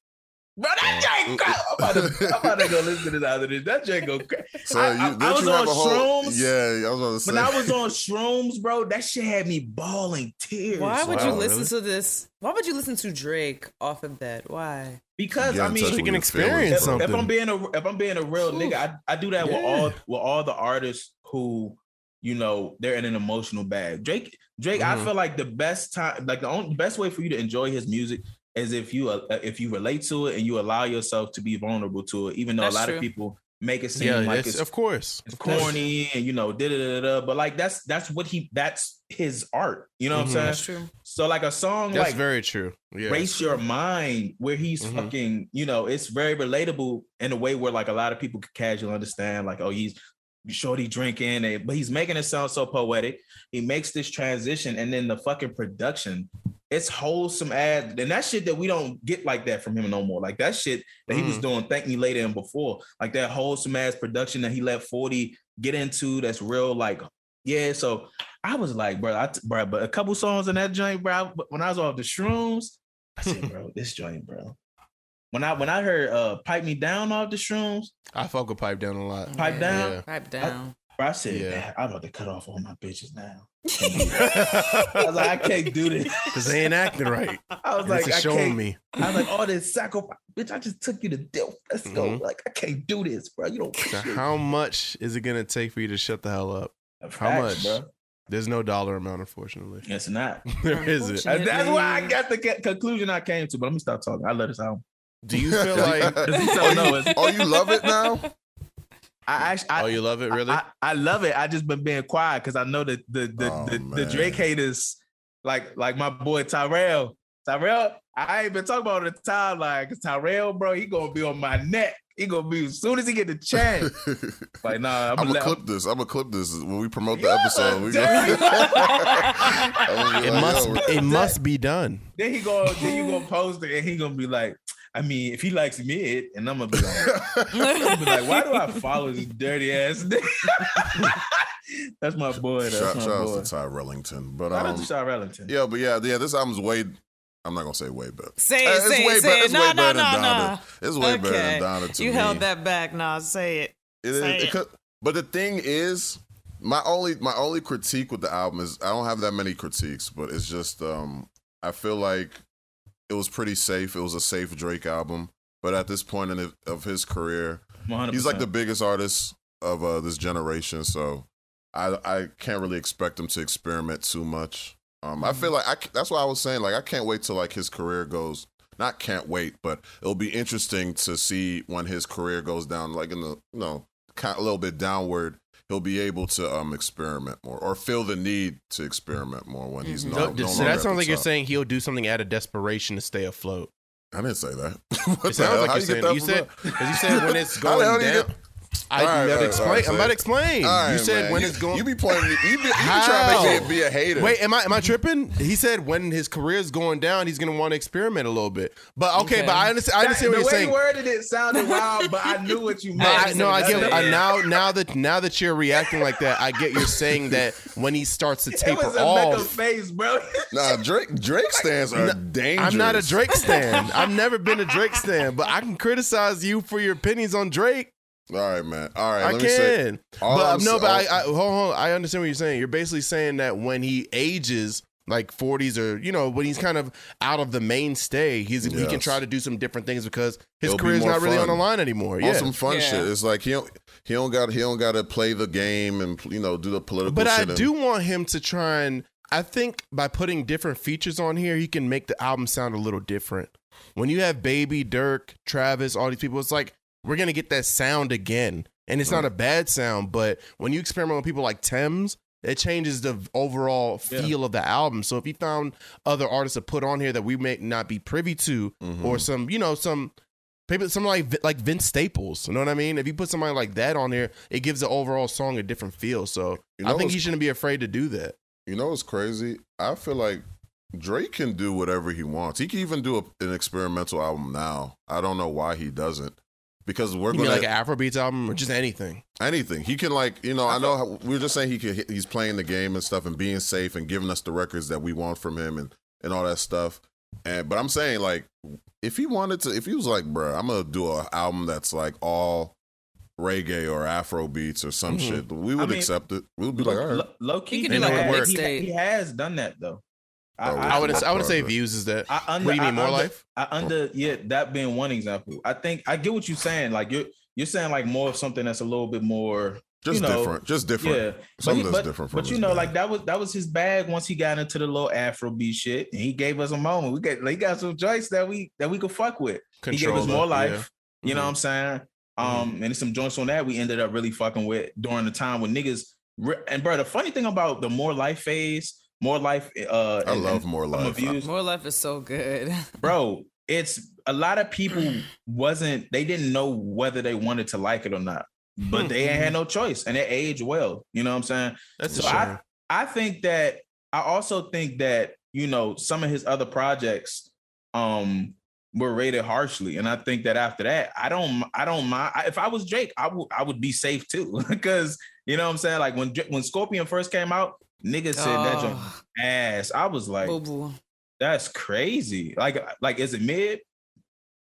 Speaker 4: Bro, that
Speaker 3: Yeah.
Speaker 4: joint go. I'm about, to, I'm about
Speaker 2: <laughs>
Speaker 4: to go listen to the other day. That joint go crazy.
Speaker 3: So
Speaker 4: I-
Speaker 3: you,
Speaker 4: I- I
Speaker 3: did
Speaker 4: was
Speaker 3: you have
Speaker 4: on
Speaker 3: a whole?
Speaker 4: shrooms.
Speaker 3: Yeah, I was on the
Speaker 4: When I was on shrooms, bro, that shit had me bawling tears.
Speaker 1: Why would you
Speaker 2: Wow,
Speaker 1: listen
Speaker 2: really?
Speaker 1: to this? Why would you listen to Drake off of that? Why?
Speaker 4: Because
Speaker 3: Yeah,
Speaker 4: I
Speaker 3: in
Speaker 4: mean,
Speaker 3: touch
Speaker 2: So you can
Speaker 3: That's what you're feeling.
Speaker 2: experience
Speaker 4: if,
Speaker 2: something.
Speaker 4: if I'm being a if I'm being a real nigga, I, I do that with
Speaker 2: Yeah.
Speaker 4: all with all the artists who you know they're in an emotional bag. Drake Drake,
Speaker 2: Mhm.
Speaker 4: I feel like the best time, like the only best way for you to enjoy his music is if you uh, if you relate to it and you allow yourself to be vulnerable to it. Even though
Speaker 1: That's
Speaker 4: a lot
Speaker 1: true.
Speaker 4: of people make it seem
Speaker 2: yeah,
Speaker 4: like
Speaker 2: it's-
Speaker 4: it's
Speaker 2: of course.
Speaker 4: it's
Speaker 2: Of course.
Speaker 4: corny and you know da da da da. da, But like that's that's what he that's his art. You know
Speaker 2: Mhm.
Speaker 4: what I'm
Speaker 1: That's
Speaker 4: saying?
Speaker 1: true.
Speaker 4: So like a song
Speaker 2: That's
Speaker 4: like
Speaker 2: very true. Yeah.
Speaker 4: race your mind where he's
Speaker 2: Mhm.
Speaker 4: fucking you know it's very relatable in a way where like a lot of people could casually understand like oh he's shorty drinking and, but he's making it sound so poetic he makes this transition and then the fucking production it's wholesome ass and that shit that we don't get like that from him no more like that shit that he was
Speaker 2: Mhm.
Speaker 4: doing thank me later and before like that wholesome ass production that he let 40 get into that's real like yeah so I was like, bro, I t- bro, but a couple songs in that joint, bro. I- When I was off the shrooms, I
Speaker 2: <laughs>
Speaker 4: said, bro, this joint, bro. When I when I heard uh "Pipe Me Down" off the shrooms,
Speaker 2: I fuck with pipe down a lot.
Speaker 4: Pipe
Speaker 1: Yeah.
Speaker 4: down?
Speaker 2: Yeah.
Speaker 1: Pipe down.
Speaker 4: bro, I said,
Speaker 2: Yeah.
Speaker 4: "Man, I'm about to cut off all my bitches now. I
Speaker 2: Because <laughs>
Speaker 4: was like, <laughs> I can't do this.
Speaker 2: they ain't acting right.
Speaker 4: I was
Speaker 2: And it's
Speaker 4: like,
Speaker 2: a
Speaker 4: I
Speaker 2: showing
Speaker 4: can't.
Speaker 2: me.
Speaker 4: I was like, all this sacrifice, bitch. I just took you to death. Let's
Speaker 2: Mhm.
Speaker 4: go. Like, I can't do this, bro. You don't.
Speaker 2: So how much is it gonna take for you to shut the hell up? how much? There's no dollar amount, unfortunately. <laughs>
Speaker 4: It's not.
Speaker 2: There isn't.
Speaker 4: And that's why I
Speaker 1: Definitely.
Speaker 4: got the ca- conclusion I came to. But let me stop talking. I love this album.
Speaker 2: Do <laughs> you
Speaker 3: <laughs>
Speaker 2: feel like?
Speaker 4: Does he still know it?
Speaker 3: oh, you love it now?
Speaker 4: I actually, I,
Speaker 2: oh, you love it, really?
Speaker 4: I, I love it. I just been being quiet because I know that the the,
Speaker 3: Oh,
Speaker 4: the, the
Speaker 3: man.
Speaker 4: Drake haters, like like my boy Tyrell. Tyrell, I ain't been talking about it at the timeline because Tyrell, bro, he gonna be on my neck. He gonna be as soon as he get
Speaker 2: <laughs>
Speaker 4: the chance. like, nah, I'm,
Speaker 3: I'm
Speaker 4: gonna
Speaker 3: gonna
Speaker 4: let-
Speaker 3: clip this. I'm gonna clip this when we promote the
Speaker 4: You
Speaker 3: episode. We <laughs>
Speaker 4: dirty
Speaker 3: I'ma be
Speaker 2: it
Speaker 3: like,
Speaker 2: must.
Speaker 3: yo,
Speaker 2: It must be done.
Speaker 4: Then he go, then you gonna post it, and he gonna be like, I mean, if he likes me, it, and I'm gonna be
Speaker 1: <laughs>
Speaker 4: like, I'm gonna be like, why do I follow this dirty ass? <laughs> nigga?" That's my boy. That's
Speaker 3: shout
Speaker 4: my
Speaker 3: shout
Speaker 4: boy.
Speaker 3: out to Tyrellington, but
Speaker 4: Shout out to
Speaker 3: um,
Speaker 4: Shaw Ellington.
Speaker 3: yeah, but yeah, yeah, this album's way I'm not gonna say way better.
Speaker 1: Say
Speaker 3: Uh,
Speaker 1: it,
Speaker 3: it's
Speaker 1: say
Speaker 3: way
Speaker 1: it,
Speaker 3: better.
Speaker 1: say it.
Speaker 3: It's
Speaker 1: No,
Speaker 3: way
Speaker 1: no, no,
Speaker 3: better than
Speaker 1: no.
Speaker 3: Donna. It's way better than Donna to
Speaker 1: You
Speaker 3: me.
Speaker 1: held that back. Nah, say it.
Speaker 3: It is,
Speaker 1: Say
Speaker 3: it
Speaker 1: it.
Speaker 3: could- but the thing is, my only my only critique with the album is I don't have that many critiques, but it's just um I feel like it was pretty safe. It was a safe Drake album, but at this point in it- of his career, he's like the biggest artist of uh, this generation, so I I can't really expect him to experiment too much. Um, I feel
Speaker 2: Mm-hmm.
Speaker 3: like I c that's why I was saying like I can't wait till like his career goes. Not can't wait, but it'll be interesting to see when his career goes down, like in the you know kind a little bit downward. He'll be able to um experiment more or feel the need to experiment more when he's no,
Speaker 2: No, so
Speaker 3: no longer
Speaker 2: Mm-hmm. that
Speaker 3: at the
Speaker 2: sounds like you're
Speaker 3: top.
Speaker 2: saying he'll do something out of desperation to stay afloat.
Speaker 3: I didn't say that. <laughs> what
Speaker 2: It sounds like you're
Speaker 3: How you get
Speaker 2: saying
Speaker 3: that
Speaker 2: you
Speaker 3: from
Speaker 2: said
Speaker 3: that?
Speaker 2: <laughs> because you said when it's
Speaker 3: How the hell
Speaker 2: going
Speaker 3: do you
Speaker 2: down.
Speaker 3: get-
Speaker 2: I
Speaker 3: All right,
Speaker 2: am about to
Speaker 3: all right, all
Speaker 2: explain.
Speaker 3: right,
Speaker 2: I'm about
Speaker 3: say
Speaker 2: to
Speaker 3: it.
Speaker 2: explain.
Speaker 3: All
Speaker 2: you
Speaker 3: right,
Speaker 2: said
Speaker 3: man.
Speaker 2: when
Speaker 3: You-
Speaker 2: it's going.
Speaker 3: You be playing. You be, you be trying to make me be a hater.
Speaker 2: Wait, am I am I tripping? He said when his career is going down, he's gonna want to experiment a little bit. But okay,
Speaker 1: Okay.
Speaker 2: but I understand. I understand what
Speaker 4: the
Speaker 2: you're
Speaker 4: way
Speaker 2: saying.
Speaker 4: you worded it sounded wild, but I knew
Speaker 2: <laughs>
Speaker 4: what you meant.
Speaker 2: No, I, no, I get
Speaker 4: it.
Speaker 2: I, now. Now that now that you're reacting like that, I get you're saying that when he starts to
Speaker 4: <laughs> It
Speaker 2: taper
Speaker 4: was a mecca
Speaker 2: off.
Speaker 4: face, bro. <laughs>
Speaker 3: Nah, Drake. Drake stands are dangerous.
Speaker 2: I'm not a
Speaker 4: <laughs>
Speaker 2: Drake stan. I've never been a Drake stan, but I can criticize you for your opinions on Drake.
Speaker 3: All right, man. All right,
Speaker 2: I can.
Speaker 3: let me say. all
Speaker 2: but
Speaker 3: I'm
Speaker 2: no,
Speaker 3: sa-
Speaker 2: but I,
Speaker 3: all-
Speaker 2: I hold on. I understand what you're saying. You're basically saying that when he ages, like 40s or you know, when he's kind of out of the mainstay, he's he can
Speaker 3: Yes.
Speaker 2: try to do some different things because his
Speaker 3: It'll be
Speaker 2: career's
Speaker 3: more
Speaker 2: not really on
Speaker 3: fun.
Speaker 2: the line anymore.
Speaker 3: on
Speaker 2: yeah.
Speaker 3: some fun
Speaker 1: Yeah.
Speaker 3: shit. It's like he don't he don't got he don't got to play the game and you know do the political.
Speaker 2: But I
Speaker 3: shit and-
Speaker 2: do want him to try and I think by putting different features on here, he can make the album sound a little different. When you have Baby, Dirk, Travis, all these people, it's like we're gonna get that sound again. And it's not a bad sound, but when you experiment with people like Thames, it changes the overall
Speaker 4: Yeah.
Speaker 2: feel of the album. So if you found other artists to put on here that we may not be privy to,
Speaker 3: Mhm.
Speaker 2: or some, you know, some people, some like like Vince Staples. You know what I mean? If you put somebody like that on there, it gives the overall song a different feel. So
Speaker 3: You
Speaker 2: I
Speaker 3: know
Speaker 2: think
Speaker 3: what's-
Speaker 2: he shouldn't be afraid to do that.
Speaker 3: You know what's crazy? I feel like Drake can do whatever he wants. He can even do a, an experimental album now. I don't know why he doesn't. Because we're
Speaker 2: You
Speaker 3: going
Speaker 2: mean
Speaker 3: to
Speaker 2: like an Afrobeats album or just anything?
Speaker 3: anything. He can like you know. I know how, we were just saying he could. He's playing the game and stuff and being safe and giving us the records that we want from him and and all that stuff. And but I'm saying like if he wanted to, if he was like, bruh, I'm gonna do an album that's like all reggae or Afro beats or some
Speaker 2: Mhm.
Speaker 3: shit, we would
Speaker 4: Mm-hmm. mean,
Speaker 3: accept it. We would be like, all right.
Speaker 4: low key,
Speaker 1: He
Speaker 4: he,
Speaker 1: could
Speaker 2: do like a
Speaker 4: has,
Speaker 2: work.
Speaker 4: he, he has done that though. I,
Speaker 3: Oh,
Speaker 2: I would
Speaker 3: That's
Speaker 2: I would say
Speaker 3: perfect.
Speaker 2: views is that.
Speaker 4: I under,
Speaker 2: what do you
Speaker 4: I
Speaker 2: mean more
Speaker 4: under-
Speaker 2: life?
Speaker 4: I under yeah, that being one example. I think I get what you're saying. Like you're you're saying like more of something that's a little bit more
Speaker 3: just
Speaker 4: you know,
Speaker 3: different, just different.
Speaker 4: yeah.
Speaker 3: Something
Speaker 4: but, he-
Speaker 3: that's
Speaker 4: but-
Speaker 3: different from
Speaker 4: But you
Speaker 3: his
Speaker 4: know,
Speaker 3: bag.
Speaker 4: like that was that was his bag once he got into the little Afrobeat shit. And he gave us a moment. We got like, he got some joints that we that we could fuck with. he gave us
Speaker 2: Controller,
Speaker 4: more
Speaker 2: yeah.
Speaker 4: life. You
Speaker 2: Mhm.
Speaker 4: know
Speaker 3: Mm-hmm.
Speaker 4: what I'm saying? Um, and some joints on that we ended up really fucking with during the time when niggas. re- And bro, the funny thing about the more life phase, more life. Uh,
Speaker 3: I
Speaker 4: and-
Speaker 3: love
Speaker 4: and
Speaker 3: more
Speaker 4: some
Speaker 3: life.
Speaker 4: Abuse,
Speaker 1: More Life is so good.
Speaker 4: bro it's a lot of people wasn't they didn't know whether they wanted to like it or not but they ain't had no choice and they aged well you know what i'm saying
Speaker 2: That's a
Speaker 4: so
Speaker 2: shame.
Speaker 4: I, I think that i also think that you know some of his other projects um were rated harshly and i think that after that i don't i don't mind I, if i was drake i would i would be safe too <laughs> because you know what i'm saying like when Dra- when scorpion first came out niggas said that joint
Speaker 1: Oh,
Speaker 4: ass i was like
Speaker 1: boo boo.
Speaker 4: that's crazy. Like, like is it mid?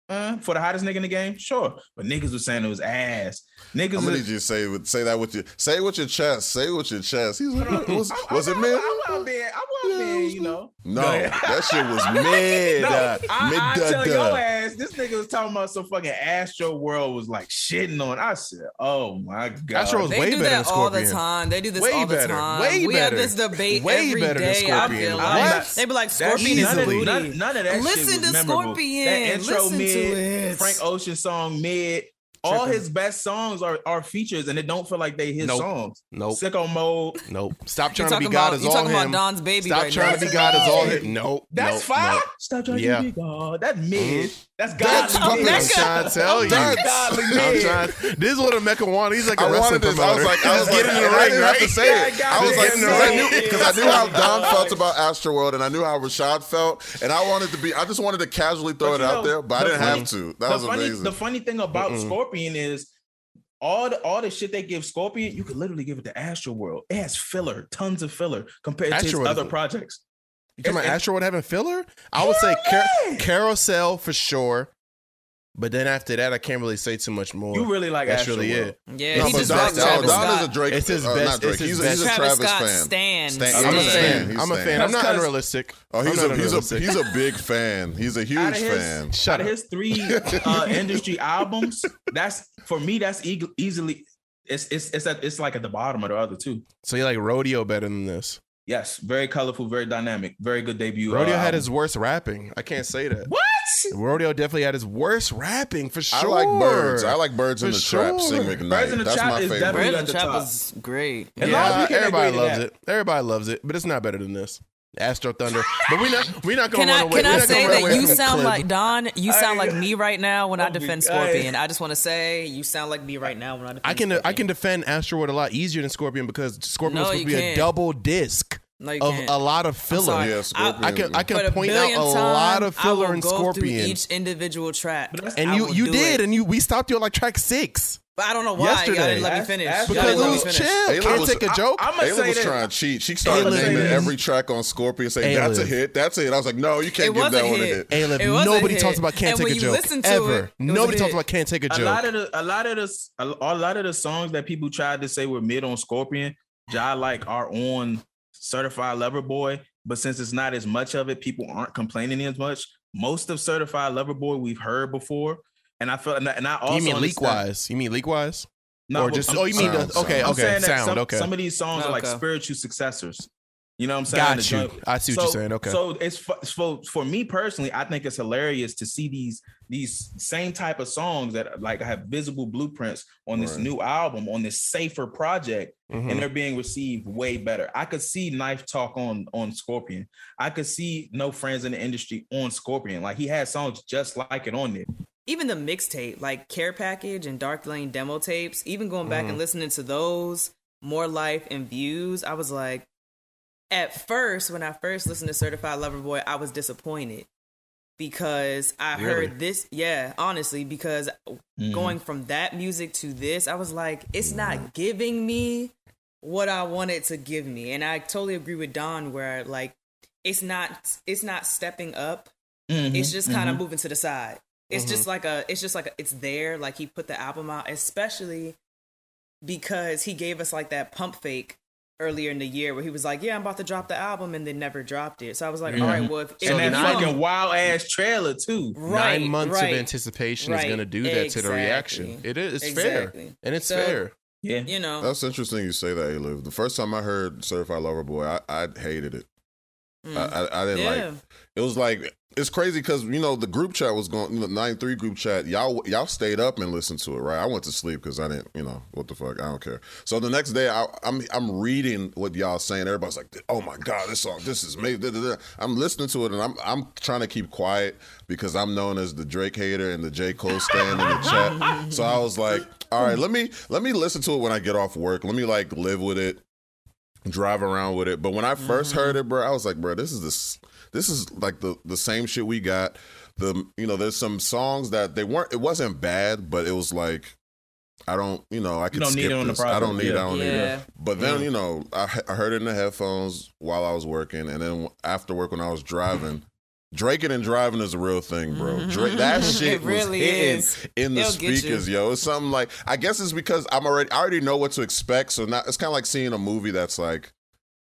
Speaker 4: Uh, for the hottest nigga in the game, sure. But niggas was saying it was ass. Niggas,
Speaker 3: I'm gonna
Speaker 4: was,
Speaker 3: need you <laughs> to say with- say that with your say it with your chest. Say it with your chest. He's like, was, was it mid?
Speaker 4: I was being, I was
Speaker 3: Yeah, it
Speaker 4: being,
Speaker 3: was
Speaker 4: you know.
Speaker 3: No,
Speaker 4: Go ahead.
Speaker 3: that shit was mid.
Speaker 4: No,
Speaker 3: uh,
Speaker 4: I, I
Speaker 3: mid- uh.
Speaker 4: tell
Speaker 3: duh,
Speaker 4: your
Speaker 3: duh.
Speaker 4: ass, this nigga was talking about some fucking Astro World was like shitting on. I said, oh my god,
Speaker 2: Astro was
Speaker 1: They
Speaker 2: way
Speaker 1: do
Speaker 2: better than
Speaker 1: that all the
Speaker 2: Scorpion.
Speaker 1: time. They do this
Speaker 2: Way
Speaker 1: all the
Speaker 2: better.
Speaker 1: time.
Speaker 2: Way
Speaker 1: we
Speaker 2: better.
Speaker 1: have this debate
Speaker 2: Way
Speaker 1: every
Speaker 2: better than
Speaker 1: day,
Speaker 2: Scorpion.
Speaker 1: I feel
Speaker 4: What?
Speaker 1: like they be like
Speaker 4: That-
Speaker 1: Scorpion is
Speaker 4: none of-
Speaker 1: booty.
Speaker 4: None, none of that shit
Speaker 1: Listen
Speaker 4: was
Speaker 1: to
Speaker 4: memorable.
Speaker 1: Scorpion.
Speaker 4: That intro
Speaker 1: Listen to
Speaker 4: mid,
Speaker 1: it.
Speaker 4: Frank Ocean song mid. All
Speaker 2: Tripping.
Speaker 4: his best songs are, are features, and it don't feel like they his
Speaker 2: Nope.
Speaker 4: songs.
Speaker 2: Nope,
Speaker 4: Sicko mode.
Speaker 2: nope. Stop
Speaker 1: You
Speaker 2: trying to
Speaker 1: talking
Speaker 2: be God
Speaker 1: about
Speaker 2: is
Speaker 1: you
Speaker 2: all
Speaker 1: talking about
Speaker 2: him.
Speaker 1: Don's baby
Speaker 2: Stop
Speaker 1: right
Speaker 2: trying
Speaker 1: now.
Speaker 2: to be God is all him. Nope.
Speaker 4: That's
Speaker 2: nope,
Speaker 4: fine.
Speaker 2: nope.
Speaker 4: Stop trying
Speaker 2: Yeah. Mm-hmm.
Speaker 4: to be God. That mid. That's God.
Speaker 3: That's fucking-
Speaker 2: I'm
Speaker 1: Mecca.
Speaker 2: trying to tell you.
Speaker 3: That's-
Speaker 2: I'm trying- This is what a Mecca wanted. He's like a
Speaker 3: I
Speaker 2: wrestling
Speaker 3: wanted this. I
Speaker 2: promoter.
Speaker 3: was like, I was
Speaker 2: Just
Speaker 3: like,
Speaker 2: get in the
Speaker 3: I
Speaker 2: ring,
Speaker 3: didn't
Speaker 2: right?
Speaker 3: have to say it.
Speaker 4: Yeah, I
Speaker 3: I was
Speaker 4: got
Speaker 3: like,
Speaker 4: it.
Speaker 3: because
Speaker 4: Get
Speaker 3: I
Speaker 4: in the
Speaker 3: knew
Speaker 4: ring.
Speaker 3: because I knew how Don felt about Astroworld and I knew how Rashad felt, and I wanted to be. I just wanted to casually throw
Speaker 4: But
Speaker 3: it
Speaker 4: you
Speaker 3: out
Speaker 4: know,
Speaker 3: there, but I
Speaker 4: the
Speaker 3: didn't have to. That
Speaker 4: the
Speaker 3: was
Speaker 4: funny,
Speaker 3: amazing.
Speaker 4: The funny thing about
Speaker 2: Mm-mm.
Speaker 4: Scorpion is all the all the shit they give Scorpion, you could literally give it to Astro World. It has filler, tons of filler compared to his
Speaker 2: Astroworld is
Speaker 4: other
Speaker 2: a-
Speaker 4: projects.
Speaker 2: You talking about
Speaker 4: It's- it's-
Speaker 2: Astro World having filler? I would say car- Carousel for sure. But then after that, I can't really say too much more.
Speaker 4: You really like
Speaker 2: That's
Speaker 4: Astro
Speaker 2: really
Speaker 4: World.
Speaker 2: it.
Speaker 1: Yeah,
Speaker 2: No,
Speaker 1: he
Speaker 2: but
Speaker 1: just
Speaker 2: Don-
Speaker 1: like
Speaker 2: Don-
Speaker 1: Travis
Speaker 2: Don
Speaker 1: Scott.
Speaker 3: is a Drake.
Speaker 2: It's his
Speaker 3: uh,
Speaker 2: best-
Speaker 3: Not Drake.
Speaker 2: it's his
Speaker 3: he's,
Speaker 2: best.
Speaker 3: he's a
Speaker 1: Travis
Speaker 3: Travis,
Speaker 1: Scott stan.
Speaker 3: fan. Stan.
Speaker 2: I'm a
Speaker 3: He's
Speaker 2: fan.
Speaker 3: He's
Speaker 2: I'm a fan.
Speaker 3: Stan.
Speaker 2: I'm not
Speaker 4: That's 'cause-
Speaker 2: unrealistic.
Speaker 3: Oh, he's
Speaker 2: I'm
Speaker 3: a
Speaker 2: not
Speaker 3: he's a
Speaker 2: unrealistic.
Speaker 3: he's a big fan. He's a
Speaker 4: Out
Speaker 3: huge
Speaker 4: of his,
Speaker 3: fan.
Speaker 2: Shut
Speaker 4: out of
Speaker 2: up.
Speaker 4: his three
Speaker 2: <laughs>
Speaker 4: uh, industry albums, that's for me. That's eag easily. It's it's it's at, it's like at the bottom of the other two.
Speaker 2: So you like Rodeo better than this?
Speaker 4: Yes, very colorful, very dynamic, very good debut. uh,
Speaker 2: Rodeo had
Speaker 3: um,
Speaker 4: album.
Speaker 2: his worst rapping. I can't say that.
Speaker 4: what?
Speaker 2: Rodeo definitely had his worst rapping for sure.
Speaker 3: I like birds. I like birds in
Speaker 2: For
Speaker 3: the trap. Sing
Speaker 2: sure.
Speaker 3: McKnight.
Speaker 4: Birds in the
Speaker 3: That's
Speaker 4: Trap
Speaker 3: my
Speaker 4: is
Speaker 3: favorite.
Speaker 4: definitely-
Speaker 1: Brandon
Speaker 4: at the
Speaker 1: Chap
Speaker 4: top.
Speaker 1: was great.
Speaker 4: And
Speaker 1: Yeah.
Speaker 4: Lil Nas, we
Speaker 2: Yeah,
Speaker 4: can't
Speaker 2: everybody
Speaker 4: agree to
Speaker 2: loves
Speaker 4: that.
Speaker 2: it. Everybody loves it, but it's not better than this. Astro
Speaker 3: <laughs>
Speaker 2: Thunder. But we not we not gonna
Speaker 1: Can
Speaker 2: run
Speaker 1: I
Speaker 2: away.
Speaker 1: can I
Speaker 2: we not gonna
Speaker 1: say
Speaker 2: run away
Speaker 1: that you
Speaker 2: from
Speaker 1: sound
Speaker 2: Clip.
Speaker 1: like Don? You sound
Speaker 4: I-
Speaker 1: like me right now <laughs> when I
Speaker 4: Oh my
Speaker 1: defend
Speaker 4: God.
Speaker 1: Scorpion. I just want to say you sound like me right now when I defend.
Speaker 2: I can
Speaker 1: Scorpion.
Speaker 2: I can defend Astroworld a lot easier than Scorpion because Scorpion
Speaker 1: No,
Speaker 2: was supposed
Speaker 1: you
Speaker 2: to be a
Speaker 1: can't.
Speaker 2: double disc
Speaker 1: No, you
Speaker 2: of
Speaker 1: can't.
Speaker 2: a lot of filler.
Speaker 1: sorry.
Speaker 3: Yeah, Scorpion.
Speaker 2: I can I
Speaker 1: But
Speaker 2: can point out
Speaker 1: billion
Speaker 2: a lot
Speaker 1: times,
Speaker 2: of
Speaker 1: I
Speaker 2: filler
Speaker 1: will
Speaker 2: in
Speaker 1: go through
Speaker 2: Scorpion.
Speaker 1: Each individual track,
Speaker 4: But that's-
Speaker 2: and
Speaker 1: I
Speaker 2: you
Speaker 1: will
Speaker 2: you
Speaker 1: do
Speaker 2: did,
Speaker 1: it.
Speaker 2: and you we stopped you on like track six
Speaker 1: But I don't know why. Yesterday. Y'all
Speaker 2: Yesterday.
Speaker 1: didn't let me
Speaker 4: That's-
Speaker 1: finish.
Speaker 4: that's
Speaker 1: Y'all
Speaker 2: because
Speaker 1: didn't
Speaker 2: it
Speaker 1: let me
Speaker 2: was
Speaker 1: finish.
Speaker 2: chill.
Speaker 3: Ayla
Speaker 2: Can't
Speaker 3: was-
Speaker 2: take a joke.
Speaker 4: I'm gonna
Speaker 3: Ayla
Speaker 4: say
Speaker 3: was
Speaker 4: that.
Speaker 3: trying to cheat. She started
Speaker 2: Ayla
Speaker 3: naming
Speaker 2: is-
Speaker 3: every track on Scorpion, saying
Speaker 2: Ayla.
Speaker 3: that's a hit, that's it. I was like, no, you
Speaker 1: It
Speaker 3: can't
Speaker 1: was
Speaker 3: give that
Speaker 1: a
Speaker 3: one a
Speaker 1: hit.
Speaker 3: hit.
Speaker 2: Caleb,
Speaker 1: It was a
Speaker 2: nobody
Speaker 1: hit.
Speaker 2: talks about can't
Speaker 1: And
Speaker 2: take
Speaker 1: when
Speaker 2: a
Speaker 1: you
Speaker 2: joke
Speaker 1: listen to
Speaker 2: ever.
Speaker 1: it, it was
Speaker 2: nobody
Speaker 1: a
Speaker 2: talks
Speaker 1: hit.
Speaker 2: about can't take a
Speaker 4: a
Speaker 2: joke.
Speaker 4: lot of the a lot of the s- a, a lot of the songs that people tried to say were mid on Scorpion, Ja like are on Certified Lover Boy, but since it's not as much of it, people aren't complaining as much. Most of Certified Lover Boy we've heard before, and I felt and I, and I also
Speaker 2: you mean leak
Speaker 4: understand-
Speaker 2: wise? You mean leak wise?
Speaker 4: No,
Speaker 2: or
Speaker 4: but
Speaker 2: just
Speaker 4: I'm-
Speaker 2: oh, you mean
Speaker 4: I'm-
Speaker 2: the, okay,
Speaker 3: I'm
Speaker 4: I'm
Speaker 2: okay,
Speaker 4: saying that
Speaker 2: sound
Speaker 4: some,
Speaker 2: okay.
Speaker 4: Some of these songs are like
Speaker 1: Okay.
Speaker 4: spiritual successors. You know what I'm saying? The
Speaker 2: Got you.
Speaker 4: joint-
Speaker 2: I see what you're saying. Okay,
Speaker 4: So it's fu- so for me personally, I think it's hilarious to see these these same type of songs that like have visible blueprints on this
Speaker 3: Right.
Speaker 4: new album on this safer project,
Speaker 2: Mhm.
Speaker 4: and they're being received way better. I could see Knife Talk on on Scorpion. I could see No Friends in the Industry on Scorpion. Like he had songs just like it on there.
Speaker 1: even the mixtape, like Care Package and Dark Lane demo tapes, even going back and listening to those, More Life and Views, I was like, at first, when I first listened to Certified Lover Boy, I was disappointed because I
Speaker 2: Really?
Speaker 1: heard this. Yeah, honestly, because going from that music to this, I was like, it's not giving me what I want it to give me. And I totally agree with Don where like it's not it's not stepping up
Speaker 4: Mhm,
Speaker 1: it's just kind
Speaker 4: mhm.
Speaker 1: of moving to the side. It's just like a, it's just like a, it's there. Like he put the album out, especially because he gave us like that pump fake earlier in the year where he was like, "Yeah, I'm about to drop the album," and then never dropped it. So I was like, "All right, well, if,
Speaker 4: and
Speaker 1: if
Speaker 4: that
Speaker 1: you
Speaker 2: nine-
Speaker 4: fucking
Speaker 1: don't-
Speaker 4: wild ass trailer too.
Speaker 1: right,
Speaker 2: nine months
Speaker 1: right,
Speaker 2: of anticipation is
Speaker 1: right,
Speaker 2: going to do that to the reaction.
Speaker 1: exactly,
Speaker 2: It is it's fair
Speaker 1: exactly.
Speaker 2: and it's
Speaker 1: So-
Speaker 2: fair.
Speaker 4: Yeah.
Speaker 1: you know,
Speaker 3: That's interesting you say that, Ayla. The first time I heard Certified Lover Boy, I, I hated it.
Speaker 1: Mm.
Speaker 3: I, I, I didn't
Speaker 1: yeah,
Speaker 3: like it. Was like it's crazy because you know the group chat was going the nine three group chat. Y'all y'all stayed up and listened to it, right? I went to sleep because I didn't, you know, what the fuck, I don't care. So the next day, I, I'm I'm reading what y'all saying. Everybody's like, oh my god, this song, this is amazing. da, da, da." I'm listening to it and I'm I'm trying to keep quiet because I'm known as the Drake hater and the J Cole stand in the chat. So I was like, all right, let me let me listen to it when I get off work. Let me like live with it drive around with it. But when I 1st
Speaker 4: Mm-hmm.
Speaker 3: heard it, bro, I was like, bro, this is this this is like the the same shit we got. The you know, there's some songs that they weren't. It wasn't bad, but it was like. I don't, you know, I could
Speaker 4: don't
Speaker 3: skip
Speaker 4: need it on the
Speaker 3: this. I don't
Speaker 4: project,
Speaker 3: need, it,
Speaker 4: yeah.
Speaker 3: I don't need
Speaker 1: Yeah.
Speaker 3: it. But then, you know, I, he- I heard it in the headphones while I was working, and then after work when I was driving, Draking and driving is a real thing,
Speaker 4: Mm-hmm.
Speaker 3: bro. Drake,
Speaker 4: <laughs>
Speaker 3: that shit
Speaker 1: really
Speaker 3: was hitting
Speaker 1: is.
Speaker 3: in the
Speaker 1: It'll get you.
Speaker 3: speakers, yo. It's something like I guess it's because I'm already I already know what to expect, so now it's kind of like seeing a movie that's like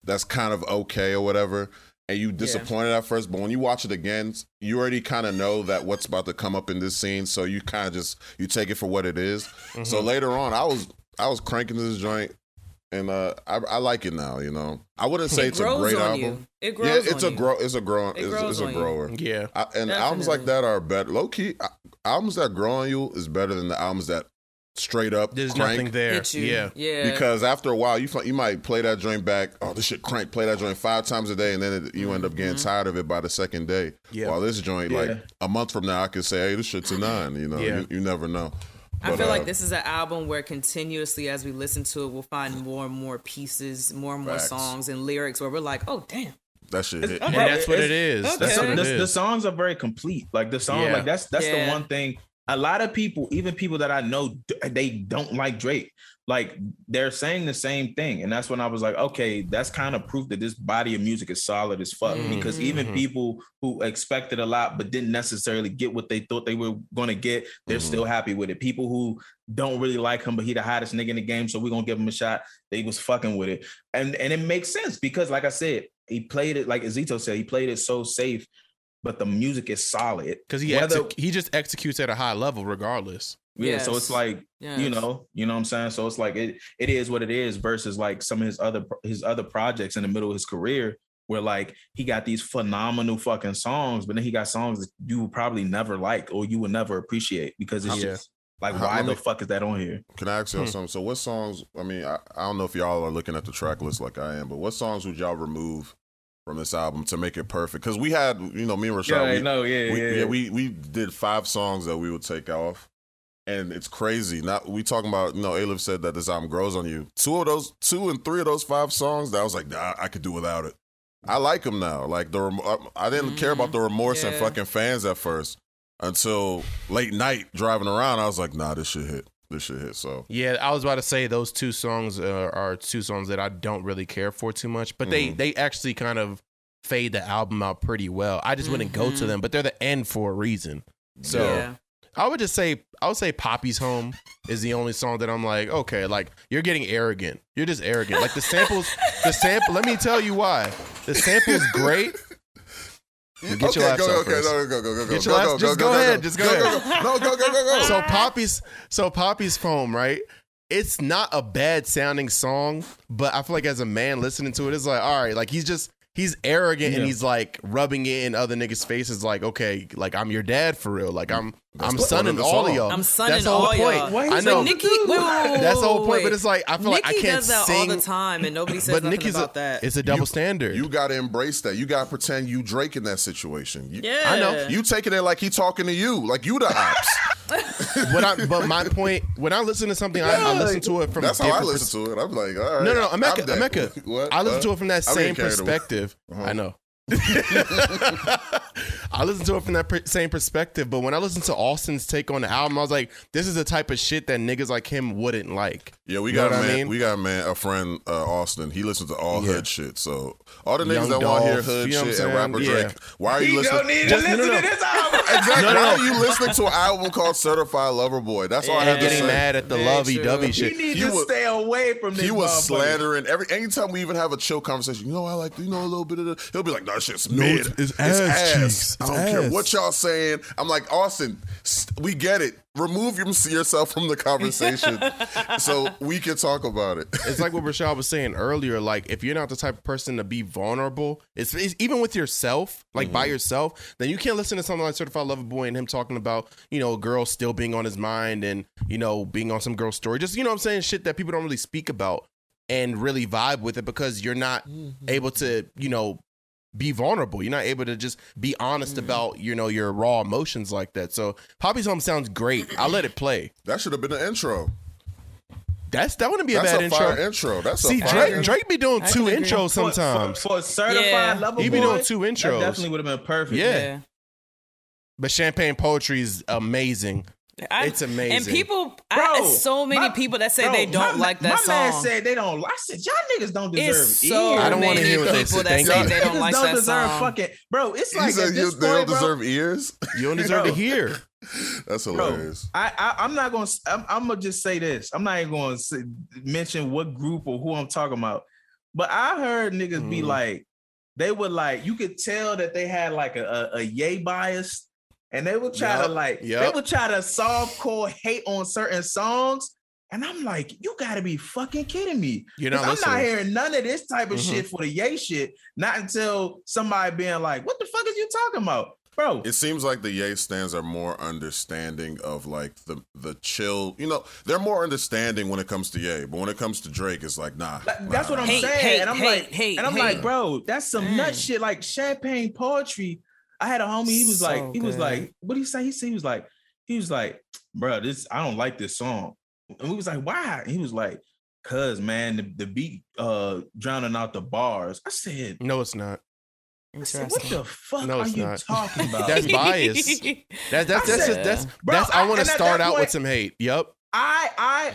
Speaker 3: that's kind of okay or whatever and you disappointed at first but when you watch it again you already kind of know that what's about to come up in this scene so you kind of just you take it for what it is. so
Speaker 1: Mm-hmm.
Speaker 3: later on i was i was cranking this joint and uh i, I like it now you know i wouldn't say
Speaker 1: it
Speaker 3: it's a
Speaker 1: grows
Speaker 3: great
Speaker 1: on
Speaker 3: album
Speaker 1: you. It
Speaker 3: yeah
Speaker 1: grows.
Speaker 3: it's
Speaker 1: on
Speaker 3: a
Speaker 1: you.
Speaker 3: grow it's a growing
Speaker 1: It
Speaker 3: it's,
Speaker 1: grows
Speaker 3: it's a
Speaker 1: on you.
Speaker 3: grower
Speaker 2: Yeah,
Speaker 3: I, and albums like that are better low key uh, albums that grow on you is better than the albums that straight up
Speaker 2: there's
Speaker 3: crank
Speaker 2: nothing there.
Speaker 1: Hit you.
Speaker 2: Yeah,
Speaker 1: yeah.
Speaker 3: because after a while you fi- you might play that joint back oh this shit crank play that joint five times a day and then it, you end up getting tired of it by the second day
Speaker 2: Yeah.
Speaker 3: while this joint like
Speaker 4: Yeah.
Speaker 3: a month from now i could say hey this shit's a nine you know
Speaker 2: Yeah.
Speaker 3: you, you never know
Speaker 1: I
Speaker 3: But,
Speaker 1: feel
Speaker 3: uh,
Speaker 1: like this is an album where continuously, as we listen to it, we'll find more and more pieces, more and more
Speaker 3: Facts.
Speaker 1: songs and lyrics where we're like, "Oh, damn!"
Speaker 3: that shit hit.
Speaker 4: okay.
Speaker 2: and that's what
Speaker 4: It's-
Speaker 2: it is. That's
Speaker 1: okay.
Speaker 2: what
Speaker 4: the,
Speaker 2: it
Speaker 4: the
Speaker 2: is.
Speaker 4: songs are very complete. Like the song,
Speaker 2: Yeah.
Speaker 4: like that's that's
Speaker 1: Yeah.
Speaker 4: the one thing a lot of people, even people that I know, d- they don't like Drake. Like they're saying the same thing, and that's when I was like, okay, that's kind of proof that this body of music is solid as fuck.
Speaker 1: Mm-hmm.
Speaker 4: Because even
Speaker 2: Mhm.
Speaker 4: people who expected a lot but didn't necessarily get what they thought they were going to get, they're
Speaker 3: Mhm.
Speaker 2: Mm-hmm.
Speaker 4: still happy with it. People who don't really like him, but he the hottest nigga in the game, so we're gonna give him a shot. They was fucking with it, and and it makes sense because, like I said, he played it like Azito said, he played it so safe, but the music is solid.
Speaker 2: because he
Speaker 4: Whether-
Speaker 2: exec- he just executes at a high level regardless.
Speaker 4: yeah, so
Speaker 1: Yes.
Speaker 4: it's like
Speaker 1: Yes.
Speaker 4: you know, you know what I'm saying. So it's like it, it is what it is. Versus like some of his other his other projects in the middle of his career, where like he got these phenomenal fucking songs, but then he got songs that you would probably never like or you would never appreciate because it's
Speaker 2: Yeah.
Speaker 4: just like
Speaker 3: How-
Speaker 4: why
Speaker 3: let
Speaker 4: the
Speaker 3: me-
Speaker 4: fuck is that on here?
Speaker 3: Can I ask y'all
Speaker 2: Hmm.
Speaker 3: something? So, what songs? I mean, I, I don't know if y'all are looking at the track list like I am, but what songs would y'all remove from this album to make it perfect? Because we had, you know, me and Rashad, we,
Speaker 4: no, yeah,
Speaker 3: we, yeah. we we did five songs that we would take off, and it's crazy. Not we talking about. You know, Alif said that this album grows on you. Two of those, two and three of those five songs, that I was like, nah, I could do without it. I like them now. Like the, rem- I- I didn't care about the remorse and
Speaker 1: Yeah.
Speaker 3: fucking fans at first until late night driving around. I was like, nah, this shit hit. This shit hit. So
Speaker 2: Yeah, I was about to say those two songs uh, are two songs that I don't really care for too much, but they
Speaker 3: Mhm.
Speaker 2: they actually kind of fade the album out pretty well. I just wouldn't go to
Speaker 1: Mhm.
Speaker 2: them, but they're the end for a reason. So
Speaker 1: yeah.
Speaker 2: I would just say I would say Poppy's Home is the only song that I'm like, okay, like you're getting arrogant. You're just arrogant. Like the samples, the sample. Let me tell you why. The sample's great. Get your
Speaker 3: okay,
Speaker 2: laughs
Speaker 3: go,
Speaker 2: out
Speaker 3: okay,
Speaker 2: first.
Speaker 3: no, go, go, go, go,
Speaker 2: Get
Speaker 3: go,
Speaker 2: your
Speaker 3: go,
Speaker 2: laughs- just go ahead, just go ahead.
Speaker 3: go, go, go, go, go.
Speaker 2: So Poppy's so Poppy's foam, right? It's not a bad sounding song, but I feel like as a man listening to it, it's like, all right, like he's just he's arrogant and
Speaker 4: Yeah.
Speaker 2: he's like rubbing it in other niggas' faces, like, okay, like I'm your dad for real. Like I'm
Speaker 3: That's
Speaker 2: I'm
Speaker 3: the point of
Speaker 2: sonning
Speaker 3: the
Speaker 2: all of
Speaker 3: song.
Speaker 2: y'all.
Speaker 1: I'm sonning
Speaker 2: That's the whole
Speaker 1: all
Speaker 2: point.
Speaker 1: y'all.
Speaker 4: Why
Speaker 2: I
Speaker 4: he's
Speaker 2: know
Speaker 1: But Nikki, wait, wait, wait, wait,
Speaker 2: oh. that's the whole
Speaker 1: wait,
Speaker 2: point,
Speaker 1: wait.
Speaker 2: but it's like I feel
Speaker 1: Nikki
Speaker 2: like I can't
Speaker 1: does that
Speaker 2: sing.
Speaker 1: all the time, and nobody says
Speaker 2: But
Speaker 1: nothing
Speaker 2: Nikki's
Speaker 1: about
Speaker 2: a,
Speaker 1: that.
Speaker 2: it's a double
Speaker 3: You-
Speaker 2: standard.
Speaker 3: You gotta embrace that. You gotta pretend you Drake in that situation. You,
Speaker 1: yeah,
Speaker 2: I know.
Speaker 3: You taking it like he talking to you, like
Speaker 2: <laughs>
Speaker 3: you the ops.
Speaker 2: When I- but
Speaker 3: <laughs>
Speaker 2: my point, when I listen to something, I, I listen to it from
Speaker 3: That's
Speaker 2: a
Speaker 3: how I
Speaker 2: different pers-
Speaker 3: listen to it. I'm like, all right.
Speaker 2: No, no, no, Emeka,
Speaker 3: I'm that-
Speaker 2: Emeka.
Speaker 3: <laughs> What?
Speaker 2: I listen
Speaker 3: Huh?
Speaker 2: to it from that
Speaker 3: I'm
Speaker 2: same
Speaker 3: getting carried away. Uh-huh.
Speaker 2: perspective. I
Speaker 3: <laughs>
Speaker 2: know. I listen to it from that per- same perspective, but when I listened to Austin's take on the album, I was like, "This is the type of shit that niggas like him wouldn't like."
Speaker 3: Yeah, we
Speaker 2: You know
Speaker 3: got a
Speaker 2: what I
Speaker 3: man.
Speaker 2: mean?
Speaker 3: We got a man, a friend, uh, Austin. He listens to all
Speaker 2: Yeah.
Speaker 3: hood shit. So all the niggas
Speaker 2: Young
Speaker 3: that want to hear
Speaker 2: Dolph,
Speaker 3: hood
Speaker 2: you know what
Speaker 3: shit
Speaker 2: I'm saying?
Speaker 3: and rapper
Speaker 2: Yeah.
Speaker 3: Drake. Why are you
Speaker 4: He
Speaker 3: listening?
Speaker 4: don't need
Speaker 2: Just-
Speaker 4: to
Speaker 2: no,
Speaker 4: listen
Speaker 2: no, no.
Speaker 4: to
Speaker 3: <laughs>
Speaker 4: this album.
Speaker 3: Exactly.
Speaker 2: No, no,
Speaker 3: Why
Speaker 2: no.
Speaker 3: are you listening to an album called Certified Lover Boy? That's all I
Speaker 2: And
Speaker 3: have to
Speaker 2: getting
Speaker 3: say.
Speaker 2: mad at the
Speaker 1: Very
Speaker 2: lovey dovey
Speaker 1: true.
Speaker 2: shit.
Speaker 4: you need
Speaker 3: he
Speaker 4: to
Speaker 3: was-
Speaker 4: stay away from this.
Speaker 3: He was
Speaker 4: motherfucker.
Speaker 3: slandering every. Anytime we even have a chill conversation, you know, I like you know a little bit of. The, he'll be like, "No, that shit's
Speaker 2: No,
Speaker 3: mid.
Speaker 2: it's- it's ass cheeks.
Speaker 3: I
Speaker 2: It's
Speaker 3: don't care
Speaker 2: ass."
Speaker 3: what y'all saying." I'm like, Austin, st- we get it. Remove your- yourself from the conversation so we can talk about it. <laughs>
Speaker 2: It's like what Rashad was saying earlier. Like, if you're not the type of person to be vulnerable, it's, it's even with yourself, like by yourself, then you can't listen to something like Certified Lover Boy and him talking about, you know, a girl still being on his mind and, you know, being on some girl's story. Just, you know what I'm saying? Shit that people don't really speak about and really vibe with it because you're not able to, you know, be vulnerable. You're not able to just be honest about, you know, your raw emotions like that. So Poppy's Home sounds great. I let it play.
Speaker 3: That should have been an intro.
Speaker 2: That's that wouldn't be a
Speaker 3: That's
Speaker 2: bad
Speaker 3: a
Speaker 2: intro.
Speaker 3: fire intro. That's
Speaker 2: See,
Speaker 3: a fire
Speaker 2: Drake,
Speaker 3: intro.
Speaker 2: Drake be doing
Speaker 1: I
Speaker 2: two
Speaker 1: can agree.
Speaker 2: intros
Speaker 4: For- for-
Speaker 2: sometified,
Speaker 4: for, certified
Speaker 1: Yeah.
Speaker 4: lover.
Speaker 2: He be
Speaker 4: boy,
Speaker 2: doing two
Speaker 4: That
Speaker 2: intros.
Speaker 4: definitely would have been perfect.
Speaker 2: Yeah. but Champagne Poetry is amazing.
Speaker 1: I-
Speaker 2: It's amazing.
Speaker 1: And people, I,
Speaker 4: Bro,
Speaker 1: so many
Speaker 4: my-
Speaker 1: people that say
Speaker 4: Bro,
Speaker 1: they don't
Speaker 4: my-
Speaker 1: like that
Speaker 4: my
Speaker 1: song.
Speaker 4: man said they don't. I said y'all niggas don't deserve.
Speaker 1: it's so
Speaker 4: ears.
Speaker 2: E. I don't
Speaker 1: many
Speaker 2: wanna hear what they
Speaker 1: people
Speaker 2: said.
Speaker 1: that
Speaker 2: Thank
Speaker 1: say
Speaker 2: you.
Speaker 1: they don't
Speaker 4: Niggas
Speaker 1: like
Speaker 4: don't
Speaker 1: that
Speaker 4: deserve
Speaker 1: song.
Speaker 4: fucking bro. It's
Speaker 3: You
Speaker 4: like at
Speaker 3: said you,
Speaker 4: this
Speaker 3: they don't
Speaker 4: point, bro,
Speaker 3: deserve ears. <laughs>
Speaker 2: You don't deserve to
Speaker 4: Bro.
Speaker 2: hear.
Speaker 3: That's
Speaker 4: bro,
Speaker 3: hilarious.
Speaker 4: I, I I'm not gonna. I'm, I'm gonna just say this. I'm not even gonna say, mention what group or who I'm talking about. But I heard niggas be
Speaker 2: Mm.
Speaker 4: like, they would like. You could tell that they had like a a, a yay bias, and they would try
Speaker 2: Yup,
Speaker 4: to like.
Speaker 2: yup.
Speaker 4: They would try to soft core hate on certain songs. And I'm like, you gotta be fucking kidding me.
Speaker 2: You're
Speaker 4: Because
Speaker 2: not
Speaker 4: I'm
Speaker 2: listening.
Speaker 4: not hearing none of this type of
Speaker 2: Mhm.
Speaker 4: shit for the yay shit. Not until somebody being like, "What the fuck is you talking about, bro?"
Speaker 3: It seems like the Yay stands are more understanding of like the the chill. You know, they're more understanding when it comes to Yay, but when it comes to Drake, it's like nah.
Speaker 4: Like, that's what I'm
Speaker 1: Hate,
Speaker 4: saying.
Speaker 1: hate,
Speaker 4: and I'm
Speaker 1: hate,
Speaker 4: like,
Speaker 1: hate,
Speaker 4: and I'm
Speaker 1: hate.
Speaker 4: like, bro, that's some nut
Speaker 1: Mm.
Speaker 4: shit. Like champagne poetry. I had a homie. He was
Speaker 1: So
Speaker 4: like, he was
Speaker 1: good.
Speaker 4: like, what do you say? He said he was like, he was like, bro, this I don't like this song. And we was like, why? And he was like, cause man, the, the beat uh drowning out the bars. I said,
Speaker 2: No, it's not.
Speaker 4: said, what
Speaker 1: Interesting.
Speaker 4: the fuck
Speaker 2: No,
Speaker 4: are
Speaker 2: it's
Speaker 4: you
Speaker 2: not. <laughs>
Speaker 4: talking about?
Speaker 2: That's
Speaker 4: <laughs>
Speaker 2: bias. That, that's
Speaker 4: I
Speaker 2: that's
Speaker 4: said-
Speaker 2: that's, that's,
Speaker 4: Bro,
Speaker 2: I
Speaker 4: I-
Speaker 2: want to
Speaker 4: and at
Speaker 2: start
Speaker 4: that
Speaker 2: out with
Speaker 4: point-
Speaker 2: some hate. Yep.
Speaker 4: I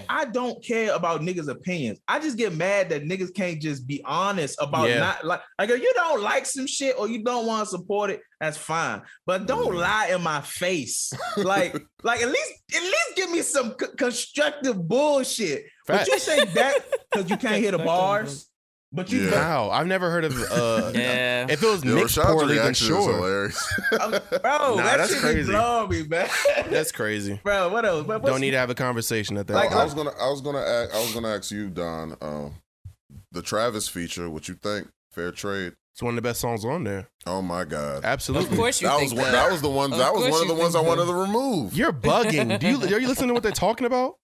Speaker 4: I I don't care about niggas' opinions. I just get mad that niggas can't just be honest about
Speaker 2: Yeah.
Speaker 4: not like like if you don't like some shit or you don't want to support it, that's fine. But don't
Speaker 2: Mm.
Speaker 4: lie in my face. Like
Speaker 2: <laughs>
Speaker 4: like at least at least give me some c- constructive bullshit. But you
Speaker 2: Facts.
Speaker 4: say that because you can't hear the bars. But you
Speaker 3: Yeah.
Speaker 2: Wow, I've never heard of. uh
Speaker 1: <laughs> Yeah.
Speaker 2: If it was
Speaker 3: Yo,
Speaker 2: mixed
Speaker 3: Rashad's
Speaker 2: poorly, then
Speaker 3: reaction is
Speaker 2: sure.
Speaker 3: hilarious.
Speaker 4: uh, bro,
Speaker 2: Nah,
Speaker 4: that
Speaker 2: that's
Speaker 4: shit
Speaker 2: crazy.
Speaker 4: is blowing me, man.
Speaker 2: That's crazy.
Speaker 4: <laughs> bro, what else? What- what's-
Speaker 2: Don't need to have a conversation at that.
Speaker 4: Like,
Speaker 2: point.
Speaker 3: I was gonna, I was gonna, ask, I was gonna ask you, Don, um, the Travis feature. What you think? Fair trade.
Speaker 2: it's one of the best songs on there.
Speaker 3: Oh my god,
Speaker 2: Absolutely.
Speaker 1: Of course you
Speaker 3: that
Speaker 1: think
Speaker 3: was one.
Speaker 1: that.
Speaker 3: That was the one.
Speaker 1: Of
Speaker 3: That was
Speaker 1: course
Speaker 3: one of
Speaker 1: you
Speaker 3: the ones I
Speaker 1: think
Speaker 3: wanted
Speaker 1: that.
Speaker 3: to remove.
Speaker 2: You're bugging. Do you are you listening to what they're talking about?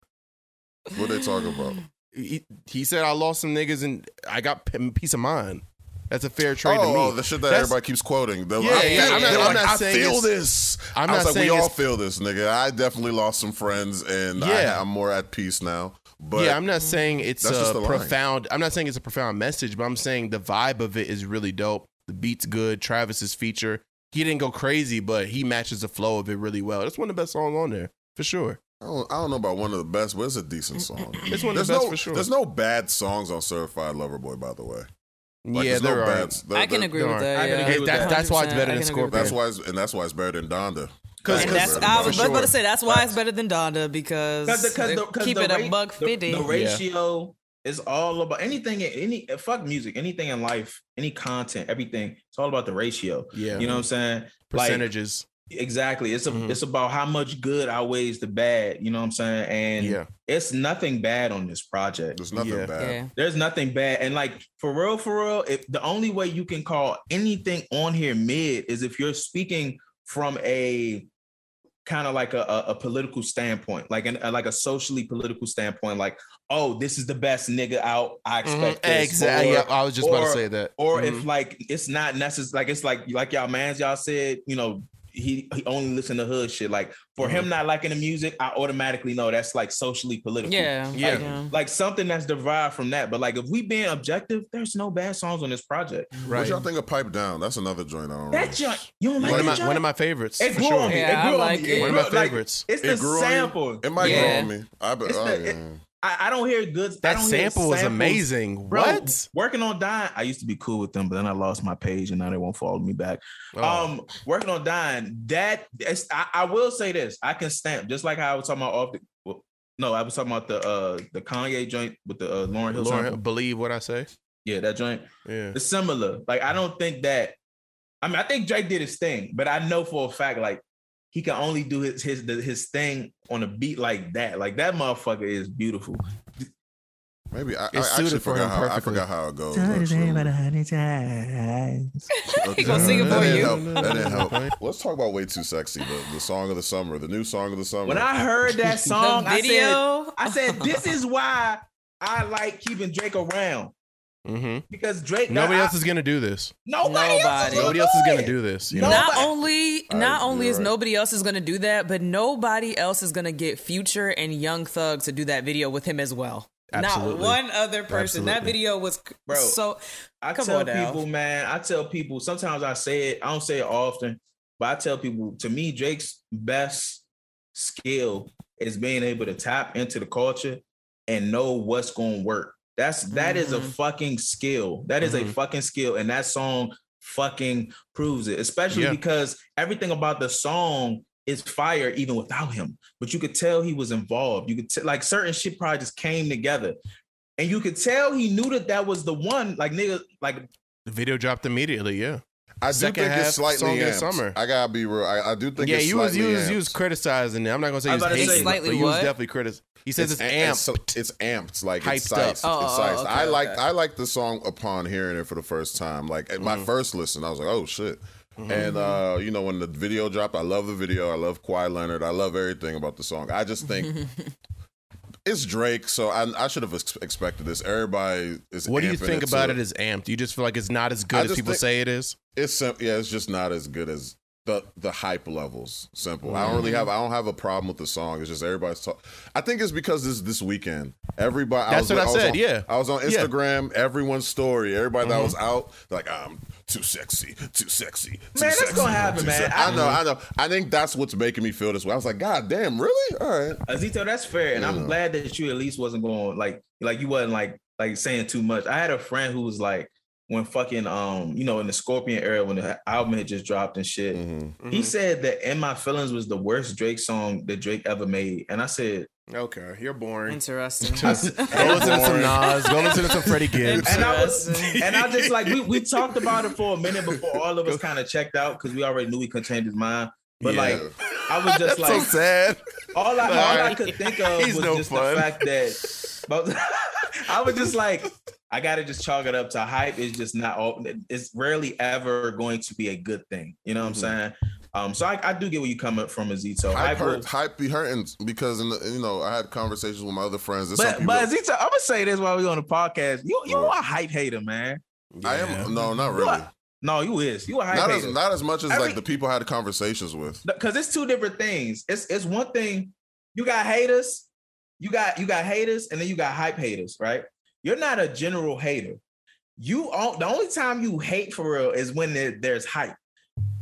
Speaker 3: What they talking about?
Speaker 2: He, he said I lost some niggas and I got p- peace of mind. That's a fair trade to
Speaker 3: oh,
Speaker 2: me.
Speaker 3: oh, the shit that
Speaker 2: That's-
Speaker 3: everybody keeps quoting. They're
Speaker 2: Yeah,
Speaker 3: like, I
Speaker 2: yeah,
Speaker 3: feel-
Speaker 1: I'm not-
Speaker 3: they're
Speaker 1: I'm
Speaker 3: like,
Speaker 2: not
Speaker 3: I
Speaker 2: saying
Speaker 3: feel
Speaker 2: it's-
Speaker 3: this.
Speaker 2: I'm
Speaker 3: I
Speaker 2: not
Speaker 3: was like,
Speaker 2: saying
Speaker 3: we all
Speaker 2: it's-
Speaker 3: feel this, nigga. I definitely lost some friends, and
Speaker 2: Yeah.
Speaker 3: I, I'm more at peace now. But
Speaker 2: yeah, I'm not saying it's
Speaker 3: That's just
Speaker 2: a
Speaker 3: the line.
Speaker 2: profound. I'm not saying it's a profound message, but I'm saying the vibe of it is really dope. The beat's good. Travis's feature. He didn't go crazy, but he matches the flow of it really well. That's one of the best songs on there for sure.
Speaker 3: I don't, I don't know about one of the best, but it's a decent song.
Speaker 2: It's one of
Speaker 3: there's
Speaker 2: the best
Speaker 3: no,
Speaker 2: for sure.
Speaker 3: There's no bad songs on Certified Lover Boy, by the way.
Speaker 2: yeah,
Speaker 3: there's
Speaker 2: there
Speaker 3: no
Speaker 2: are.
Speaker 3: bad- there-
Speaker 1: I can
Speaker 3: there-
Speaker 1: agree
Speaker 2: there
Speaker 1: with
Speaker 2: are.
Speaker 1: that.
Speaker 4: I can
Speaker 1: yeah.
Speaker 4: agree with that.
Speaker 2: That's why it's better
Speaker 1: 100%.
Speaker 2: than Scorpion.
Speaker 3: That's why, it's, and that's why it's better than Donda.
Speaker 2: 'Cause-
Speaker 1: And
Speaker 2: Because-
Speaker 1: that's
Speaker 2: For
Speaker 1: I was
Speaker 2: sure.
Speaker 1: about to say that's why it's better than Donda because
Speaker 4: Cause the, cause the, cause
Speaker 1: keep
Speaker 4: the
Speaker 1: it
Speaker 4: ra-
Speaker 1: a buck
Speaker 4: the-
Speaker 1: fifty.
Speaker 4: The,
Speaker 2: ra-
Speaker 4: ratio is all about anything. in- Any eh, fuck music, anything in life, any content, everything. It's all about the ratio.
Speaker 2: Yeah,
Speaker 4: You know what I'm saying? Like,
Speaker 2: percentages.
Speaker 4: exactly. It's a,
Speaker 2: Mhm.
Speaker 4: it's about how much good outweighs the bad. You know what I'm saying? And
Speaker 2: yeah,
Speaker 4: it's nothing bad on this project.
Speaker 3: There's nothing
Speaker 2: Yeah.
Speaker 3: bad.
Speaker 1: yeah.
Speaker 4: There's nothing bad. And like for real, for real, if the only way you can call anything on here mid is if you're speaking from a kind of like a, a, a political standpoint, like an like a socially political standpoint, like, oh, this is the best nigga out. I expect this.
Speaker 2: Mm-hmm. exactly.
Speaker 4: Or-
Speaker 2: yeah, I was just about to
Speaker 4: or-
Speaker 2: say that.
Speaker 4: or
Speaker 2: Mhm.
Speaker 4: if like it's not necessary, like it's like like y'all man's y'all said, you know, he, he only listen to hood shit. Like for
Speaker 2: Mm-hmm.
Speaker 4: him not liking the music, I automatically know that's like socially political.
Speaker 1: Yeah.
Speaker 2: Yeah.
Speaker 1: like,
Speaker 4: Like something that's derived from that. But like if we being objective, there's no bad songs on this project.
Speaker 1: Mm.
Speaker 3: What
Speaker 2: right,
Speaker 3: y'all think of Pipe Down? That's another joint I don't
Speaker 4: That
Speaker 3: know.
Speaker 4: joint, you don't like
Speaker 2: one of
Speaker 4: that
Speaker 2: my
Speaker 4: joint?
Speaker 2: one of my favorites
Speaker 4: it
Speaker 2: for
Speaker 4: grew on
Speaker 2: sure.
Speaker 4: me.
Speaker 1: Yeah,
Speaker 4: it grew
Speaker 1: I
Speaker 4: on
Speaker 1: like
Speaker 4: me. It
Speaker 1: it.
Speaker 2: One of
Speaker 4: grew-
Speaker 2: my
Speaker 4: like,
Speaker 2: favorites.
Speaker 4: it's
Speaker 3: It
Speaker 4: the
Speaker 3: grew on you?
Speaker 4: sample.
Speaker 3: It might
Speaker 1: Yeah.
Speaker 3: grow on me. I, be,
Speaker 4: It's <laughs>
Speaker 3: oh,
Speaker 4: the- it-
Speaker 3: yeah.
Speaker 4: I, I don't hear good. I
Speaker 2: That
Speaker 4: don't hear
Speaker 2: sample was
Speaker 4: samples.
Speaker 2: amazing.
Speaker 4: Bro,
Speaker 2: what?
Speaker 4: Working on dying. I used to be cool with them, but then I lost my page and now they won't follow me back.
Speaker 2: Oh,
Speaker 4: Um, working on dying. That it's, I, I will say this. I can stamp just like how I was talking about off the. well, No, I was talking about the uh the Kanye joint with the uh, Lauren Hill.
Speaker 2: Lauren,
Speaker 4: sample.
Speaker 2: believe what I say.
Speaker 4: Yeah, that joint.
Speaker 2: Yeah,
Speaker 4: It's similar. Like I don't think that. I mean, I think Drake did his thing, but I know for a fact like he can only do his his the- his thing on a beat like that. Like that motherfucker is beautiful.
Speaker 3: Maybe I, I
Speaker 2: It's suited
Speaker 3: actually
Speaker 2: for
Speaker 3: forgot
Speaker 2: him
Speaker 3: how I
Speaker 2: perfectly.
Speaker 3: forgot how it goes.
Speaker 1: <laughs>
Speaker 3: actually.
Speaker 1: He gonna sing it
Speaker 3: That
Speaker 1: for
Speaker 3: didn't
Speaker 1: you.
Speaker 3: <laughs> help. That didn't help. Let's talk about "Way Too Sexy," the, the song of the summer, the new song of the summer.
Speaker 4: When I heard that song,
Speaker 1: the
Speaker 4: I said,
Speaker 1: video.
Speaker 4: I said, this is why I like keeping Drake around
Speaker 2: hmm
Speaker 4: because Drake.
Speaker 2: Nobody
Speaker 4: I-
Speaker 2: else is gonna do this.
Speaker 4: Nobody,
Speaker 1: Nobody.
Speaker 2: Nobody else is gonna do this. You know?
Speaker 1: not
Speaker 4: Nobody-
Speaker 1: only
Speaker 3: I
Speaker 1: not
Speaker 3: agree,
Speaker 1: only is
Speaker 3: right.
Speaker 1: nobody else is gonna do that, but nobody else is gonna get Future and Young Thug to do that video with him as well.
Speaker 2: Absolutely.
Speaker 1: Not one other person. That
Speaker 2: Absolutely.
Speaker 1: video was c-
Speaker 4: Bro.
Speaker 1: so
Speaker 4: I
Speaker 1: Come
Speaker 4: tell
Speaker 1: on now.
Speaker 4: people, man. I tell people. Sometimes I say it. I don't say it often, but I tell people. To me, Drake's best skill is being able to tap into the culture and know what's going to work. That's that is a
Speaker 1: Mhm.
Speaker 4: fucking skill. That is a
Speaker 1: Mm-hmm.
Speaker 2: Mhm.
Speaker 4: fucking skill, and that song fucking proves it. Especially
Speaker 2: Yeah.
Speaker 4: because everything about the song is fire, even without him. But you could tell he was involved. You could t- like certain shit probably just came together. And you could tell he knew that that was the one, like nigga, like
Speaker 2: The video dropped immediately. Yeah.
Speaker 3: I do
Speaker 2: Second
Speaker 3: think
Speaker 2: half,
Speaker 3: it's
Speaker 2: song
Speaker 3: slightly
Speaker 2: of the
Speaker 3: amped.
Speaker 2: summer.
Speaker 3: I gotta be real. I, I do think
Speaker 2: yeah,
Speaker 3: it's
Speaker 2: you was you
Speaker 3: slightly
Speaker 2: was, you was
Speaker 3: amped.
Speaker 2: criticizing it. I'm not gonna say
Speaker 4: I
Speaker 2: he
Speaker 4: was
Speaker 2: was
Speaker 4: about to
Speaker 2: hating,
Speaker 4: say-
Speaker 2: but
Speaker 1: Slightly
Speaker 2: he was
Speaker 1: what?
Speaker 2: definitely critic. He says it's,
Speaker 3: am-
Speaker 2: amped.
Speaker 3: It's, it's amped, like it's
Speaker 2: Hyped up.
Speaker 3: sized.
Speaker 1: Oh,
Speaker 3: it's
Speaker 1: oh,
Speaker 3: sized.
Speaker 1: okay,
Speaker 3: I like
Speaker 1: okay.
Speaker 3: I like the song upon hearing it for the first time. Like at my
Speaker 2: Mm-hmm.
Speaker 3: first listen, I was like, oh shit. And uh, you know, when the video dropped, I love the video. I love Kawhi Leonard. I love everything about the song. I
Speaker 1: <laughs>
Speaker 3: just think it's Drake, so I, I should have ex- expected this. Everybody is.
Speaker 2: what do you
Speaker 3: amping
Speaker 2: think
Speaker 3: into
Speaker 2: about it as amped? You just feel like it's not as good as
Speaker 3: just
Speaker 2: people
Speaker 3: think-
Speaker 2: say it is.
Speaker 3: It's sim- yeah, it's just not as good as the the hype levels. Simple. I don't really
Speaker 2: Mm-hmm.
Speaker 3: have I don't have a problem with the song. It's just everybody's talk. I think it's because this this weekend everybody.
Speaker 2: That's
Speaker 3: I
Speaker 2: what
Speaker 3: was,
Speaker 2: I
Speaker 3: was
Speaker 2: said,
Speaker 3: on-
Speaker 2: yeah.
Speaker 3: I was on
Speaker 2: Yeah. Mm-hmm.
Speaker 3: Instagram. Everyone's story. Everybody that was out they're like I'm too sexy, too sexy. Too
Speaker 4: Man, that's
Speaker 3: sexy,
Speaker 4: gonna happen,
Speaker 3: too
Speaker 4: man.
Speaker 3: sexy." I, know, I know. I think that's what's making me feel this way. I was like, God damn, really? All right.
Speaker 4: Azito, that's fair, and I'm glad that you at least wasn't going like like you wasn't like like saying too much. I had a friend who was like when fucking um you know in the Scorpion era when the album had just dropped and shit.
Speaker 2: Mm-hmm.
Speaker 3: Mhm.
Speaker 4: He said that "In My Feelings" was the worst Drake song that Drake ever made, and I said,
Speaker 2: Okay,
Speaker 1: <laughs>
Speaker 2: you're boring.
Speaker 1: Interesting.
Speaker 2: <laughs> go listen to some Nas. Go listen to some Freddie Gibbs.
Speaker 4: and I was,
Speaker 1: Interesting.
Speaker 4: and I just like we, we talked about it for a minute before all of us kind of checked out because we already knew he could change his mind. But
Speaker 2: Yeah.
Speaker 4: like, I was just like,
Speaker 2: sad.
Speaker 4: all I, all I
Speaker 2: Sorry.
Speaker 4: could think of
Speaker 2: He's
Speaker 4: was
Speaker 2: no
Speaker 4: just
Speaker 2: fun.
Speaker 4: the fact that, but <laughs> I was just like, I gotta just chalk it up to hype is just not all. It's rarely ever going to be a good thing. You know what I'm saying? Um, so I, I do get where you coming from, Azito.
Speaker 3: Mm-hmm. Hype,
Speaker 4: <laughs> Hype
Speaker 3: hurt,
Speaker 4: will-
Speaker 3: hype be hurting because in the, you know I had conversations with my other friends. There's some
Speaker 4: but
Speaker 3: people-
Speaker 4: but Azito, I'm gonna say this while we on the podcast. You you a hype hater, man.
Speaker 3: I am no, not
Speaker 4: You a-
Speaker 3: really.
Speaker 4: no, you is you a hype
Speaker 3: Not as
Speaker 4: hater.
Speaker 3: not as much as
Speaker 4: Every-
Speaker 3: like the people I had conversations with.
Speaker 4: because it's two different things. It's it's one thing you got haters, you got you got haters, and then you got hype haters, right? You're not a general hater. You all the only time you hate for real is when there- there's hype.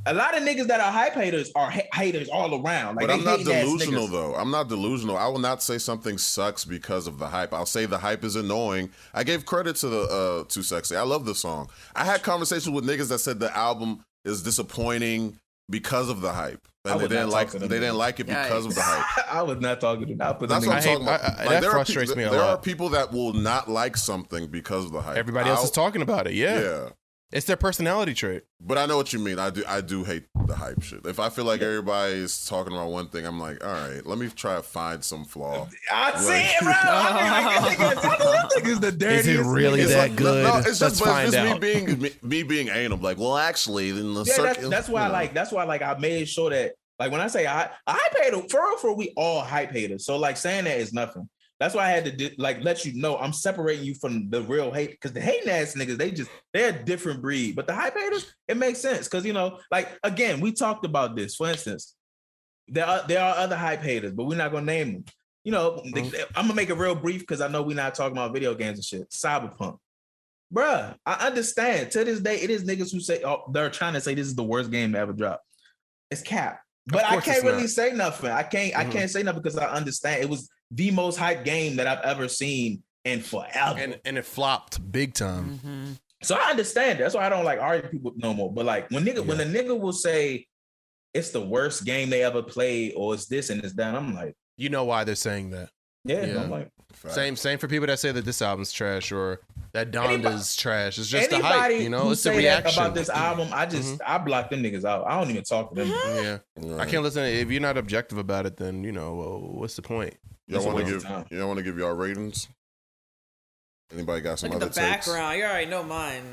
Speaker 4: A lot of niggas that are hype haters are ha- haters all around. Like
Speaker 3: but I'm not delusional
Speaker 4: though.
Speaker 3: though. I'm not delusional. I will not say something sucks because of the hype. I'll say the hype is annoying. I gave credit to the uh Too Sexy. I love the song. I had conversations with niggas that said the album is disappointing because of the hype.
Speaker 4: I
Speaker 3: And they
Speaker 4: would not
Speaker 3: didn't
Speaker 4: talk
Speaker 3: like they
Speaker 4: to them
Speaker 3: didn't
Speaker 4: niggas.
Speaker 3: like it because of the
Speaker 2: <laughs>
Speaker 3: hype.
Speaker 4: <laughs> I was not talking to that. But
Speaker 3: That's what I'm
Speaker 2: I hate-
Speaker 3: talking about.
Speaker 2: I- I-
Speaker 3: Like,
Speaker 2: that
Speaker 3: there are pe-
Speaker 2: frustrates me a
Speaker 3: There are
Speaker 2: lot.
Speaker 3: people that will not like something because of the hype.
Speaker 2: Everybody else
Speaker 3: I'll-
Speaker 2: is talking about it. Yeah.
Speaker 3: Yeah.
Speaker 2: it's their personality trait.
Speaker 3: But I know what you mean. I do. I do hate the hype shit. If I feel like everybody's talking about one thing, I'm like, all right, let me try to find some flaw.
Speaker 4: I see
Speaker 3: Like-
Speaker 4: it, bro. I
Speaker 3: <laughs>
Speaker 4: think this nigga- this nigga is the dirtiest.
Speaker 2: really
Speaker 4: nigga.
Speaker 2: that- good?
Speaker 3: No,
Speaker 2: Let's
Speaker 3: it's just, but
Speaker 2: find
Speaker 3: it's just
Speaker 2: out.
Speaker 3: me being me, me being anal. Like, well, actually, in the
Speaker 4: Yeah, that's,
Speaker 3: circuit-
Speaker 4: that's why
Speaker 3: you know.
Speaker 4: like that's why like I made sure that like when I say I I hype hater for real, for real, we all hype haters. So like saying that is nothing. That's why I had to di- like let you know I'm separating you from the real hate because the hating ass niggas they just they're a different breed. But the hype haters it makes sense because you know like again we talked about this for instance there are there are other hype haters but we're not gonna name them. You know they-
Speaker 2: Mm-hmm.
Speaker 4: I'm gonna make it real brief because I know we're not talking about video games and shit. Cyberpunk. Bruh, I understand. To this day, it is niggas who say oh, they're trying to say this is the worst game to ever drop. It's cap. But I
Speaker 2: course
Speaker 4: can't
Speaker 2: it's
Speaker 4: really
Speaker 2: not. Mm-hmm.
Speaker 4: say nothing. I can't I can't say nothing because I understand it was the most hyped game that I've ever seen in forever.
Speaker 2: And and it flopped big time.
Speaker 1: hmm
Speaker 4: so I understand. That's why I don't like arguing people no more. But like when nigga, when a nigga will say it's the worst game they ever played, or it's this and it's that, I'm like,
Speaker 2: You know why they're saying that.
Speaker 4: yeah,
Speaker 2: Yeah.
Speaker 4: I'm like,
Speaker 3: Fact.
Speaker 2: Same same for people that say that this album's trash or that Donda's trash. It's just the
Speaker 4: anybody
Speaker 2: hype, you know.
Speaker 4: who
Speaker 2: It's the
Speaker 4: say that
Speaker 2: reaction Mm-hmm.
Speaker 4: about this album, I just I block them niggas out. I don't even talk to them.
Speaker 2: Yeah,
Speaker 3: Right.
Speaker 2: I can't listen. To, if you're not objective about it, then you know well, what's the point?
Speaker 3: Y'all
Speaker 4: It's a
Speaker 3: want to
Speaker 4: waste of
Speaker 3: give?
Speaker 4: time.
Speaker 3: Y'all want to give y'all ratings? Anybody got some
Speaker 1: Look at
Speaker 3: other
Speaker 1: the
Speaker 3: takes?
Speaker 1: background. You already know mine.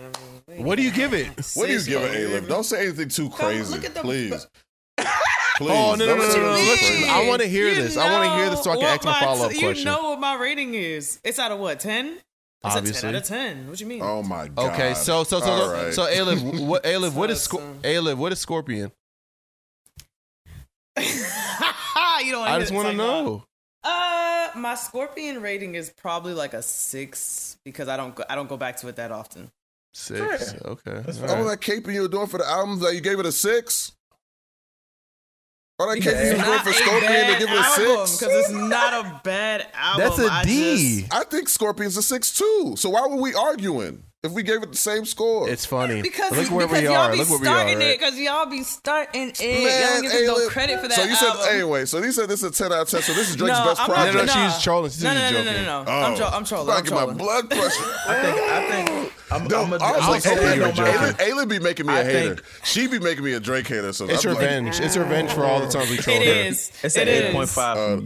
Speaker 1: I mean,
Speaker 2: What do you give it?
Speaker 3: What do you
Speaker 1: Say
Speaker 3: give
Speaker 1: something.
Speaker 3: it, Alib? Don't say anything too crazy,
Speaker 1: look at the-
Speaker 3: please. please.
Speaker 2: Oh no no
Speaker 3: don't
Speaker 2: no
Speaker 3: say
Speaker 2: no! no, no.
Speaker 3: anything
Speaker 1: What you
Speaker 3: crazy.
Speaker 1: mean?
Speaker 2: I want to hear
Speaker 1: You
Speaker 2: this. I want to hear this so I can
Speaker 1: know
Speaker 2: ask my
Speaker 1: what
Speaker 2: follow up
Speaker 1: you
Speaker 2: question.
Speaker 1: know what my rating is. It's out of what, 10? It's
Speaker 2: Obviously.
Speaker 1: a 10 out of 10. What you mean?
Speaker 3: Oh my god.
Speaker 2: Okay, so so so
Speaker 3: All
Speaker 2: so,
Speaker 3: right.
Speaker 2: so <laughs> Alif, what Alif, what is
Speaker 1: So,
Speaker 2: Scor-
Speaker 1: so-
Speaker 2: Alif, what is Scorpion?
Speaker 1: <laughs> you don't wanna
Speaker 2: I
Speaker 1: hear
Speaker 2: just
Speaker 1: it.
Speaker 2: want to
Speaker 1: It's like, uh,
Speaker 2: know.
Speaker 1: Uh, my scorpion rating is probably like a six because I don't go, I don't go back to it that often.
Speaker 2: Six. Okay. all right.
Speaker 3: All that caping you were doing for the album that you gave it a six. All that caping you were doing
Speaker 1: Not
Speaker 3: for
Speaker 1: a
Speaker 3: Scorpion to
Speaker 1: bad
Speaker 3: give it
Speaker 1: album
Speaker 3: a
Speaker 1: because
Speaker 3: six.
Speaker 1: it's not a bad album.
Speaker 2: That's a
Speaker 1: I
Speaker 2: D.
Speaker 1: just-
Speaker 3: I think Scorpion's a six too. So why were we arguing if we gave it the same score?
Speaker 2: It's funny.
Speaker 1: Because,
Speaker 2: Look where
Speaker 1: because
Speaker 2: we
Speaker 1: y'all
Speaker 2: are.
Speaker 1: be
Speaker 2: Look where we are.
Speaker 1: starting it
Speaker 2: right?
Speaker 1: because y'all be starting it. y'all don't give
Speaker 3: hey,
Speaker 1: it no
Speaker 3: look.
Speaker 1: credit for that.
Speaker 3: So you said
Speaker 1: album.
Speaker 3: anyway. So you said this is a ten out of ten. So this is Drake's
Speaker 1: no,
Speaker 3: best
Speaker 1: I'm
Speaker 3: project.
Speaker 1: Not,
Speaker 2: No, no, she's trolling. She's
Speaker 1: no, no, no,
Speaker 2: joking.
Speaker 1: no, no, no.
Speaker 3: Oh.
Speaker 1: I'm, tro- I'm trolling.
Speaker 3: About
Speaker 1: I'm
Speaker 3: to get my
Speaker 1: trolling.
Speaker 3: blood pressure.
Speaker 4: <laughs> I think I think I'm,
Speaker 3: No,
Speaker 4: I'm a,
Speaker 3: honestly,
Speaker 2: say
Speaker 3: Ayla-
Speaker 2: you're
Speaker 3: Ayla-
Speaker 2: joking.
Speaker 3: Ayla be making me a
Speaker 4: I
Speaker 3: hater.
Speaker 4: think-
Speaker 3: She be making me a Drake hater. So
Speaker 2: It's
Speaker 3: I'm like,
Speaker 2: revenge. It's revenge for all the times we trolled
Speaker 1: It
Speaker 2: her.
Speaker 1: is.
Speaker 4: It's
Speaker 1: It
Speaker 4: an
Speaker 1: is.
Speaker 4: eight point five.
Speaker 3: Uh,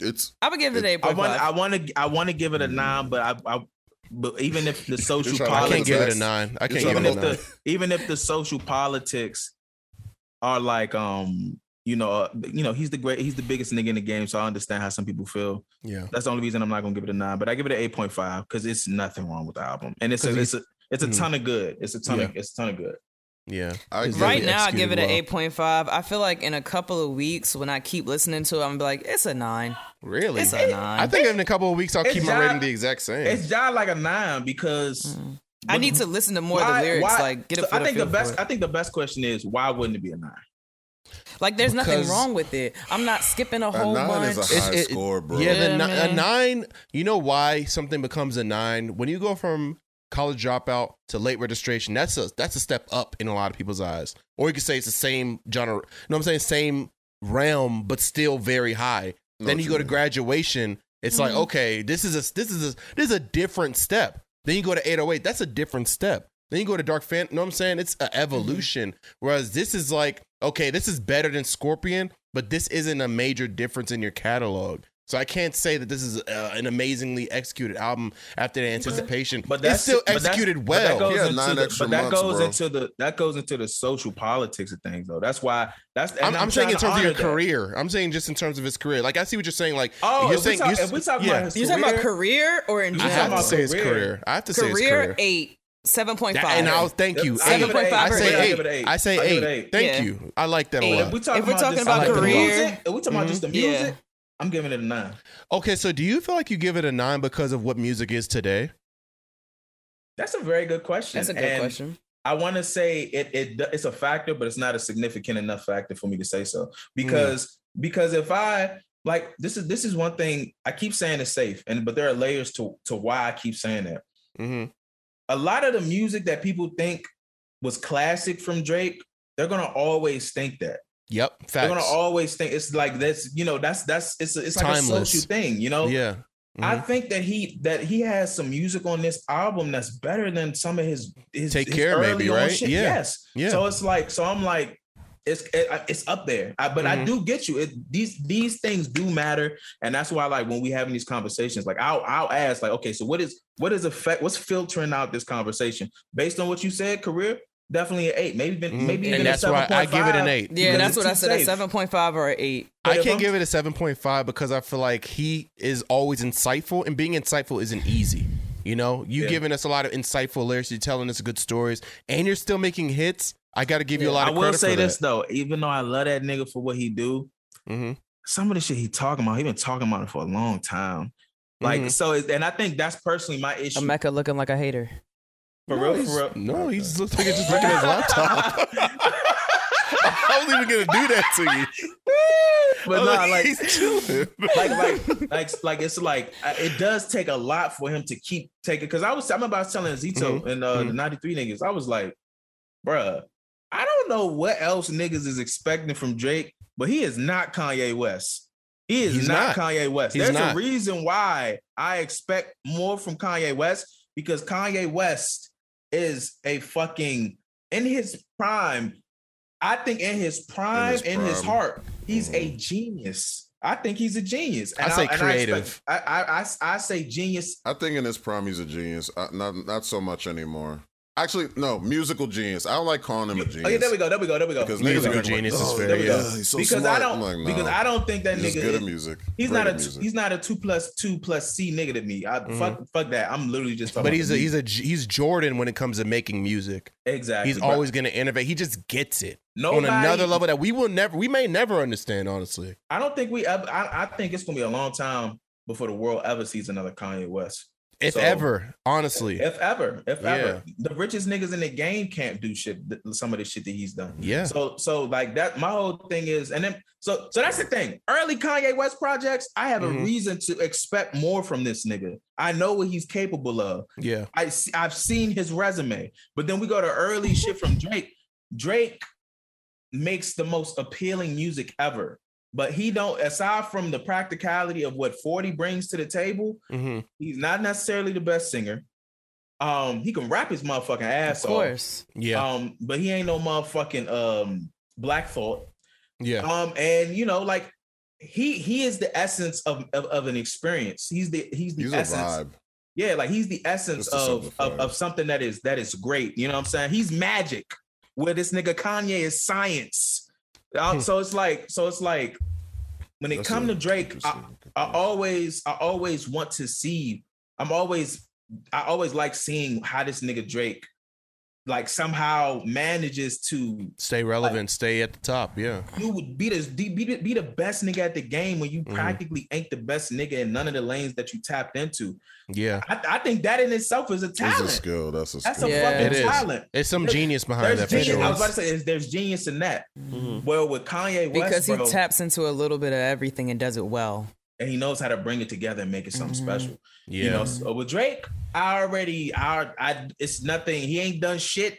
Speaker 3: it's
Speaker 1: I would give it an eight
Speaker 4: I
Speaker 1: point
Speaker 4: want. I
Speaker 1: five.
Speaker 4: want to. I want to give it a nine, but I. I but
Speaker 2: <laughs>
Speaker 4: even if the social
Speaker 3: trying to-
Speaker 2: I can't
Speaker 4: politics,
Speaker 2: give it
Speaker 3: That's-
Speaker 2: a nine. I can't
Speaker 3: You're
Speaker 2: give
Speaker 4: even
Speaker 2: it
Speaker 4: if
Speaker 2: a nine.
Speaker 4: the even if the social politics are like um you know uh, you know he's the great he's the biggest nigga in the game, so I understand how some people feel.
Speaker 2: Yeah.
Speaker 4: That's the only reason I'm not gonna give it a nine, but I give it an eight point five because it's nothing wrong with the album, and it's a,
Speaker 2: 'Cause he-
Speaker 4: it's a it's a
Speaker 2: Mhm.
Speaker 4: ton of good. It's a ton
Speaker 2: Yeah.
Speaker 4: of it's a ton of good.
Speaker 2: Yeah.
Speaker 3: I
Speaker 2: It's
Speaker 3: give
Speaker 1: Right
Speaker 2: really
Speaker 1: now, I give it
Speaker 2: executed
Speaker 1: an
Speaker 2: well.
Speaker 1: eight point five. I feel like in a couple of weeks, when I keep listening to it, I'm gonna be like, it's a nine.
Speaker 2: Really?
Speaker 1: It's a nine.
Speaker 2: I think in a couple of weeks I'll
Speaker 4: It's
Speaker 2: keep my
Speaker 4: not-
Speaker 2: rating the exact same.
Speaker 4: It's not like a nine because
Speaker 1: I need to listen to more of Mm. the
Speaker 4: why-
Speaker 1: lyrics.
Speaker 4: why-
Speaker 1: Like, get a
Speaker 4: so I
Speaker 1: feel-
Speaker 4: think
Speaker 1: feel
Speaker 4: the
Speaker 1: for
Speaker 4: best.
Speaker 1: it.
Speaker 4: I think the best question is why wouldn't it be a nine?
Speaker 1: Like, there's nothing
Speaker 2: Because-
Speaker 1: wrong with it. I'm not skipping a
Speaker 3: a
Speaker 1: whole
Speaker 3: nine
Speaker 1: bunch.
Speaker 3: is a
Speaker 2: It's-
Speaker 3: high
Speaker 2: it-
Speaker 3: score, bro.
Speaker 2: Yeah,
Speaker 1: Yeah,
Speaker 2: the ni- a
Speaker 1: man.
Speaker 2: nine. You know why something becomes a nine when you go from college dropout to late registration. That's a that's a step up in a lot of people's eyes. Or you could say it's the same genre. You know what I'm saying? Same realm, but still very high.
Speaker 3: Know
Speaker 2: then you
Speaker 3: what you
Speaker 2: go to
Speaker 3: mean.
Speaker 2: graduation. It's like okay, this is a this is a this is a different step. Then you go to 808. That's a different step. Then you go to Dark Fan. You know what I'm saying? It's an evolution. Whereas this is like okay, this is better than Scorpion, but this isn't a major difference in your catalog. So I can't say that this is uh, an amazingly executed album after the anticipation. But
Speaker 4: But
Speaker 2: that's it's
Speaker 4: that's
Speaker 2: still
Speaker 4: but that's-
Speaker 2: executed
Speaker 4: but that
Speaker 2: well.
Speaker 4: goes
Speaker 3: Yeah,
Speaker 4: into
Speaker 3: nine
Speaker 4: the-
Speaker 3: extra
Speaker 4: but that
Speaker 3: months,
Speaker 4: goes
Speaker 3: bro.
Speaker 4: into the that goes into the social politics of things though. That's why that's. and
Speaker 2: I'm, I'm, saying
Speaker 4: trying
Speaker 2: in
Speaker 4: to
Speaker 2: terms of your
Speaker 4: honor that.
Speaker 2: career. I'm saying just in terms of his career. Like I see what you're saying. Like
Speaker 4: Oh,
Speaker 2: you're
Speaker 4: if, we
Speaker 2: saying
Speaker 4: talk,
Speaker 2: you're-
Speaker 4: if we talking
Speaker 2: yeah.
Speaker 4: about his
Speaker 1: You talking about career or in
Speaker 4: talking
Speaker 2: I have
Speaker 1: general?
Speaker 2: to
Speaker 4: about
Speaker 2: say his
Speaker 4: career.
Speaker 2: career. I have to say his
Speaker 1: Career
Speaker 2: career.
Speaker 1: eight, seven point
Speaker 2: That-
Speaker 1: five.
Speaker 2: and I'll thank you.
Speaker 4: I give
Speaker 2: Eight.
Speaker 4: it an eight.
Speaker 2: I
Speaker 1: I
Speaker 2: say
Speaker 4: give
Speaker 2: eight.
Speaker 4: it an eight.
Speaker 2: I say
Speaker 4: I give it an
Speaker 2: eight.
Speaker 4: eight.
Speaker 2: Thank
Speaker 1: Yeah.
Speaker 2: you. I like that
Speaker 1: Eight.
Speaker 2: a
Speaker 4: If
Speaker 2: lot.
Speaker 4: we talking
Speaker 1: If we're
Speaker 4: about,
Speaker 1: talking
Speaker 4: just,
Speaker 1: about
Speaker 4: like, the
Speaker 2: career-
Speaker 4: music, if we talking about just the
Speaker 1: Mhm. Yeah.
Speaker 4: music, I'm giving it a nine.
Speaker 2: Okay, so do you feel like you give it a nine because of what music is today?
Speaker 4: That's a very good question.
Speaker 1: That's a good
Speaker 4: And
Speaker 1: question.
Speaker 4: I want to say it, it it's a factor, but it's not a significant enough factor for me to say so
Speaker 2: Mm.
Speaker 4: because because if I like this is this is one thing I keep saying it's safe and but there are layers to to why I keep saying that.
Speaker 2: Mm-hmm.
Speaker 4: A lot of the music that people think was classic from Drake, they're gonna always think that.
Speaker 2: Yep.
Speaker 4: They're gonna
Speaker 2: Facts.
Speaker 4: always think it's like that's you know that's that's it's a, it's like a
Speaker 2: Timeless.
Speaker 4: social thing you know.
Speaker 2: yeah.
Speaker 4: I
Speaker 2: Mhm.
Speaker 4: think that he that he has some music on this album that's better than some of his his
Speaker 2: Take
Speaker 4: his
Speaker 2: Care,
Speaker 4: early
Speaker 2: maybe,
Speaker 4: on
Speaker 2: right?
Speaker 4: shit.
Speaker 2: Yeah.
Speaker 4: Yes.
Speaker 2: Yeah.
Speaker 4: So it's like so I'm like it's it, it's up there. I, but I
Speaker 2: Mhm.
Speaker 4: do get you. It, these these things do matter, and that's why like when we having these conversations, like I'll I'll ask like okay, so what is what is effect? What's filtering out this conversation based on what you said? Career definitely an eight, maybe even
Speaker 2: Mhm.
Speaker 4: maybe even
Speaker 2: and
Speaker 4: a
Speaker 2: that's why I give it an
Speaker 4: 7.5.
Speaker 2: eight.
Speaker 1: Yeah,
Speaker 4: Because
Speaker 1: that's
Speaker 4: it's
Speaker 1: what I said. A
Speaker 4: safe.
Speaker 1: seven point five or an eight.
Speaker 2: I
Speaker 4: But if
Speaker 2: can't
Speaker 4: I'm-
Speaker 2: give it a 7.5 because I feel like he is always insightful, and being insightful isn't easy. You know, you
Speaker 4: Yeah.
Speaker 2: giving us a lot of insightful lyrics, you're telling us good stories, and you're still making hits. I got to give you a lot
Speaker 4: I
Speaker 2: of
Speaker 4: will
Speaker 2: credit
Speaker 4: say
Speaker 2: for
Speaker 4: this though, even though I love that nigga for what he do,
Speaker 2: hmm
Speaker 4: some of the shit he talking about, he been talking about it for a long time. Like
Speaker 2: Mhm.
Speaker 4: so, it- and I think that's personally my issue.
Speaker 1: A Mecca looking like a hater.
Speaker 4: for
Speaker 2: no,
Speaker 4: real,
Speaker 2: he's-
Speaker 4: for real.
Speaker 2: No, he just looks like he's just looking at his
Speaker 4: <laughs>
Speaker 2: laptop. <laughs> I wasn't even gonna do that to you.
Speaker 4: But
Speaker 2: I was
Speaker 4: nah, <laughs> like-
Speaker 2: he's chilling.
Speaker 4: like, like, like, like, it's like I- it does take a lot for him to keep taking. Because I was, I'm about telling Zito
Speaker 2: Mm-hmm.
Speaker 4: and uh, the '93 niggas, I was like, bruh, I don't know what else niggas is expecting from Drake, but he is not Kanye West. He is
Speaker 2: He's not.
Speaker 4: not, Kanye West.
Speaker 2: He's
Speaker 4: There's
Speaker 2: not.
Speaker 4: a reason why I expect more from Kanye West because Kanye West is a fucking in his prime. I think in his prime, in his,
Speaker 3: prime. Mm-hmm.
Speaker 4: heart, he's a genius. I think he's a genius.
Speaker 2: I say
Speaker 4: and
Speaker 2: creative.
Speaker 4: I, expect, I, I, I I say genius.
Speaker 3: I think in his prime he's a genius. Uh, not not so much anymore. Actually, no, musical genius. I don't like calling him a genius.
Speaker 4: Oh yeah, there we go. There we go. There we go.
Speaker 3: Because
Speaker 2: Musical
Speaker 3: niggas are
Speaker 2: genius is
Speaker 3: like, oh,
Speaker 2: fair,
Speaker 3: there we go.
Speaker 2: yeah.
Speaker 3: He's so
Speaker 4: because
Speaker 3: smart."
Speaker 4: I don't
Speaker 3: I'm like, nah.
Speaker 4: because I don't think that
Speaker 3: He's
Speaker 4: nigga
Speaker 3: just good
Speaker 4: is-
Speaker 3: at music.
Speaker 4: He's
Speaker 3: Great
Speaker 4: not a
Speaker 3: at music. Mm-hmm.
Speaker 4: he's not a two plus two plus C nigga to me. I
Speaker 2: Mhm.
Speaker 4: fuck fuck that. I'm literally just talking.
Speaker 2: But
Speaker 4: about
Speaker 2: he's
Speaker 4: the
Speaker 2: a, he's
Speaker 4: music.
Speaker 2: a he's Jordan when it comes to making music.
Speaker 4: exactly.
Speaker 2: He's always gonna innovate. He just gets it
Speaker 4: Nobody-
Speaker 2: on another level that we will never, we may never understand. Honestly,
Speaker 4: I don't think we. ever- I, I think it's gonna be a long time before the world ever sees another Kanye West.
Speaker 2: if
Speaker 4: So-
Speaker 2: ever, honestly,
Speaker 4: If ever, if
Speaker 2: Yeah.
Speaker 4: ever, the richest niggas in the game can't do shit. th- Some of the shit that he's done.
Speaker 2: yeah.
Speaker 4: So so like that. My whole thing is, and then so so that's the thing. Early Kanye West projects, I have
Speaker 2: Mhm.
Speaker 4: a reason to expect more from this nigga. I know what he's capable of.
Speaker 2: yeah.
Speaker 4: I have seen his resume, but then we go to early
Speaker 2: <laughs>
Speaker 4: shit from Drake. Drake makes the most appealing music ever, but he don't. Aside from the practicality of what Forty brings to the table,
Speaker 2: Mm-hmm.
Speaker 4: he's not necessarily the best singer. Um, he can rap his motherfucking ass
Speaker 1: Of course.
Speaker 2: Yeah.
Speaker 4: off. Um, but he ain't no motherfucking um Black Thought.
Speaker 2: yeah.
Speaker 4: Um, and you know, like he he is the essence of of, of an experience. He's the he's the
Speaker 3: He's a
Speaker 4: essence
Speaker 3: vibe.
Speaker 4: yeah, like he's the
Speaker 3: Just
Speaker 4: essence
Speaker 3: to
Speaker 4: of,
Speaker 3: simplify
Speaker 4: of
Speaker 3: it.
Speaker 4: of something that is that is great. You know what I'm saying? He's magic. Where this nigga Kanye is science. Uh,
Speaker 2: Hmm.
Speaker 4: So it's like so it's like when it
Speaker 3: That's
Speaker 4: come
Speaker 3: a-
Speaker 4: to Drake, I, I always I always want to see. I'm always I always like seeing how this nigga Drake like somehow manages to
Speaker 2: Stay relevant, stay at the top. Yeah.
Speaker 4: you would be the be, the- be the best nigga at the game when you
Speaker 1: Mm-hmm.
Speaker 2: Mhm.
Speaker 4: practically ain't the best nigga in none of the lanes that you tapped into.
Speaker 2: Yeah.
Speaker 4: I, I think that in itself is a
Speaker 3: It's a
Speaker 4: talent.
Speaker 3: skill. That's a skill.
Speaker 4: That's a
Speaker 1: Yeah.
Speaker 2: It
Speaker 4: fucking
Speaker 2: is.
Speaker 4: talent.
Speaker 2: It's some
Speaker 4: There's-
Speaker 2: genius behind
Speaker 4: There's
Speaker 2: that for
Speaker 4: genius. I was about
Speaker 2: sure.
Speaker 4: to say, is there's genius in that. Well, with Kanye West,
Speaker 1: Mm-hmm. because he
Speaker 4: bro,
Speaker 1: taps into a little bit of everything and does it well.
Speaker 4: and he knows how to bring it together and make it something
Speaker 1: Mhm.
Speaker 4: special.
Speaker 2: Yeah.
Speaker 4: You know, so with Drake, I already, I, I, it's nothing. He ain't done shit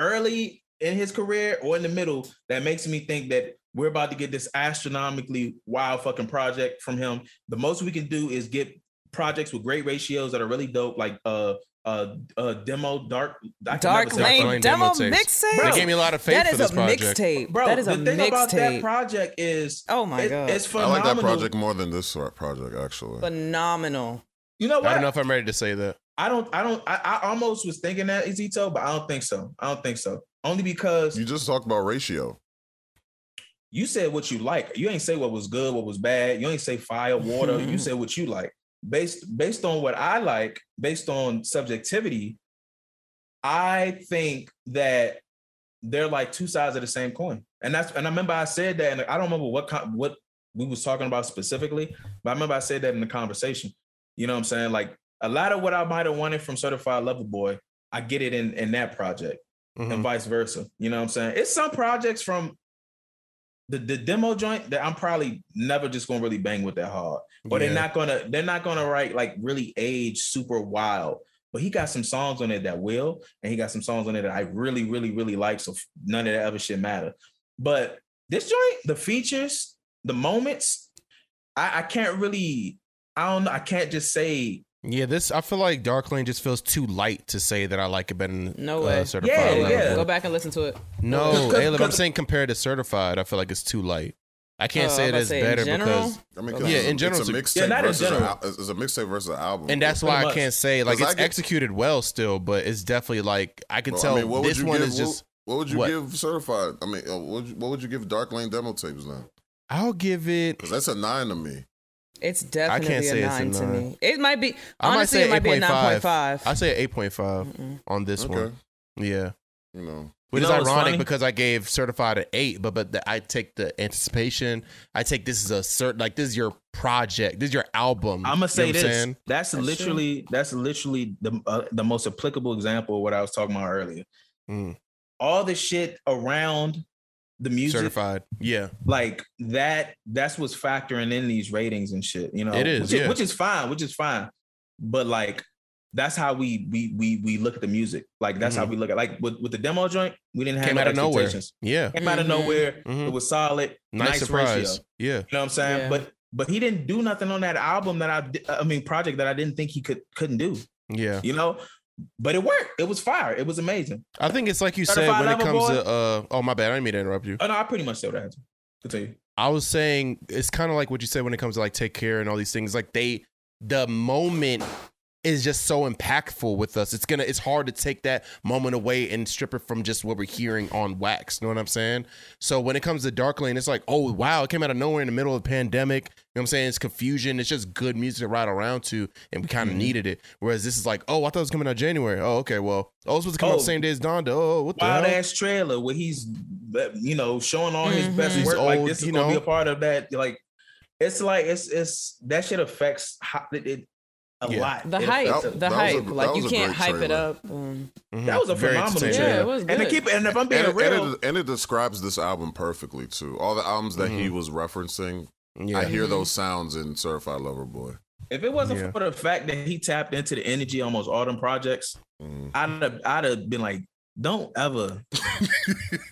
Speaker 4: early in his career or in the middle that makes me think that we're about to get this astronomically wild fucking project from him. The most we can do is get projects with great ratios that are really dope, like uh, uh, uh, demo dark, I can
Speaker 1: Dark
Speaker 4: never say-
Speaker 2: Lane
Speaker 1: Lane
Speaker 2: demo
Speaker 1: demo
Speaker 2: tapes.
Speaker 1: mixtape.
Speaker 4: Bro,
Speaker 2: they gave me a lot of faith
Speaker 1: that
Speaker 2: for
Speaker 1: is a
Speaker 2: this project.
Speaker 1: mixtape.
Speaker 4: Bro,
Speaker 1: that is a
Speaker 4: the thing about that
Speaker 1: mixtape.
Speaker 4: project is,
Speaker 1: Oh my
Speaker 4: it-
Speaker 1: god,
Speaker 4: it's
Speaker 3: I
Speaker 4: phenomenal.
Speaker 3: like that project more than this sort of project, actually.
Speaker 1: phenomenal.
Speaker 4: You know
Speaker 2: I
Speaker 4: what?
Speaker 2: don't know if I'm ready to say that.
Speaker 4: I don't, I don't, I, I almost was thinking that Izito, but I don't think so. I don't think so. Only because
Speaker 3: you just talked about ratio.
Speaker 4: you said what you like. You ain't say what was good, what was bad. You ain't say fire, water. you said what you like. Based based on what I like, based on subjectivity, I think that they're like two sides of the same coin. And that's and I remember I said that, and I don't remember what con- what we was talking about specifically, but I remember I said that in the conversation. You know what I'm saying? Like a lot of what I might have wanted from Certified Lover Boy, I get it in in that project and
Speaker 2: Mhm.
Speaker 4: vice versa. You know what I'm saying? It's some projects from the, the demo joint that I'm probably never just gonna really bang with that hard. Or
Speaker 2: Yeah.
Speaker 4: they're not gonna they're not gonna write like really age super wild. But he got some songs on it that will, and he got some songs on it that I really, really, really like. So f- none of that other shit matter. But this joint, the features, the moments, I, I can't really, I don't, know, I can't just say
Speaker 2: Yeah, this I feel like Dark Lane just feels too light to say that I like it better than
Speaker 1: No
Speaker 2: uh,
Speaker 1: way.
Speaker 2: Certified.
Speaker 4: Yeah,
Speaker 2: Lover
Speaker 4: yeah.
Speaker 2: Boy.
Speaker 1: Go back and listen to it.
Speaker 2: No,
Speaker 4: 'Cause-
Speaker 2: Caleb, I'm
Speaker 4: 'cause-
Speaker 2: saying compared to Certified, I feel like it's too light. I can't
Speaker 1: Oh,
Speaker 2: say
Speaker 1: I'm
Speaker 2: it
Speaker 1: about to
Speaker 2: is
Speaker 1: say in
Speaker 2: better
Speaker 1: general?
Speaker 2: because,
Speaker 3: I mean, 'cause
Speaker 1: Yeah,
Speaker 3: it's a-
Speaker 2: in general,
Speaker 3: it's a
Speaker 2: it's
Speaker 3: mixtape
Speaker 4: Yeah, not in
Speaker 3: versus an
Speaker 4: general.
Speaker 3: al- it's it's a mixtape versus an album.
Speaker 2: and that's
Speaker 4: Pretty
Speaker 2: why I
Speaker 4: much.
Speaker 2: can't say like
Speaker 3: 'Cause
Speaker 2: it's
Speaker 3: I get-
Speaker 2: executed well still, but it's definitely like I can
Speaker 3: Well,
Speaker 2: tell
Speaker 3: what would
Speaker 2: this
Speaker 3: you
Speaker 2: one
Speaker 3: give-
Speaker 2: is just.
Speaker 3: What would you
Speaker 2: what?
Speaker 3: give certified? I mean, uh, what would you, what would you give Dark Lane demo tapes now?
Speaker 2: I'll give it.
Speaker 3: Because that's a nine to me.
Speaker 1: It's definitely
Speaker 2: say
Speaker 1: a
Speaker 2: it's a
Speaker 1: nine to
Speaker 2: nine.
Speaker 1: me. It might be
Speaker 2: I might
Speaker 1: honestly,
Speaker 2: say
Speaker 1: it might be a
Speaker 2: 8.5.
Speaker 1: nine point five.
Speaker 2: I say eight point five on this
Speaker 3: okay,
Speaker 2: one. Yeah,
Speaker 3: you know,
Speaker 2: which
Speaker 4: You
Speaker 2: is
Speaker 4: know what's
Speaker 2: ironic
Speaker 4: funny?
Speaker 2: because I gave Certified an eight, but but the, I take the anticipation. I take this is a certain like this is your project, this is your album.
Speaker 4: I'm gonna say
Speaker 2: you know what I'm
Speaker 4: this.
Speaker 2: saying?
Speaker 4: That's, literally that's literally the uh, the most applicable example of what I was talking about earlier.
Speaker 2: Mm.
Speaker 4: All the shit around the music,
Speaker 2: Certified. Yeah,
Speaker 4: like that. That's what's factoring in these ratings and shit. You know,
Speaker 2: It is,
Speaker 4: which,
Speaker 2: yeah.
Speaker 4: which is fine, which is fine. But like, that's how we we we we look at the music. Like that's how we look at like with, with the demo joint. We didn't have
Speaker 2: Mm-hmm. came
Speaker 4: no
Speaker 2: out of nowhere.
Speaker 4: expectations.
Speaker 2: Yeah,
Speaker 4: Came out of
Speaker 1: Mhm.
Speaker 4: nowhere.
Speaker 2: Mhm.
Speaker 4: It was solid.
Speaker 2: nice, surprise.
Speaker 4: ratio.
Speaker 2: Yeah.
Speaker 4: You know what I'm saying?
Speaker 1: Yeah.
Speaker 4: But but he didn't do nothing on that album that I di- I mean project that I didn't think he could couldn't do.
Speaker 2: Yeah,
Speaker 4: You know, but it worked. It was fire. It was amazing.
Speaker 2: I think it's like you said
Speaker 4: Certified
Speaker 2: when it
Speaker 4: Lover
Speaker 2: comes
Speaker 4: Boy?
Speaker 2: to. Uh, oh, my bad. I didn't mean to interrupt you.
Speaker 4: Oh no, I pretty much said what I had to. Continue.
Speaker 2: I was saying it's kind of like what you said when it comes to like take care and all these things. Like they, the moment is just so impactful with us. It's gonna. It's hard to take that moment away and strip it from just what we're hearing on wax. You know what I'm saying? So when it comes to Dark Lane, it's like, oh wow, it came out of nowhere in the middle of a pandemic. You know what I'm saying? It's confusion. It's just good music to ride around to, and we
Speaker 4: Mm-hmm.
Speaker 2: kind of needed it. Whereas this is like, oh, I thought it was coming out January. Oh, okay, well, oh, it's supposed to come out
Speaker 4: Oh.
Speaker 2: the same day as Donda. Oh, what the
Speaker 4: Wild
Speaker 2: hell?
Speaker 4: ass trailer where he's uh, you know showing all his best
Speaker 2: Mm-hmm. He's
Speaker 4: work. like
Speaker 2: old,
Speaker 4: this is
Speaker 2: you
Speaker 4: gonna be
Speaker 2: know?
Speaker 4: a part of that. Like it's like it's it's that shit affects how, it, it a
Speaker 2: Yeah.
Speaker 4: lot.
Speaker 1: the
Speaker 4: It
Speaker 1: hype,
Speaker 4: affects
Speaker 3: that-
Speaker 4: a-
Speaker 1: the
Speaker 3: was a-
Speaker 1: hype.
Speaker 3: that
Speaker 1: like
Speaker 3: was
Speaker 1: you
Speaker 3: a
Speaker 1: can't
Speaker 3: great
Speaker 1: hype it
Speaker 3: trailer.
Speaker 1: up. Um, <laughs>
Speaker 2: Mhm.
Speaker 3: Mm-hmm.
Speaker 4: That was a
Speaker 2: Very
Speaker 4: phenomenal
Speaker 2: entertaining.
Speaker 1: Yeah,
Speaker 4: trailer.
Speaker 1: it was
Speaker 4: And to
Speaker 1: good.
Speaker 4: keep and if I'm being
Speaker 3: and, it-
Speaker 4: real,
Speaker 3: and it, and it describes this album perfectly too. All the albums that he was referencing,
Speaker 2: Mm-hmm. Yeah.
Speaker 3: I
Speaker 4: Mm-hmm.
Speaker 3: hear those sounds in Certified Lover Boy.
Speaker 4: If it wasn't
Speaker 2: Yeah.
Speaker 4: for the fact that he tapped into the energy on most autumn projects,
Speaker 3: Mhm.
Speaker 4: I'd have, I'd have been like, don't
Speaker 2: <laughs>
Speaker 4: ever,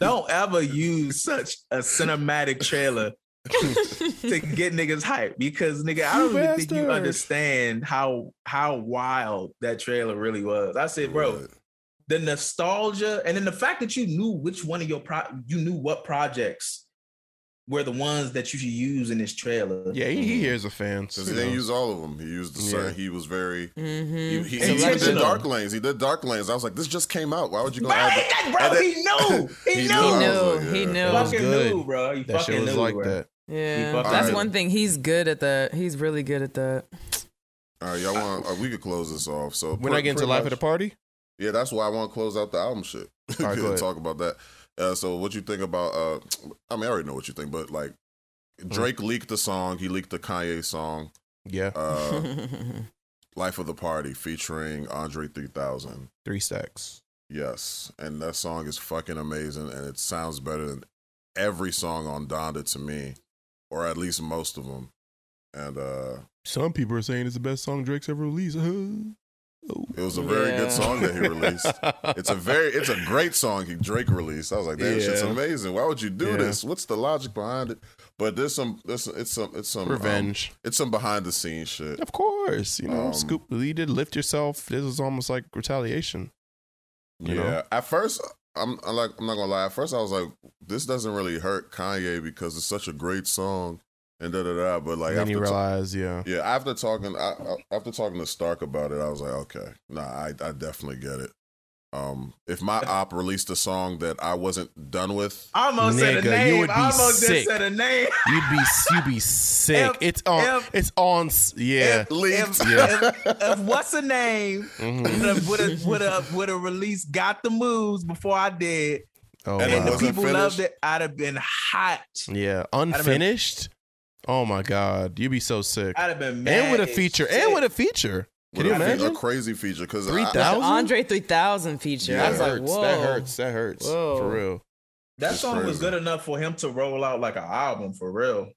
Speaker 4: don't ever use such a cinematic trailer
Speaker 2: <laughs>
Speaker 4: to get niggas hype because nigga, I don't
Speaker 2: You
Speaker 4: really think you
Speaker 2: bastard.
Speaker 4: understand how how wild that trailer really was. I said, bro,
Speaker 3: Right.
Speaker 4: the nostalgia and then the fact that you knew which one of your pro you knew what projects were the ones that you should use in this trailer.
Speaker 2: Yeah, he, he hears a fan.
Speaker 3: Since
Speaker 2: you
Speaker 3: he didn't
Speaker 2: know.
Speaker 3: use all of them, he used the sun.
Speaker 2: Yeah.
Speaker 3: He was very.
Speaker 1: mhm.
Speaker 3: He, he,
Speaker 4: And
Speaker 3: he even did
Speaker 4: Selection.
Speaker 3: dark lanes. He did dark lanes. I was like, this just came out. Why would you go
Speaker 4: Bro,
Speaker 3: add
Speaker 4: he,
Speaker 3: the-
Speaker 4: that, bro,
Speaker 3: and then-
Speaker 4: he knew.
Speaker 2: <laughs>
Speaker 4: He,
Speaker 3: He
Speaker 4: knew.
Speaker 1: he
Speaker 3: I was
Speaker 1: knew.
Speaker 3: like,
Speaker 1: he
Speaker 3: yeah.
Speaker 1: knew.
Speaker 2: That was
Speaker 4: fucking
Speaker 2: good.
Speaker 4: knew, bro. He
Speaker 2: That
Speaker 4: fucking
Speaker 2: shit was
Speaker 4: knew,
Speaker 2: like
Speaker 4: bro.
Speaker 2: that.
Speaker 1: Yeah,
Speaker 4: fucking
Speaker 1: that's
Speaker 3: knew.
Speaker 1: one thing. He's good at that. He's really good at that.
Speaker 3: All right, y'all want? Uh, we could close this off. So
Speaker 2: We're not getting to life at the party.
Speaker 3: Yeah, that's why I want to close out the album shit. <laughs>
Speaker 2: All right, go ahead.
Speaker 3: talk about that. Uh, so, what you think about? Uh, I mean, I already know what you think, but like,
Speaker 2: Mm-hmm.
Speaker 3: Drake leaked the song. He leaked the Kanye song,
Speaker 2: Yeah,
Speaker 1: <laughs>
Speaker 3: uh, "Life of the Party," featuring Andre 3000.
Speaker 2: three stacks.
Speaker 3: Yes, and that song is fucking amazing, and it sounds better than every song on Donda to me, or at least most of them. And uh,
Speaker 2: Some people are saying it's the best song Drake's ever
Speaker 3: <laughs>
Speaker 2: released.
Speaker 3: it was a very
Speaker 1: Yeah.
Speaker 3: good song that he released. It's a very, it's a great song he Drake released. I was like, damn,
Speaker 2: Yeah.
Speaker 3: shit's amazing. Why would you do
Speaker 2: Yeah.
Speaker 3: this? What's the logic behind it? But there's some, there's it's some, it's some um,
Speaker 2: revenge.
Speaker 3: it's some behind the scenes shit.
Speaker 2: Of course, you know,
Speaker 3: Um,
Speaker 2: Scoop deleted, lift yourself. This is almost like retaliation.
Speaker 3: Yeah.
Speaker 2: You know?
Speaker 3: At first, I'm I'm like, I'm not gonna lie. At first, I was like, this doesn't really hurt Kanye because it's such a great song, and da da da. But like
Speaker 2: and then
Speaker 3: after
Speaker 2: you
Speaker 3: ta-
Speaker 2: realize, yeah,
Speaker 3: Yeah, after talking, I, I, after talking to Stark about it, I was like, okay, nah, I, I definitely get it. Um, if my op released a song that I wasn't done with,
Speaker 4: I almost said a
Speaker 2: Nigga, you
Speaker 4: name.
Speaker 2: would be
Speaker 4: I almost
Speaker 2: sick.
Speaker 4: just said a
Speaker 3: <laughs>
Speaker 4: name.
Speaker 2: you'd be you'd be sick.
Speaker 4: F-
Speaker 2: it's on.
Speaker 4: F-
Speaker 2: it's on. s- Yeah.
Speaker 3: it leaked.
Speaker 4: If, if, if what's a name
Speaker 2: Mhm.
Speaker 4: would have would have would have would have release got the moves before I did,
Speaker 2: Oh
Speaker 3: And
Speaker 4: and
Speaker 3: it
Speaker 2: wow.
Speaker 4: the
Speaker 3: wasn't
Speaker 4: people
Speaker 3: finished.
Speaker 4: loved it. I'd have been hot.
Speaker 2: yeah,
Speaker 4: been-
Speaker 2: unfinished. Oh my god, you'd be so sick.
Speaker 4: I'd have been mad.
Speaker 2: And with a
Speaker 4: as
Speaker 2: feature.
Speaker 4: shit.
Speaker 2: And with a feature. Can
Speaker 3: <laughs> With
Speaker 2: you
Speaker 3: a fe-
Speaker 2: imagine?
Speaker 3: a crazy feature? Because
Speaker 2: Three
Speaker 1: The
Speaker 2: thousand?
Speaker 1: Andre 3000 feature.
Speaker 3: Yeah.
Speaker 1: I was
Speaker 2: that
Speaker 1: like,
Speaker 2: hurts.
Speaker 1: whoa.
Speaker 2: That hurts. That hurts.
Speaker 1: Whoa.
Speaker 2: For real.
Speaker 3: <laughs>
Speaker 4: that
Speaker 3: It's
Speaker 4: song was
Speaker 3: crazy.
Speaker 4: good enough for him to roll out like an album for real.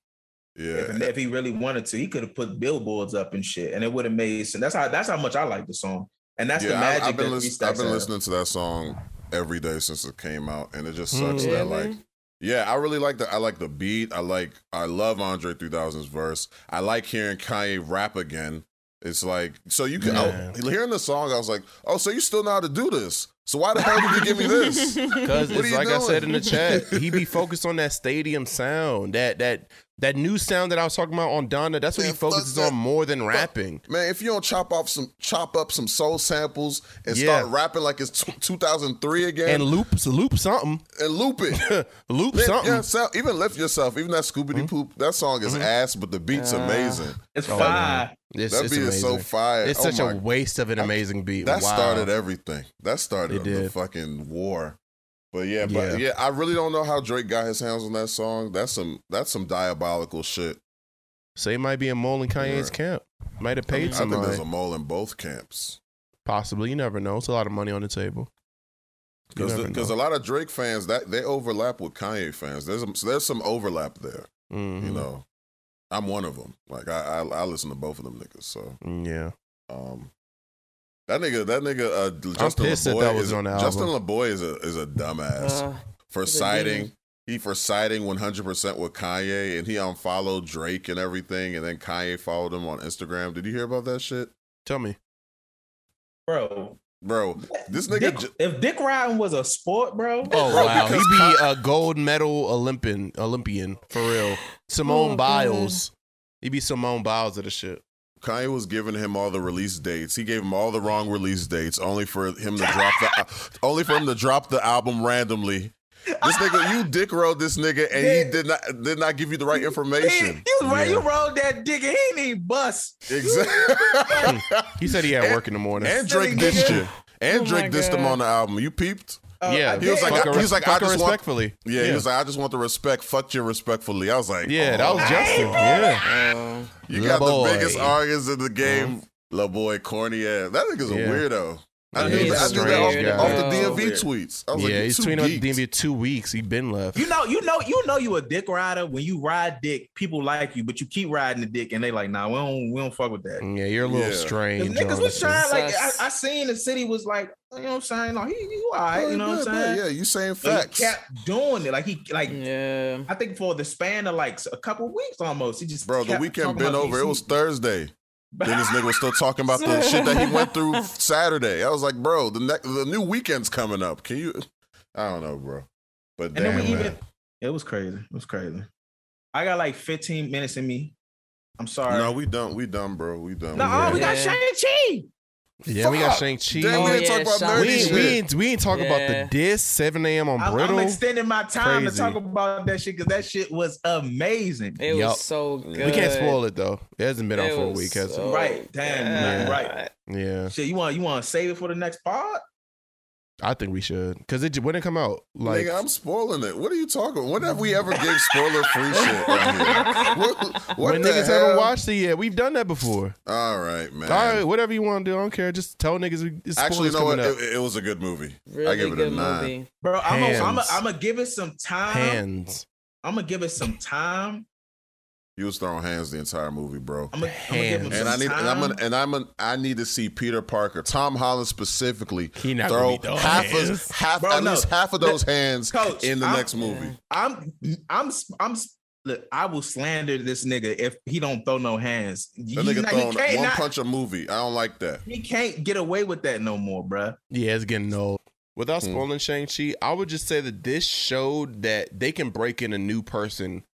Speaker 4: If,
Speaker 3: yeah,
Speaker 4: if he really wanted to, he could have put billboards up and shit, and it would have made sense. That's how that's how much I like the song, and that's the
Speaker 3: yeah.
Speaker 4: magic
Speaker 3: I, I've
Speaker 4: that
Speaker 3: been
Speaker 4: Three
Speaker 3: lis-
Speaker 4: Stacks
Speaker 3: I've been
Speaker 4: had.
Speaker 3: listening to that song every day since it came out, and it just sucks
Speaker 2: Mm.
Speaker 3: that
Speaker 1: Really?
Speaker 3: like. Yeah, I really like the I like the beat. I like I love Andre 3000's verse. I like hearing Kanye rap again. It's like so you can I,
Speaker 2: Man.
Speaker 3: hearing the song. I was like, oh, so you still know how to do this? So why the hell did you give
Speaker 2: <laughs>
Speaker 3: me this?
Speaker 2: Because
Speaker 3: What
Speaker 2: it's
Speaker 3: are
Speaker 2: like
Speaker 3: you
Speaker 2: I said in
Speaker 3: doing?
Speaker 2: the <laughs> chat, he be focused on that stadium sound, that that that new sound that I was talking about on Donna. That's what
Speaker 3: Man,
Speaker 2: he
Speaker 3: fuck
Speaker 2: focuses
Speaker 3: that.
Speaker 2: on more than rapping.
Speaker 3: Man, if you don't chop off some chop up some soul samples and
Speaker 2: Yeah.
Speaker 3: start rapping like it's t- 2003 again
Speaker 2: And
Speaker 3: and,
Speaker 2: loops, loop something, <laughs>
Speaker 3: loop it.
Speaker 2: loop
Speaker 3: Lift
Speaker 2: something. Mm-hmm.
Speaker 3: yourself, even lift yourself. Even that Scooby Poop, that song is ass, but the beat's amazing.
Speaker 4: It's
Speaker 2: Oh,
Speaker 4: fire.
Speaker 2: Ah, It's,
Speaker 3: That
Speaker 2: it's
Speaker 3: beat is so
Speaker 2: amazing.
Speaker 3: fire.
Speaker 2: It's
Speaker 3: Oh
Speaker 2: such
Speaker 3: my
Speaker 2: a waste of an amazing beat.
Speaker 3: That
Speaker 2: wow.
Speaker 3: started everything. That started
Speaker 2: It
Speaker 3: the
Speaker 2: did.
Speaker 3: fucking war. But yeah, but
Speaker 2: Yeah.
Speaker 3: yeah, I really don't know how Drake got his hands on that song. That's some that's some diabolical shit.
Speaker 2: So it might be a mole in Kanye's
Speaker 3: Yeah.
Speaker 2: camp. Might have
Speaker 3: I
Speaker 2: paid
Speaker 3: think
Speaker 2: somebody.
Speaker 3: there's a mole in both camps.
Speaker 2: Possibly. You never know. It's a lot of money on the table. You never
Speaker 3: Because a
Speaker 2: know.
Speaker 3: lot of Drake fans that they overlap with Kanye fans. There's some, there's some overlap there. You
Speaker 2: Mhm.
Speaker 3: know, I'm one of them. Like I, I I listen to both of them niggas. So
Speaker 2: Mm, Yeah.
Speaker 3: um, that nigga that nigga uh, Justin
Speaker 2: pissed that
Speaker 3: LeBoy
Speaker 2: that was
Speaker 3: is
Speaker 2: on the
Speaker 3: Justin
Speaker 2: album.
Speaker 3: LeBoy is a is a dumbass.
Speaker 1: Uh,
Speaker 3: for
Speaker 1: He's a
Speaker 3: siding
Speaker 1: demon.
Speaker 3: he for siding 100% with Kanye and he unfollowed Drake and everything and then Kanye followed him on Instagram. Did you hear about that shit?
Speaker 2: Tell me.
Speaker 4: bro.
Speaker 3: Bro, this
Speaker 4: Dick,
Speaker 3: nigga j-
Speaker 4: if Dick Riding was a sport, bro,
Speaker 2: Oh
Speaker 3: Bro,
Speaker 2: wow, he
Speaker 3: because
Speaker 2: be a gold medal Olympian, Olympian for real. Simone
Speaker 3: Mm-hmm.
Speaker 1: Oh, God.
Speaker 2: Biles, he be Simone Biles of the shit.
Speaker 3: Kanye was giving him all the release dates. He gave him all the wrong release dates only for him to drop the uh, only for him to drop the album randomly. This nigga, you dick rode this nigga and he did not did not give you the right
Speaker 1: <laughs>
Speaker 4: he,
Speaker 3: information.
Speaker 4: you, right, you rolled that dick and he need bus.
Speaker 3: Exactly.
Speaker 2: He said he had work in the morning.
Speaker 3: and Drake
Speaker 4: Silly
Speaker 3: dissed
Speaker 4: nigga.
Speaker 3: you.
Speaker 1: Oh
Speaker 3: And
Speaker 1: my
Speaker 3: Drake dissed him
Speaker 1: God.
Speaker 3: on the album. You peeped?
Speaker 4: Uh,
Speaker 2: yeah,
Speaker 3: uh, He was like,
Speaker 2: fuck
Speaker 3: I-
Speaker 2: her-
Speaker 3: he was like,
Speaker 2: fuck
Speaker 3: I
Speaker 2: her
Speaker 3: just want-
Speaker 2: respectfully.
Speaker 3: Yeah, he was like, I just want the respect. Fuck you respectfully. I was like,
Speaker 2: yeah,
Speaker 3: oh,
Speaker 2: that was Justin. Yeah,
Speaker 3: you got
Speaker 2: LaBoy.
Speaker 3: the biggest artists in the game. La boy, corny ass. That nigga's a
Speaker 2: Yeah.
Speaker 3: weirdo. I
Speaker 2: Yeah,
Speaker 3: knew
Speaker 2: he's
Speaker 3: that. I
Speaker 2: a
Speaker 3: knew that
Speaker 2: strange
Speaker 3: off,
Speaker 2: guy.
Speaker 3: off the DMV
Speaker 4: Weird.
Speaker 3: tweets. I was like,
Speaker 2: yeah,
Speaker 3: you
Speaker 2: he's
Speaker 3: too
Speaker 2: tweeting on
Speaker 3: geeked.
Speaker 2: DMV two weeks. He been left.
Speaker 4: You know, you know, you know, you a dick rider when you ride dick. People like you, but you keep riding the dick, and they like, nah, we don't, we don't fuck with
Speaker 3: Mm,
Speaker 4: that.
Speaker 2: Mm, yeah, you're a little
Speaker 3: Yeah.
Speaker 4: Because
Speaker 2: strange.
Speaker 4: niggas was
Speaker 2: honestly.
Speaker 4: trying, like, I,
Speaker 1: Sus.
Speaker 4: I seen the city was like, you know what I'm saying? Like, he, you all right, you know what I'm
Speaker 3: Yeah,
Speaker 4: saying?
Speaker 3: Yeah, you saying
Speaker 4: But
Speaker 3: facts.
Speaker 4: he kept doing it. Like, he, like,
Speaker 1: Mm. yeah.
Speaker 4: I think for the span of like a couple weeks almost, he just
Speaker 3: Bro, the
Speaker 4: kept
Speaker 3: weekend
Speaker 4: talking
Speaker 3: been
Speaker 4: about
Speaker 3: over. It
Speaker 4: DC.
Speaker 3: was Thursday. Then
Speaker 4: <laughs>
Speaker 3: this nigga was still talking about the shit that he went through Saturday. I was like, bro, the ne- the new weekend's coming up. Can you? I don't know, bro. But
Speaker 4: And
Speaker 3: damn,
Speaker 4: then we
Speaker 3: man.
Speaker 4: even it was crazy. It was crazy. I got like 15 minutes in me. I'm sorry.
Speaker 3: no,
Speaker 4: No,
Speaker 3: we done. We done, bro. We done.
Speaker 4: oh, we
Speaker 1: Yeah.
Speaker 4: got Shang-Chi.
Speaker 2: Yeah, we got
Speaker 3: Fuck.
Speaker 2: Shang Chi.
Speaker 3: Damn, we
Speaker 1: Oh,
Speaker 3: didn't
Speaker 1: yeah,
Speaker 3: talk about
Speaker 1: Shang-Chi.
Speaker 2: We
Speaker 3: nerdy
Speaker 2: ain't,
Speaker 3: shit.
Speaker 2: we ain't, we ain't talk about the
Speaker 1: Yeah.
Speaker 2: diss. Seven a.m. on
Speaker 4: I'm,
Speaker 2: brittle.
Speaker 4: I'm extending my time
Speaker 2: Crazy.
Speaker 4: to talk about that shit because that shit was amazing.
Speaker 1: It
Speaker 2: Yup.
Speaker 1: was so good.
Speaker 2: we can't spoil it though. It hasn't been out
Speaker 1: It
Speaker 2: for a
Speaker 1: was
Speaker 2: week, has
Speaker 1: so
Speaker 4: Right, damn,
Speaker 1: good.
Speaker 4: right.
Speaker 2: it? Yeah.
Speaker 4: Shit, you want you want to save it for the next part?
Speaker 2: I think we should because it when it come out like
Speaker 3: Nigga, I'm spoiling it. What are you talking? When have we ever gave spoiler free shit?
Speaker 2: <laughs>
Speaker 3: on here? What, what
Speaker 2: when
Speaker 3: the
Speaker 2: niggas
Speaker 3: hell?
Speaker 2: haven't watched it yet. We've done that before.
Speaker 3: All right, man.
Speaker 2: All right, whatever you want to do, I don't care. Just tell niggas we- it's
Speaker 3: Actually,
Speaker 2: spoilers
Speaker 3: you know what?
Speaker 2: coming up.
Speaker 3: It, it was a good movie.
Speaker 1: Really
Speaker 3: I give it a
Speaker 1: good
Speaker 3: nine.
Speaker 1: movie.
Speaker 4: Bro, I'm
Speaker 2: Hands.
Speaker 4: gonna I'm gonna give it some time.
Speaker 2: Hands,
Speaker 4: I'm gonna give it some time.
Speaker 3: You was throwing hands the entire movie, bro.
Speaker 4: I'm gonna give him
Speaker 2: Hands.
Speaker 3: And
Speaker 4: some
Speaker 3: I need and
Speaker 4: time.
Speaker 3: I'm an, and I'm an, I need to see Peter Parker, Tom Holland specifically
Speaker 2: He not
Speaker 3: throw
Speaker 2: gonna be throwing
Speaker 3: half
Speaker 2: hands.
Speaker 3: of half
Speaker 4: Bro,
Speaker 3: at
Speaker 4: no.
Speaker 3: least half of
Speaker 4: Look,
Speaker 3: those hands
Speaker 4: Coach,
Speaker 3: in the
Speaker 4: I'm-
Speaker 3: next movie.
Speaker 4: I'm I'm I'm look, I will slander this nigga if he don't throw no hands. He's
Speaker 3: That nigga
Speaker 4: not-
Speaker 3: throwing
Speaker 4: he, can't
Speaker 3: one
Speaker 4: not-
Speaker 3: punch a movie. I don't like that.
Speaker 4: he can't get away with that no more, bruh.
Speaker 2: yeah, it's getting old. Without
Speaker 3: Hmm.
Speaker 2: spoiling Shang Chi, I would just say that this showed that they can break in a new person.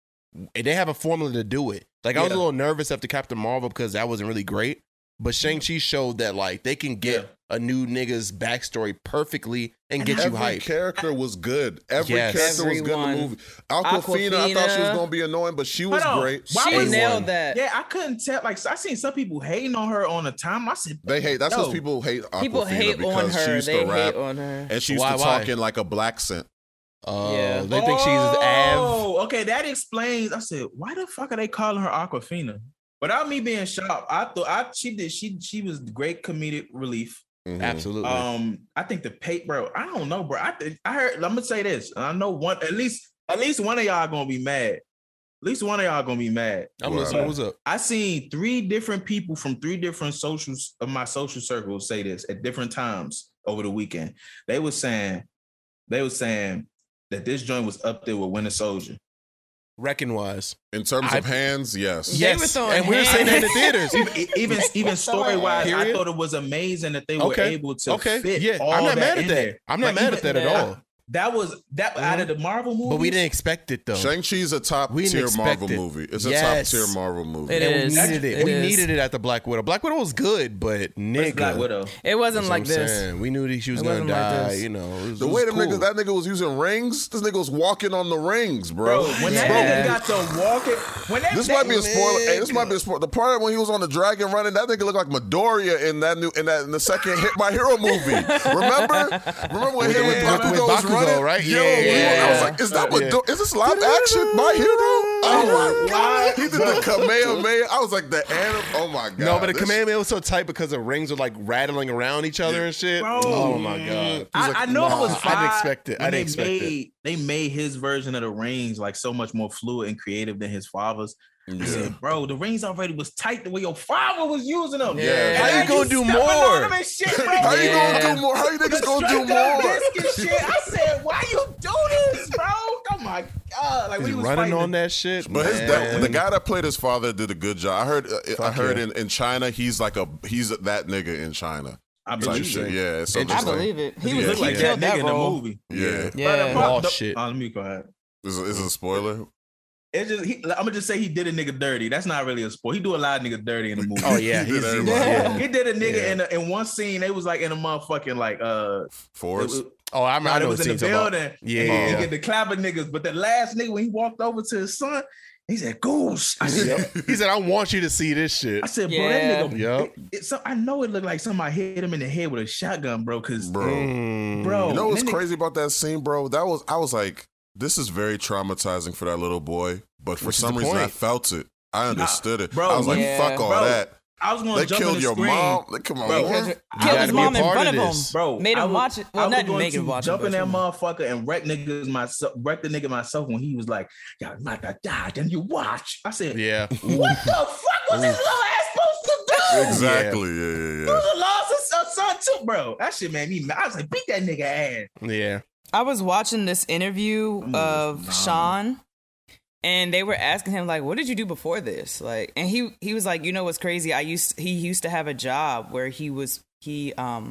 Speaker 2: And they have a formula to do it. Like I was a
Speaker 4: Yeah.
Speaker 2: little nervous after Captain Marvel because that wasn't really great, but Shang Chi showed that like they can get
Speaker 4: Yeah.
Speaker 2: a new nigga's backstory perfectly and,
Speaker 4: And
Speaker 2: get you
Speaker 3: Every
Speaker 2: hyped.
Speaker 3: character was good. Every
Speaker 2: Yes.
Speaker 3: character was good in the
Speaker 1: Everyone.
Speaker 3: movie. Aquafina, I thought she was
Speaker 1: Aquafina.
Speaker 3: gonna be annoying, but she was
Speaker 4: Hold on.
Speaker 3: great.
Speaker 4: Why
Speaker 1: She
Speaker 4: was-
Speaker 1: nailed that.
Speaker 4: Yeah, I couldn't tell. Like I seen some people hating on her on the time. I said
Speaker 3: They hate. That's
Speaker 4: Yo.
Speaker 3: what people hate. Aquafina
Speaker 1: People hate
Speaker 3: because
Speaker 1: on
Speaker 3: She
Speaker 1: her.
Speaker 3: used
Speaker 1: They
Speaker 3: to rap
Speaker 1: hate on her.
Speaker 3: and she used
Speaker 2: Why,
Speaker 3: to
Speaker 2: why?
Speaker 3: talk in like a black accent.
Speaker 2: Oh,
Speaker 1: Yeah.
Speaker 2: they think she's Av.
Speaker 4: Oh, okay. That explains. I said, why the fuck are they calling her Aquafina? Without me being shocked, I thought I she did she she was great comedic relief.
Speaker 3: Mhm.
Speaker 2: Absolutely.
Speaker 4: Um, I think the pay, bro. I don't know, bro. I th- I heard. I'm gonna say this. and I know one at least at least one of y'all gonna be mad. At least one of y'all gonna be mad.
Speaker 2: I'm
Speaker 3: Wow.
Speaker 2: listening. What's up?
Speaker 4: I seen three different people from three different socials of my social circles say this at different times over the weekend. They was saying, they was saying that this joint was up there with
Speaker 2: <laughs>
Speaker 4: Winter Soldier.
Speaker 2: Reckon wise.
Speaker 3: In terms
Speaker 2: I-
Speaker 3: of hands, yes.
Speaker 1: They were throwing
Speaker 2: and we were saying that in the
Speaker 1: hands. <laughs>
Speaker 2: theaters.
Speaker 4: even E-, even, even story wise, I
Speaker 2: Period.
Speaker 4: thought it was amazing that they were
Speaker 2: Okay.
Speaker 4: able to
Speaker 2: Okay,
Speaker 4: fit
Speaker 2: yeah,
Speaker 4: all
Speaker 2: I'm not
Speaker 4: that
Speaker 2: mad
Speaker 4: in
Speaker 2: at that.
Speaker 4: there.
Speaker 2: I'm not
Speaker 4: Like,
Speaker 2: mad
Speaker 4: even
Speaker 2: at that at
Speaker 1: that-
Speaker 2: all. Mm-hmm.
Speaker 4: That was that out of the Marvel movie.
Speaker 2: But we didn't expect it though.
Speaker 3: Shang Chi's a top
Speaker 2: We didn't
Speaker 3: tier
Speaker 2: expect
Speaker 3: Marvel
Speaker 2: it.
Speaker 3: movie. It's a
Speaker 2: Yes.
Speaker 3: top tier Marvel movie.
Speaker 1: It
Speaker 2: And
Speaker 1: is.
Speaker 2: We needed it.
Speaker 1: It
Speaker 2: we
Speaker 1: is.
Speaker 2: needed it at the Black Widow. Black Widow was good, but nigga,
Speaker 4: Where's Black Widow.
Speaker 1: It wasn't
Speaker 2: that's what
Speaker 1: like
Speaker 2: I'm
Speaker 1: this.
Speaker 2: saying. We knew that she was
Speaker 1: It
Speaker 2: gonna
Speaker 1: wasn't like
Speaker 2: die.
Speaker 1: this.
Speaker 2: you know, it was,
Speaker 3: The
Speaker 2: it was
Speaker 3: way the
Speaker 2: cool.
Speaker 3: nigga, that nigga was using rings, this nigga was walking on the rings, bro.
Speaker 4: Bro, when
Speaker 1: Yeah.
Speaker 4: that nigga got to walking, when that
Speaker 3: this
Speaker 4: that-
Speaker 3: might be a spoiler. Hey, this might be a spoiler. The part when he was on the dragon running, that nigga looked like Midoriya in that new in that in the second Hit My Hero movie. Remember? Remember when
Speaker 2: With-
Speaker 3: him
Speaker 2: with-
Speaker 3: and
Speaker 2: with- with
Speaker 3: Bakugo was
Speaker 2: Bakugo,
Speaker 3: running?
Speaker 2: right?
Speaker 3: Yo,
Speaker 2: Yeah,
Speaker 3: we were-
Speaker 1: yeah,
Speaker 3: I was
Speaker 1: yeah.
Speaker 3: like, is that
Speaker 2: Yeah.
Speaker 3: Midor- Is this live action? My hero? Oh my god! He did the Kamehameha. I was like the anim. Oh my god!
Speaker 2: No, but the
Speaker 3: This-
Speaker 2: commandment was so tight because the rings were like rattling around each other and shit.
Speaker 4: Bro.
Speaker 2: Oh my god!
Speaker 4: I, I know it was.
Speaker 2: Nah,
Speaker 4: Fine
Speaker 2: I didn't expect it. I didn't
Speaker 4: when they
Speaker 2: expect it.
Speaker 4: made, They made his version of the rings like so much more fluid and creative than his father's. I
Speaker 3: Yeah.
Speaker 4: said, bro, the rings already was tight the way your father was using them.
Speaker 1: Yeah.
Speaker 4: Now
Speaker 1: How you
Speaker 2: gonna do
Speaker 4: stepping on
Speaker 2: more?
Speaker 4: them and shit, bro.
Speaker 3: How you
Speaker 1: Yeah.
Speaker 3: gonna do more? How you niggas gonna do
Speaker 4: Straight up
Speaker 3: more?
Speaker 4: Biscuit shit. I said, why you do this, bro? Oh my god! Like
Speaker 2: He's
Speaker 4: we was
Speaker 2: running
Speaker 4: fighting
Speaker 2: on that shit.
Speaker 3: But his
Speaker 2: man.
Speaker 3: the guy that played his father did a good job. I heard. uh, I
Speaker 2: Fuck
Speaker 3: heard
Speaker 2: yeah.
Speaker 3: in, in China he's like a he's that nigga in China.
Speaker 4: I
Speaker 3: Type
Speaker 4: believe
Speaker 3: shit.
Speaker 4: it.
Speaker 3: Yeah. It's so
Speaker 1: I
Speaker 3: just like,
Speaker 1: believe it. He
Speaker 4: He
Speaker 1: was
Speaker 3: Yeah,
Speaker 4: looked
Speaker 1: he
Speaker 4: like that
Speaker 1: killed
Speaker 4: nigga
Speaker 1: that
Speaker 4: in the
Speaker 1: role.
Speaker 4: movie.
Speaker 3: yeah.
Speaker 4: Bro, the
Speaker 1: Yeah.
Speaker 4: pro-
Speaker 2: Oh,
Speaker 4: the-
Speaker 2: shit.
Speaker 4: Oh, let me go ahead.
Speaker 3: Is it, is it a spoiler?
Speaker 4: It's just he, I'm gonna just say he did a nigga dirty. That's not really a sport. He do a lot of nigga dirty in the movie.
Speaker 2: Oh
Speaker 4: <laughs>
Speaker 2: yeah,
Speaker 3: He
Speaker 2: he's,
Speaker 3: did
Speaker 2: he's
Speaker 3: everybody.
Speaker 2: yeah.
Speaker 4: He did a nigga
Speaker 2: Yeah.
Speaker 4: in a, in one scene. They was like in a motherfucking like uh. It,
Speaker 3: Forrest.
Speaker 4: was-
Speaker 2: Oh, I'm,
Speaker 4: no,
Speaker 2: I
Speaker 4: it
Speaker 2: know
Speaker 4: was
Speaker 2: what
Speaker 4: in the
Speaker 2: scenes I'm about.
Speaker 4: building.
Speaker 2: Yeah,
Speaker 4: And
Speaker 2: yeah,
Speaker 4: He
Speaker 2: yeah.
Speaker 4: get the clapper niggas, but the last nigga when he walked over to his son, he said, "Goose."
Speaker 2: <laughs>
Speaker 4: I said,
Speaker 2: He said, "I want you to see this shit."
Speaker 4: <laughs> I said, bro,
Speaker 1: Yeah.
Speaker 4: that nigga.
Speaker 2: Yup.
Speaker 4: It, it- so I know it looked like somebody hit him in the head with a shotgun, bro. Cause bro,
Speaker 3: Bro.
Speaker 2: Mm.
Speaker 3: You know what's
Speaker 4: that nigga-
Speaker 3: crazy about that scene, bro? That was I was like, this is very traumatizing for that little boy. But for
Speaker 2: Which is
Speaker 3: some
Speaker 2: the
Speaker 3: reason, I
Speaker 2: point.
Speaker 3: felt it. I understood it.
Speaker 4: bro,
Speaker 3: I was like,
Speaker 1: yeah.
Speaker 3: fuck all
Speaker 4: Bro,
Speaker 3: that.
Speaker 4: I was gonna
Speaker 3: They
Speaker 4: jump in
Speaker 3: killed
Speaker 4: the
Speaker 3: your
Speaker 4: screen.
Speaker 3: mom. Like, Come on,
Speaker 4: Bro,
Speaker 3: what?
Speaker 1: Killed
Speaker 4: gotta
Speaker 1: his
Speaker 4: be
Speaker 1: mom
Speaker 2: a
Speaker 1: in
Speaker 2: part
Speaker 1: front
Speaker 2: of
Speaker 1: of him.
Speaker 2: this.
Speaker 4: bro.
Speaker 1: Made
Speaker 4: I
Speaker 1: him
Speaker 4: was-
Speaker 1: watch it.
Speaker 4: I
Speaker 1: Well,
Speaker 4: was
Speaker 1: not
Speaker 4: going
Speaker 1: make
Speaker 4: to
Speaker 1: him watch
Speaker 4: jump
Speaker 1: it.
Speaker 4: in that
Speaker 1: but-
Speaker 4: motherfucker and wreck niggas myself, wreck the nigga myself when he was like, "Y'all not gonna die." Then you watch. I said,
Speaker 2: Yeah.
Speaker 4: "What the fuck
Speaker 2: <laughs>
Speaker 4: was this little ass supposed to do?"
Speaker 3: <laughs> Exactly. Yeah, yeah,
Speaker 4: You
Speaker 3: yeah.
Speaker 4: was a loss of son too, bro. That shit made me. mad. I was like, "Beat that nigga ass."
Speaker 2: Yeah.
Speaker 1: I was watching this interview
Speaker 4: Mm,
Speaker 1: of
Speaker 4: nah.
Speaker 1: Sean and they were asking him like what did you do before this like and he he was like you know what's crazy I used he used to have a job where he was he um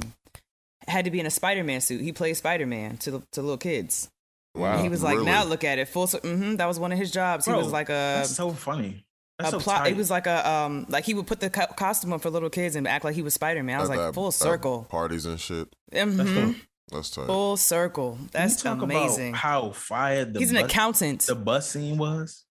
Speaker 1: had to be in a Spider-Man suit he played Spider-Man to the- to little kids
Speaker 2: Wow.
Speaker 1: and he was like
Speaker 3: really?
Speaker 1: now look at it full mm-hmm, that was one of his jobs
Speaker 4: Bro,
Speaker 1: he was like a
Speaker 4: That's so funny.
Speaker 1: Uh, a
Speaker 4: That's so
Speaker 1: plot.
Speaker 4: tight.
Speaker 1: It was like a um, like he would put the co- costume on for little kids and act like he was Spider Man. I was
Speaker 3: At
Speaker 1: like
Speaker 3: that-
Speaker 1: full
Speaker 3: at
Speaker 1: circle,
Speaker 3: Parties and shit.
Speaker 1: hmm
Speaker 3: That's tight.
Speaker 1: full circle.
Speaker 4: Can you
Speaker 1: That's
Speaker 4: talk about
Speaker 1: amazing.
Speaker 4: how fired the
Speaker 1: He's an
Speaker 4: bus,
Speaker 1: accountant.
Speaker 4: the bus scene was.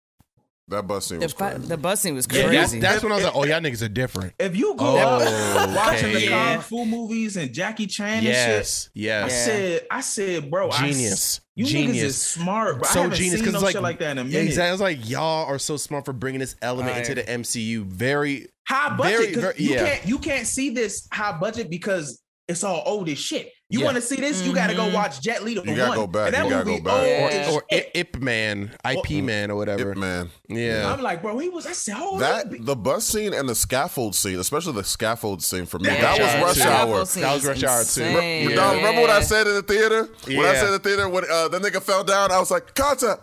Speaker 3: That bus scene
Speaker 1: The,
Speaker 3: was
Speaker 1: fu-
Speaker 3: crazy.
Speaker 1: the bus scene was
Speaker 4: Yeah,
Speaker 1: crazy.
Speaker 2: That's,
Speaker 4: that-
Speaker 2: that's when I was like, oh, y'all niggas are different.
Speaker 4: If you grew
Speaker 2: Oh,
Speaker 1: <laughs>
Speaker 4: up watching
Speaker 2: okay.
Speaker 4: the
Speaker 1: Yeah.
Speaker 4: kung fu movies and Jackie Chan <laughs> and shit,
Speaker 2: Yes,
Speaker 4: I
Speaker 2: yes.
Speaker 1: Yeah.
Speaker 4: said, I said, bro, I s-
Speaker 2: Genius.
Speaker 4: you niggas is
Speaker 2: Genius.
Speaker 4: smart, bro. I
Speaker 2: So
Speaker 4: haven't
Speaker 2: genius
Speaker 4: seen
Speaker 2: because
Speaker 4: no
Speaker 2: like,
Speaker 4: shit like that in a
Speaker 2: yeah,
Speaker 4: minute.
Speaker 2: exactly. It's like y'all are so smart for bringing this element into the MCU. Very
Speaker 4: High
Speaker 2: Very,
Speaker 4: budget, 'cause
Speaker 2: very-
Speaker 4: you
Speaker 2: yeah.
Speaker 4: can't you can't see this high budget because it's all old as shit. You
Speaker 2: Yeah.
Speaker 4: want to see this? You got to go
Speaker 1: Mhm.
Speaker 4: watch Jet Li.
Speaker 3: You gotta go back. You gotta go back.
Speaker 1: Yeah.
Speaker 2: or, or I- Ip Man, IP Man, or whatever.
Speaker 3: Ip Man.
Speaker 2: Yeah.
Speaker 4: I'm like, bro, he was. I said, oh,
Speaker 3: That
Speaker 4: that
Speaker 3: the bus scene and the scaffold scene, especially the scaffold scene for me,
Speaker 2: Yeah.
Speaker 3: that
Speaker 2: Yeah.
Speaker 3: was rush
Speaker 2: Yeah.
Speaker 3: hour.
Speaker 1: scene
Speaker 2: That was Rush Hour too.
Speaker 1: insane.
Speaker 2: Re-
Speaker 3: But
Speaker 2: Yeah.
Speaker 3: dog, remember what I
Speaker 1: Yeah.
Speaker 3: said in the theater? When I
Speaker 2: Yeah.
Speaker 3: said in the theater, when uh, the nigga fell down, I was like, <laughs> Kata!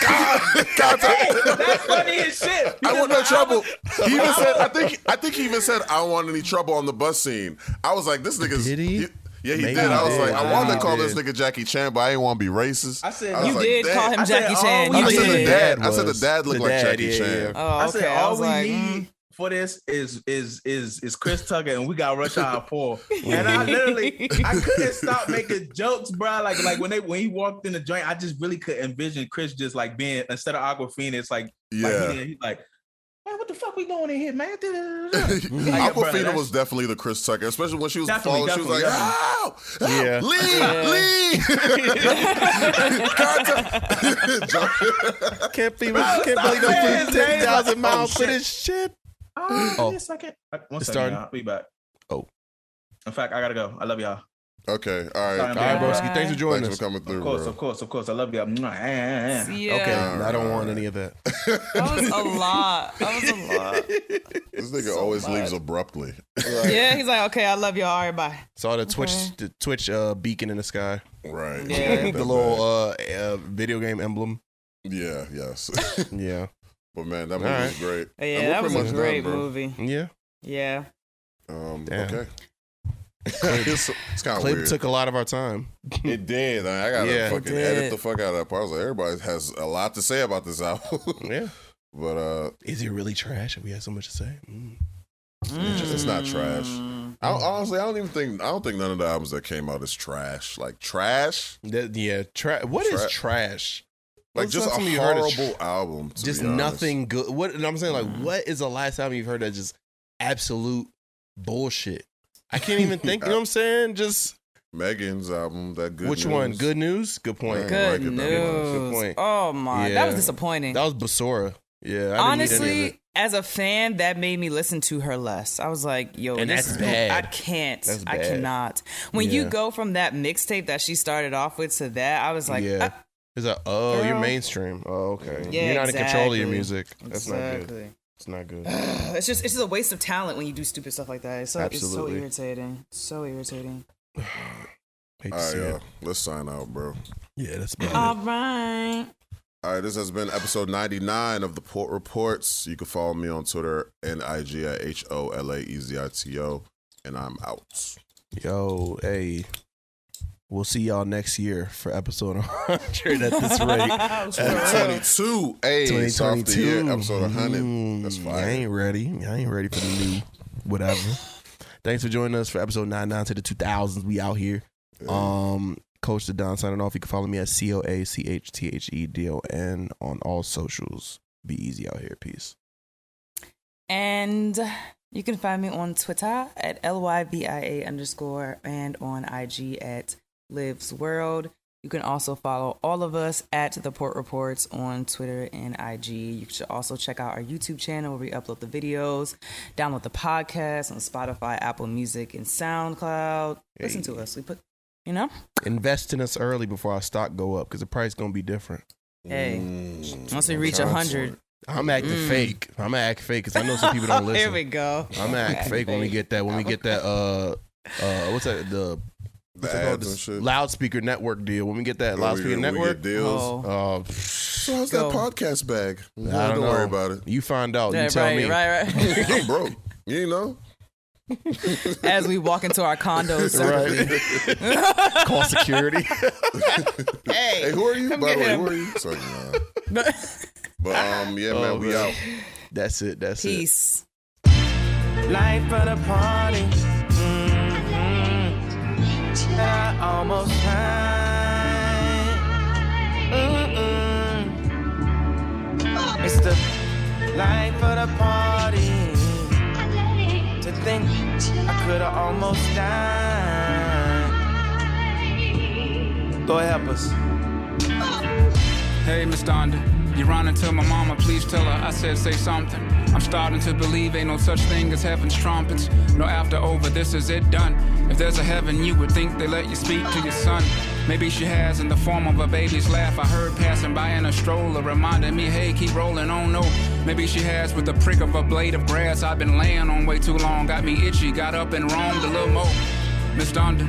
Speaker 4: <laughs>
Speaker 3: Kata!
Speaker 4: that's funny as shit.
Speaker 3: <laughs> I want no
Speaker 4: Because when
Speaker 3: trouble. He even said, I think, I think he even said, I don't want any trouble on the bus scene. I was like, this nigga's.
Speaker 2: Did he?
Speaker 3: yeah, he
Speaker 2: Maybe
Speaker 3: did. I
Speaker 2: he
Speaker 3: was
Speaker 2: did.
Speaker 3: like, I
Speaker 2: Maybe
Speaker 3: wanted to
Speaker 2: he
Speaker 3: call
Speaker 2: did.
Speaker 3: this nigga Jackie Chan, but I didn't want to be racist.
Speaker 4: I said-
Speaker 3: I was
Speaker 1: You
Speaker 3: like,
Speaker 1: did
Speaker 3: "Damn."
Speaker 1: call him
Speaker 4: I said,
Speaker 1: Jackie
Speaker 4: oh,
Speaker 1: Chan.
Speaker 4: we
Speaker 1: You
Speaker 3: I said the
Speaker 1: did.
Speaker 3: dad. I said the
Speaker 2: was-
Speaker 3: dad looked like Jackie
Speaker 2: yeah,
Speaker 3: Chan.
Speaker 2: yeah.
Speaker 1: Oh, okay.
Speaker 4: I said all we
Speaker 1: like, mm.
Speaker 4: need for this is is is is Chris Tucker, and we got Rush Hour Four.
Speaker 1: <laughs>
Speaker 4: and I literally I couldn't stop making jokes, bro. Like like when they when he walked in the joint, I just really could envision Chris just like being instead of Aqua Phoenix, like
Speaker 3: Yeah.
Speaker 4: like he, he's like, man, what the fuck we doing in here, man?
Speaker 2: <laughs>
Speaker 4: Like, brother,
Speaker 3: Mm-hmm. Aquafina
Speaker 4: that's-
Speaker 3: was definitely the Chris Tucker, especially when she was
Speaker 4: Definitely,
Speaker 3: falling. She was like,
Speaker 4: definitely,
Speaker 3: "Ow, Ow!
Speaker 2: Yeah.
Speaker 4: <laughs>
Speaker 3: Lee! Lee! Contact!" <laughs>
Speaker 2: I can't believe
Speaker 4: Bro,
Speaker 2: I can't
Speaker 4: stop
Speaker 2: believe I flew
Speaker 4: saying his name.
Speaker 2: ten thousand
Speaker 4: Like, oh,
Speaker 2: miles for
Speaker 4: shit.
Speaker 2: this shit.
Speaker 4: oh,
Speaker 2: Oh.
Speaker 4: give me a second. Uh, One
Speaker 2: It's
Speaker 4: second,
Speaker 2: starting.
Speaker 4: y'all. I'll be back.
Speaker 2: Oh.
Speaker 4: In fact, I gotta go. I love y'all.
Speaker 3: okay, all
Speaker 4: Sorry,
Speaker 3: right.
Speaker 4: I'm
Speaker 2: All right,
Speaker 4: back.
Speaker 2: broski. Thanks for joining
Speaker 3: Thanks for
Speaker 2: us.
Speaker 3: coming through,
Speaker 4: Of course,
Speaker 3: bro.
Speaker 4: of course, of course. I love y'all. Ah, Okay.
Speaker 1: Yeah.
Speaker 2: Okay,
Speaker 3: Alright,
Speaker 2: I don't want
Speaker 3: alright.
Speaker 2: any of that.
Speaker 1: That was
Speaker 3: <laughs>
Speaker 1: a lot. That was a lot.
Speaker 3: This nigga always leaves abruptly.
Speaker 1: Yeah, he's like, okay, I love y'all. All right, bye.
Speaker 2: Saw the Twitch the Twitch uh, beacon in the sky.
Speaker 3: Right.
Speaker 1: Yeah.
Speaker 2: the little uh, uh, video game emblem.
Speaker 3: Yeah. Yes. <laughs>
Speaker 2: Yeah,
Speaker 3: but man, that
Speaker 2: All
Speaker 3: movie
Speaker 2: right.
Speaker 3: was great.
Speaker 1: But
Speaker 3: And we're
Speaker 1: yeah, that was
Speaker 3: pretty
Speaker 1: a
Speaker 3: much
Speaker 1: great
Speaker 3: done, bro.
Speaker 1: movie.
Speaker 2: yeah.
Speaker 1: Yeah.
Speaker 3: Um,
Speaker 2: Damn.
Speaker 3: okay. <laughs> it's kind of
Speaker 2: Clip
Speaker 3: weird.
Speaker 2: took a lot of our time.
Speaker 3: it did. I, I gotta
Speaker 2: Yeah. It
Speaker 3: fucking
Speaker 1: did.
Speaker 3: edit the fuck out of that part. I was like, everybody has a lot to say about this album, <laughs>
Speaker 2: Yeah,
Speaker 3: but uh,
Speaker 2: is it really trash? We had so much to say. Mm.
Speaker 3: It's not trash.
Speaker 1: Mm.
Speaker 3: I don't- honestly, I don't even think I don't think none of the albums that came out is trash. Like trash,
Speaker 2: That- yeah, tra- what is
Speaker 3: Tra-
Speaker 2: trash?
Speaker 3: like
Speaker 2: What's
Speaker 3: just a
Speaker 2: something you heard
Speaker 3: horrible
Speaker 2: is tr-
Speaker 3: album. to
Speaker 2: just
Speaker 3: be honest. Mm.
Speaker 2: nothing good. What and I'm saying, like, what is the last time you've heard that just absolute bullshit? I can't
Speaker 3: <laughs>
Speaker 2: even think. you know what I'm saying? Just
Speaker 3: Megan's album, that good.
Speaker 2: which
Speaker 3: news.
Speaker 2: one? Good news. Good point.
Speaker 3: Yeah.
Speaker 1: Good
Speaker 3: like it that much.
Speaker 2: Good
Speaker 1: news.
Speaker 2: point.
Speaker 1: Oh my,
Speaker 2: Yeah.
Speaker 1: that was disappointing.
Speaker 2: That was Basora. Yeah. I didn't need any of it.
Speaker 1: Honestly, as a fan, that made me listen to her less. I was like, yo,
Speaker 2: And
Speaker 1: this is-
Speaker 2: that's bad.
Speaker 1: I can't.
Speaker 2: That's
Speaker 1: I
Speaker 2: bad.
Speaker 1: cannot. When
Speaker 2: Yeah.
Speaker 1: you go from that mixtape that she started off with to that, I was like,
Speaker 2: yeah.
Speaker 1: ah,
Speaker 2: it's like, oh, you're
Speaker 1: girl.
Speaker 2: mainstream. Oh, okay.
Speaker 1: Yeah,
Speaker 2: you're not in control of
Speaker 1: exactly.
Speaker 2: your music. That's not good.
Speaker 1: exactly.
Speaker 2: It's not good.
Speaker 1: It's just it's just a waste of talent when you do stupid stuff like that. It's so, it's so
Speaker 2: Absolutely.
Speaker 1: irritating. So irritating.
Speaker 2: Hate to
Speaker 3: All right,
Speaker 2: see it.
Speaker 3: y'all. let's sign out, bro.
Speaker 2: Yeah, <laughs> that's bad.
Speaker 1: All right.
Speaker 3: All right, this has been episode 99 of the Port Reports. You can follow me on Twitter and IG at H O L A E Z I T O, and I'm
Speaker 2: <laughs>
Speaker 3: out.
Speaker 2: Yo, hey. We'll see y'all next year for episode <laughs> 100 at
Speaker 1: <laughs>
Speaker 2: this rate.
Speaker 3: 22, hey, it's off the year, episode 100.
Speaker 2: Mm,
Speaker 3: That's
Speaker 2: I
Speaker 3: fire.
Speaker 2: ain't ready. I ain't ready for the new whatever. Thanks for joining us for episode 99 to the 2000s. We out here. Um, Coach the Don signing off. You can follow me at C O A C H T H E D O N on all socials. Be easy out here. Peace.
Speaker 1: And you can find me on Twitter at LYVIA underscore and on IG at Lives World. You can also follow all of us at The Port Reports on Twitter and IG. You should also check out our YouTube channel where we upload the videos, download the podcast on Spotify, Apple Music, and SoundCloud. Listen to us. We put, you know,
Speaker 2: Invest in us early before our stock go up because the price gonna be different.
Speaker 1: hey,
Speaker 3: Mm.
Speaker 1: once we reach
Speaker 2: Sounds
Speaker 1: 100.
Speaker 2: I'm acting fake. I'm acting fake because I
Speaker 1: <laughs>
Speaker 2: know some people don't
Speaker 1: Mm.
Speaker 2: listen.
Speaker 1: Here we go.
Speaker 2: I'm gonna act
Speaker 1: <laughs>
Speaker 2: fake when we get that. When we get that. Uh, uh, what's that? The what's that
Speaker 3: ads
Speaker 2: called?
Speaker 3: and
Speaker 2: This
Speaker 3: shit.
Speaker 2: loudspeaker network deal. When we get that
Speaker 3: When we
Speaker 2: loudspeaker
Speaker 3: get- when we
Speaker 2: network.
Speaker 3: get deals.
Speaker 1: Oh.
Speaker 2: Uh,
Speaker 3: So how's
Speaker 1: Go.
Speaker 3: that podcast bag? No,
Speaker 2: I don't,
Speaker 3: don't
Speaker 2: know.
Speaker 3: worry about it.
Speaker 2: You find out.
Speaker 1: Yeah,
Speaker 2: you tell
Speaker 1: Oh. right,
Speaker 2: me.
Speaker 1: right, right.
Speaker 3: <laughs> I'm broke. You know?
Speaker 1: as we walk into our condos.
Speaker 2: Right.
Speaker 1: <laughs>
Speaker 2: Call security.
Speaker 3: Hey, who are you? By the way, who are you? Sorry, nah. But um, yeah, man,
Speaker 2: <laughs> Oh,
Speaker 3: we
Speaker 2: man.
Speaker 3: out.
Speaker 2: That's it. That's it.
Speaker 1: Peace.
Speaker 6: Life of the party. Mm-hmm. Yeah, almost high. Mm-mm. It's the Life of the party. To think I could have almost died. Lord help us.
Speaker 7: Hey, Miss Donda, you're on tell my mama, please tell her I said say something. I'm starting to believe ain't no such thing as heaven's trumpets. No after over, this is it done. If there's a heaven, you would think they let you speak to your son. Maybe she has in the form of a baby's laugh I heard passing by in a stroller, reminding me, hey, keep rolling on, no. Maybe she has with the prick of a blade of grass I've been laying on way too long. Got me itchy, got up and roamed a little more. Miss Donda,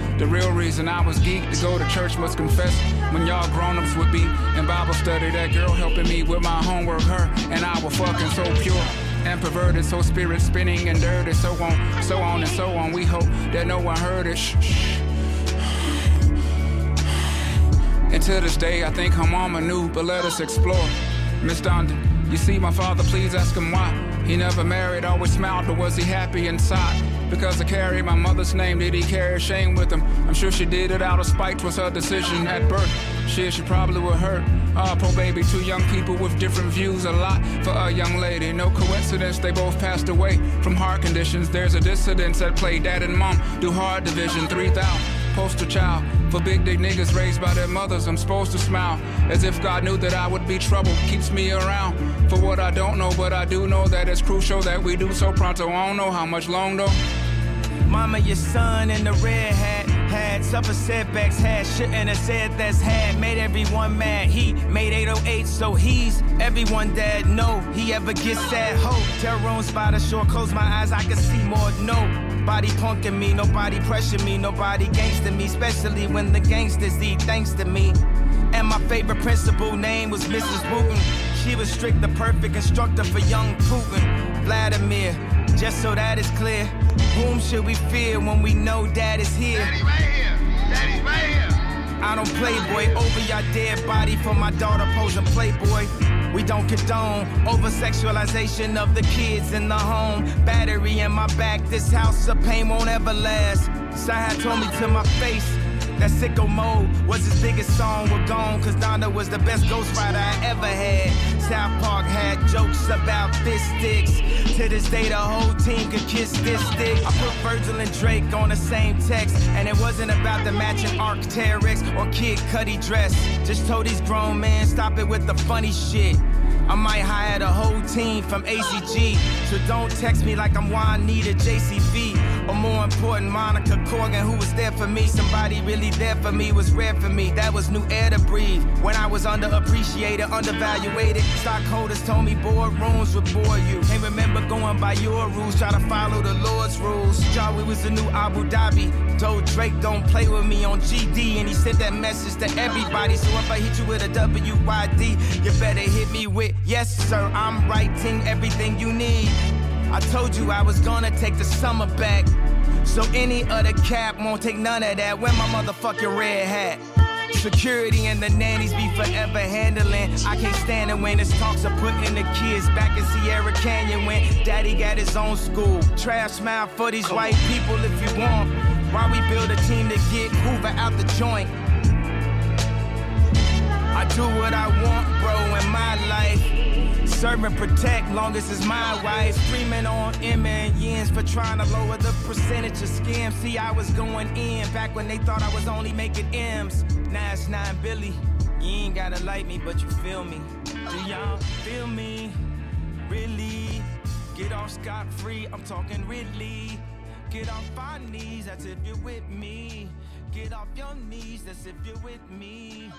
Speaker 7: The real reason I was geeked to go to church must confess when y'all grown-ups would be in Bible study. That girl helping me with my homework, her and I were fucking so pure and perverted, so spirit spinning and dirty, so on, so on and so on. We hope that no one heard it. Shh, shh. And to this day, I think her mama knew, but let us explore. Miss Donda, you see my father, please ask him why. He never married, always smiled, but was he happy inside? Because I carry my mother's name, did he carry shame with him? I'm sure she did it out of spite, was her decision at birth. Shit, she probably would hurt. Ah, poor baby, two young people with different views, a lot for a young lady. No coincidence, they both passed away from heart conditions. There's a dissidence at play, dad and mom do hard division, 3,000 poster child for big dick niggas raised by their mothers. I'm supposed to smile as if God knew that I would be trouble. Keeps me around for what I don't know, but I do know that it's crucial that we do so pronto. I don't know how much long though.
Speaker 6: Mama, your son in the red hat had suffered setbacks, had shouldn't have said that's had made everyone mad. He made 808, so he's everyone dead. No, he ever gets that hope. Terrone by the shore, close my eyes, I can see more. No, body punking me, nobody pressure me, nobody gangster me, especially when the gangsters eat thanks to me. And my favorite principal name was Mrs. Wooten. She was strict, the perfect instructor for young Putin. Vladimir, just so that is clear. Whom should we fear when we know dad is here? I don't play boy over your dead body for my daughter posing playboy. We don't condone over sexualization of the kids in the home. Battery in my back, this house of pain won't ever last. Sahad told me to my face that sicko mode was his biggest song. We're gone, cause Donna was the best ghostwriter I ever had. South Park had jokes about fist sticks. To this day, the whole team could kiss this stick. I put Virgil and Drake on the same text, and it wasn't about the matching Arc'teryx or Kid Cudi dress. Just told these grown men, stop it with the funny shit. I might hire the whole team from ACG. So don't text me like I'm Juanita JCV. Or more important, Monica Corgan, who was there for me. Somebody really there for me was rare for me. That was new air to breathe. When I was underappreciated, undervaluated. Stockholders told me boardrooms would bore you. Hey, remember going by your rules. Try to follow the Lord's rules. Y'all, we was the new Abu Dhabi. Told Drake don't play with me on GD. And he sent that message to everybody. So if I hit you with a WYD, you better hit me with, yes, sir, I'm writing everything you need. I told you I was gonna take the summer back. So any other cap won't take none of that. Wear my motherfucking red hat. Security and the nannies be forever handling. I can't stand it when it's talks of putting the kids back in Sierra Canyon when daddy got his own school. Trash smile for these white people if you want. Why we build a team to get Hoover out the joint? I do what I want, bro, in my life. Serve and protect, long as it's my wife. Screaming on M and yens for trying to lower the percentage of scams. See, I was going in back when they thought I was only making M's. Now it's nine Billy. You ain't gotta like me, but you feel me. Do y'all feel me? Really? Get off scot free, I'm talking really. Get off our knees, that's if you're with me. Get off your knees, that's if you're with me.